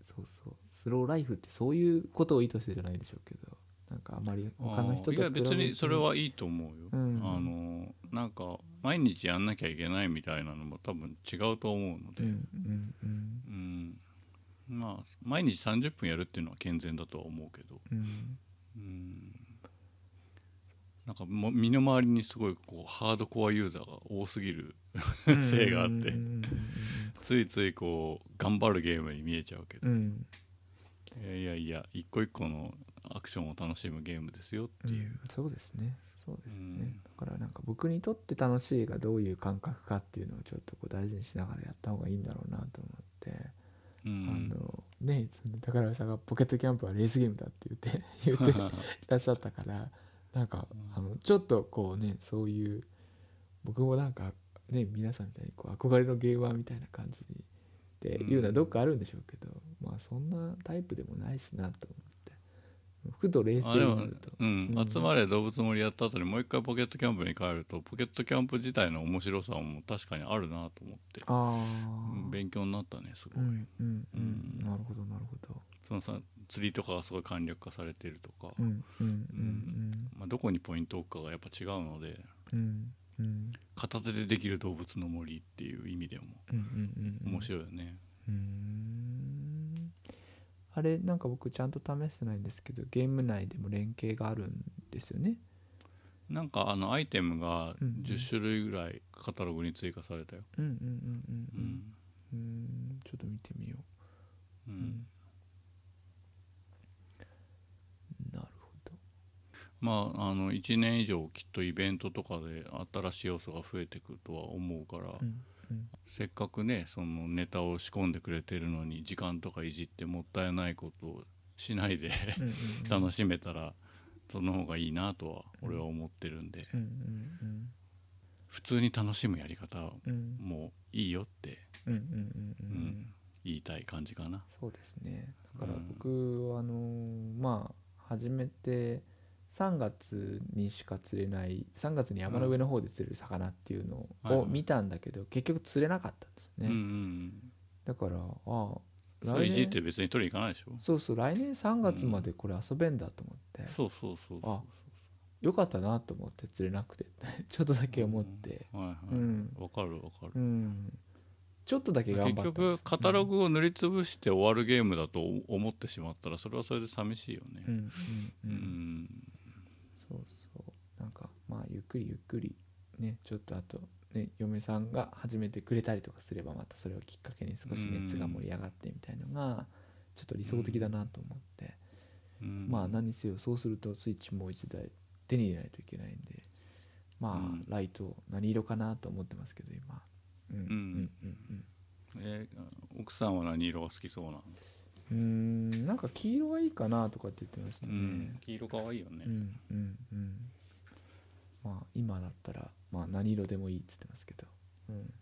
Speaker 1: そうそうスローライフってそういうことを意図してじゃないでしょうけどなんかあまり他の人と
Speaker 2: いや別
Speaker 1: 比べ
Speaker 2: に
Speaker 1: て
Speaker 2: それはいいと思うよ、
Speaker 1: うん
Speaker 2: あのなんか毎日やんなきゃいけないみたいなのも多分違うと思うの
Speaker 1: う
Speaker 2: で、
Speaker 1: んうんうん
Speaker 2: うんまあ毎日30分やるっていうのは健全だとは思うけど、
Speaker 1: うん
Speaker 2: うん、なんかもう身の回りにすごいこうハードコアユーザーが多すぎる [laughs] せいがあって
Speaker 1: うん
Speaker 2: ついついこう頑張るゲームに見えちゃうけど
Speaker 1: う、ん
Speaker 2: いやいやいや一個一個のアクションを楽しむゲームですよっていう、
Speaker 1: そうですねそうですね、
Speaker 2: うん
Speaker 1: だからなんか僕にとって楽しいがどういう感覚かっていうのをちょっとこう大事にしながらやった方がいいんだろうなと思って、
Speaker 2: うん
Speaker 1: あのねその宝部さんが「ポケットキャンプはレースゲームだ」って言って言っていらっしゃったからなんか
Speaker 2: うん
Speaker 1: あのちょっとこうねそういう僕もなんかね皆さんみたいにこう憧れのゲーマーみたいな感じにっていうの
Speaker 2: う
Speaker 1: は
Speaker 2: ん
Speaker 1: どっかあるんでしょうけど、まあそんなタイプでもないしなと思ってふと冷静
Speaker 2: あで
Speaker 1: に
Speaker 2: も
Speaker 1: なると、
Speaker 2: [laughs] うん
Speaker 1: うん
Speaker 2: 集まれ動物森やった後にもう一回ポケットキャンプに帰るとポケットキャンプ自体の面白さも確かにあるなと思って
Speaker 1: あ
Speaker 2: うん
Speaker 1: あ
Speaker 2: 勉強になったねす
Speaker 1: う
Speaker 2: ごい、
Speaker 1: んうんう
Speaker 2: うん
Speaker 1: んなるほどなるほど
Speaker 2: そのさ釣りとかがすごい簡略化されてるとか、
Speaker 1: うんうんうん
Speaker 2: まあ、どこにポイントを置くかがやっぱ違うので
Speaker 1: うんうんうん
Speaker 2: 片手でできる動物の森っていう意味でも
Speaker 1: うんうんうん
Speaker 2: 面白いよね、
Speaker 1: うーんあれなんか僕ちゃんと試してないんですけどゲーム内でも連携があるんですよね
Speaker 2: なんかあのアイテムが
Speaker 1: うん
Speaker 2: 10種類ぐらいカタログに追加されたよ、
Speaker 1: うんうんうん
Speaker 2: う
Speaker 1: うんうん
Speaker 2: ん
Speaker 1: うーんちょっと見てみよ
Speaker 2: う
Speaker 1: う、
Speaker 2: ん、
Speaker 1: なるほど
Speaker 2: まああの1年以上きっとイベントとかで新しい要素が増えてくるとは思うから、
Speaker 1: うんうん
Speaker 2: せっかくねそのネタを仕込んでくれてるのに時間とかいじってもったいないことをしないで
Speaker 1: うんうん [laughs] うん
Speaker 2: [laughs] 楽しめたらその方がいいなとは俺は思ってるんで
Speaker 1: うんうん
Speaker 2: 普通に楽しむやり方
Speaker 1: うんうん
Speaker 2: もいいよって
Speaker 1: うんうんうんうんう
Speaker 2: うんん言いたい感じかな
Speaker 1: そうですねだから
Speaker 2: うん
Speaker 1: 僕、あのーまあ始めて3月にしか釣れない3月に山の上の方で釣れる魚っていうの
Speaker 2: はいは
Speaker 1: を
Speaker 2: い
Speaker 1: 見たんだけど、結局釣れなかったんです
Speaker 2: う
Speaker 1: ね、
Speaker 2: んうん
Speaker 1: だからあ
Speaker 2: うん
Speaker 1: あ
Speaker 2: それいじっ
Speaker 1: 来
Speaker 2: て
Speaker 1: 年
Speaker 2: 別に取り行かないでしょ
Speaker 1: そうそう来年3月までこれ遊べんだと思って、
Speaker 2: そうそうそうそう
Speaker 1: あよかったなと思って釣れなくて [laughs] ちょっとだけ思って
Speaker 2: はいは
Speaker 1: う
Speaker 2: い
Speaker 1: ん、
Speaker 2: わかるわか
Speaker 1: う
Speaker 2: る
Speaker 1: ん、ちょっとだけ頑張った
Speaker 2: 結
Speaker 1: んです
Speaker 2: 局カタログを塗りつぶして終わるゲームだと思ってしまったらそれはそれで寂しいよ
Speaker 1: う
Speaker 2: ね
Speaker 1: んう
Speaker 2: うん
Speaker 1: うん、
Speaker 2: ん
Speaker 1: そうそうなんかまあゆっくりゆっくりねちょっとあとね嫁さんが始めてくれたりとかすればまたそれをきっかけに少し
Speaker 2: うん
Speaker 1: 熱が盛り上がってみたいのがちょっと理想的だなと思って、
Speaker 2: うん
Speaker 1: まあ何にせよそうするとスイッチもう一台手に入れないといけないんでまあ、
Speaker 2: うん
Speaker 1: ライト何色かなと思ってますけど今うんうんうん
Speaker 2: え奥さんは何色が好きそうな
Speaker 1: う
Speaker 2: の
Speaker 1: んうんうーんなんか黄色がいいかなとかって言ってました
Speaker 2: う
Speaker 1: ね、
Speaker 2: ん黄色可愛いよ
Speaker 1: う
Speaker 2: ね
Speaker 1: んうんうんまあ今だったら、まあ、何色でもいいっつってますけど、うん、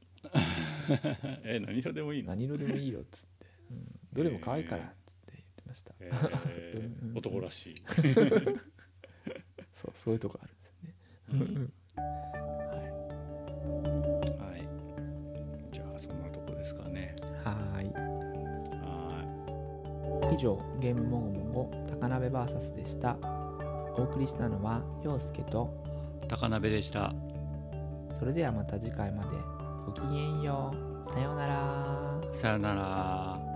Speaker 2: え何色でもいいの
Speaker 1: 何色でもいいよっつって、うん、どれも可愛いからっつって言ってました、
Speaker 2: え
Speaker 1: [laughs]
Speaker 2: ー
Speaker 1: うんうん
Speaker 2: 男らしい
Speaker 1: そうそういうとこあるんですね、
Speaker 2: うん
Speaker 1: は
Speaker 2: はいじゃあそんなとこですかね
Speaker 1: いは
Speaker 2: はい
Speaker 3: 以上ゲームもごもご高鍋 VS でしたお送りしたのは陽介と
Speaker 2: 高鍋でした
Speaker 3: それではまた次回までごきげんようさようなら
Speaker 2: さよなら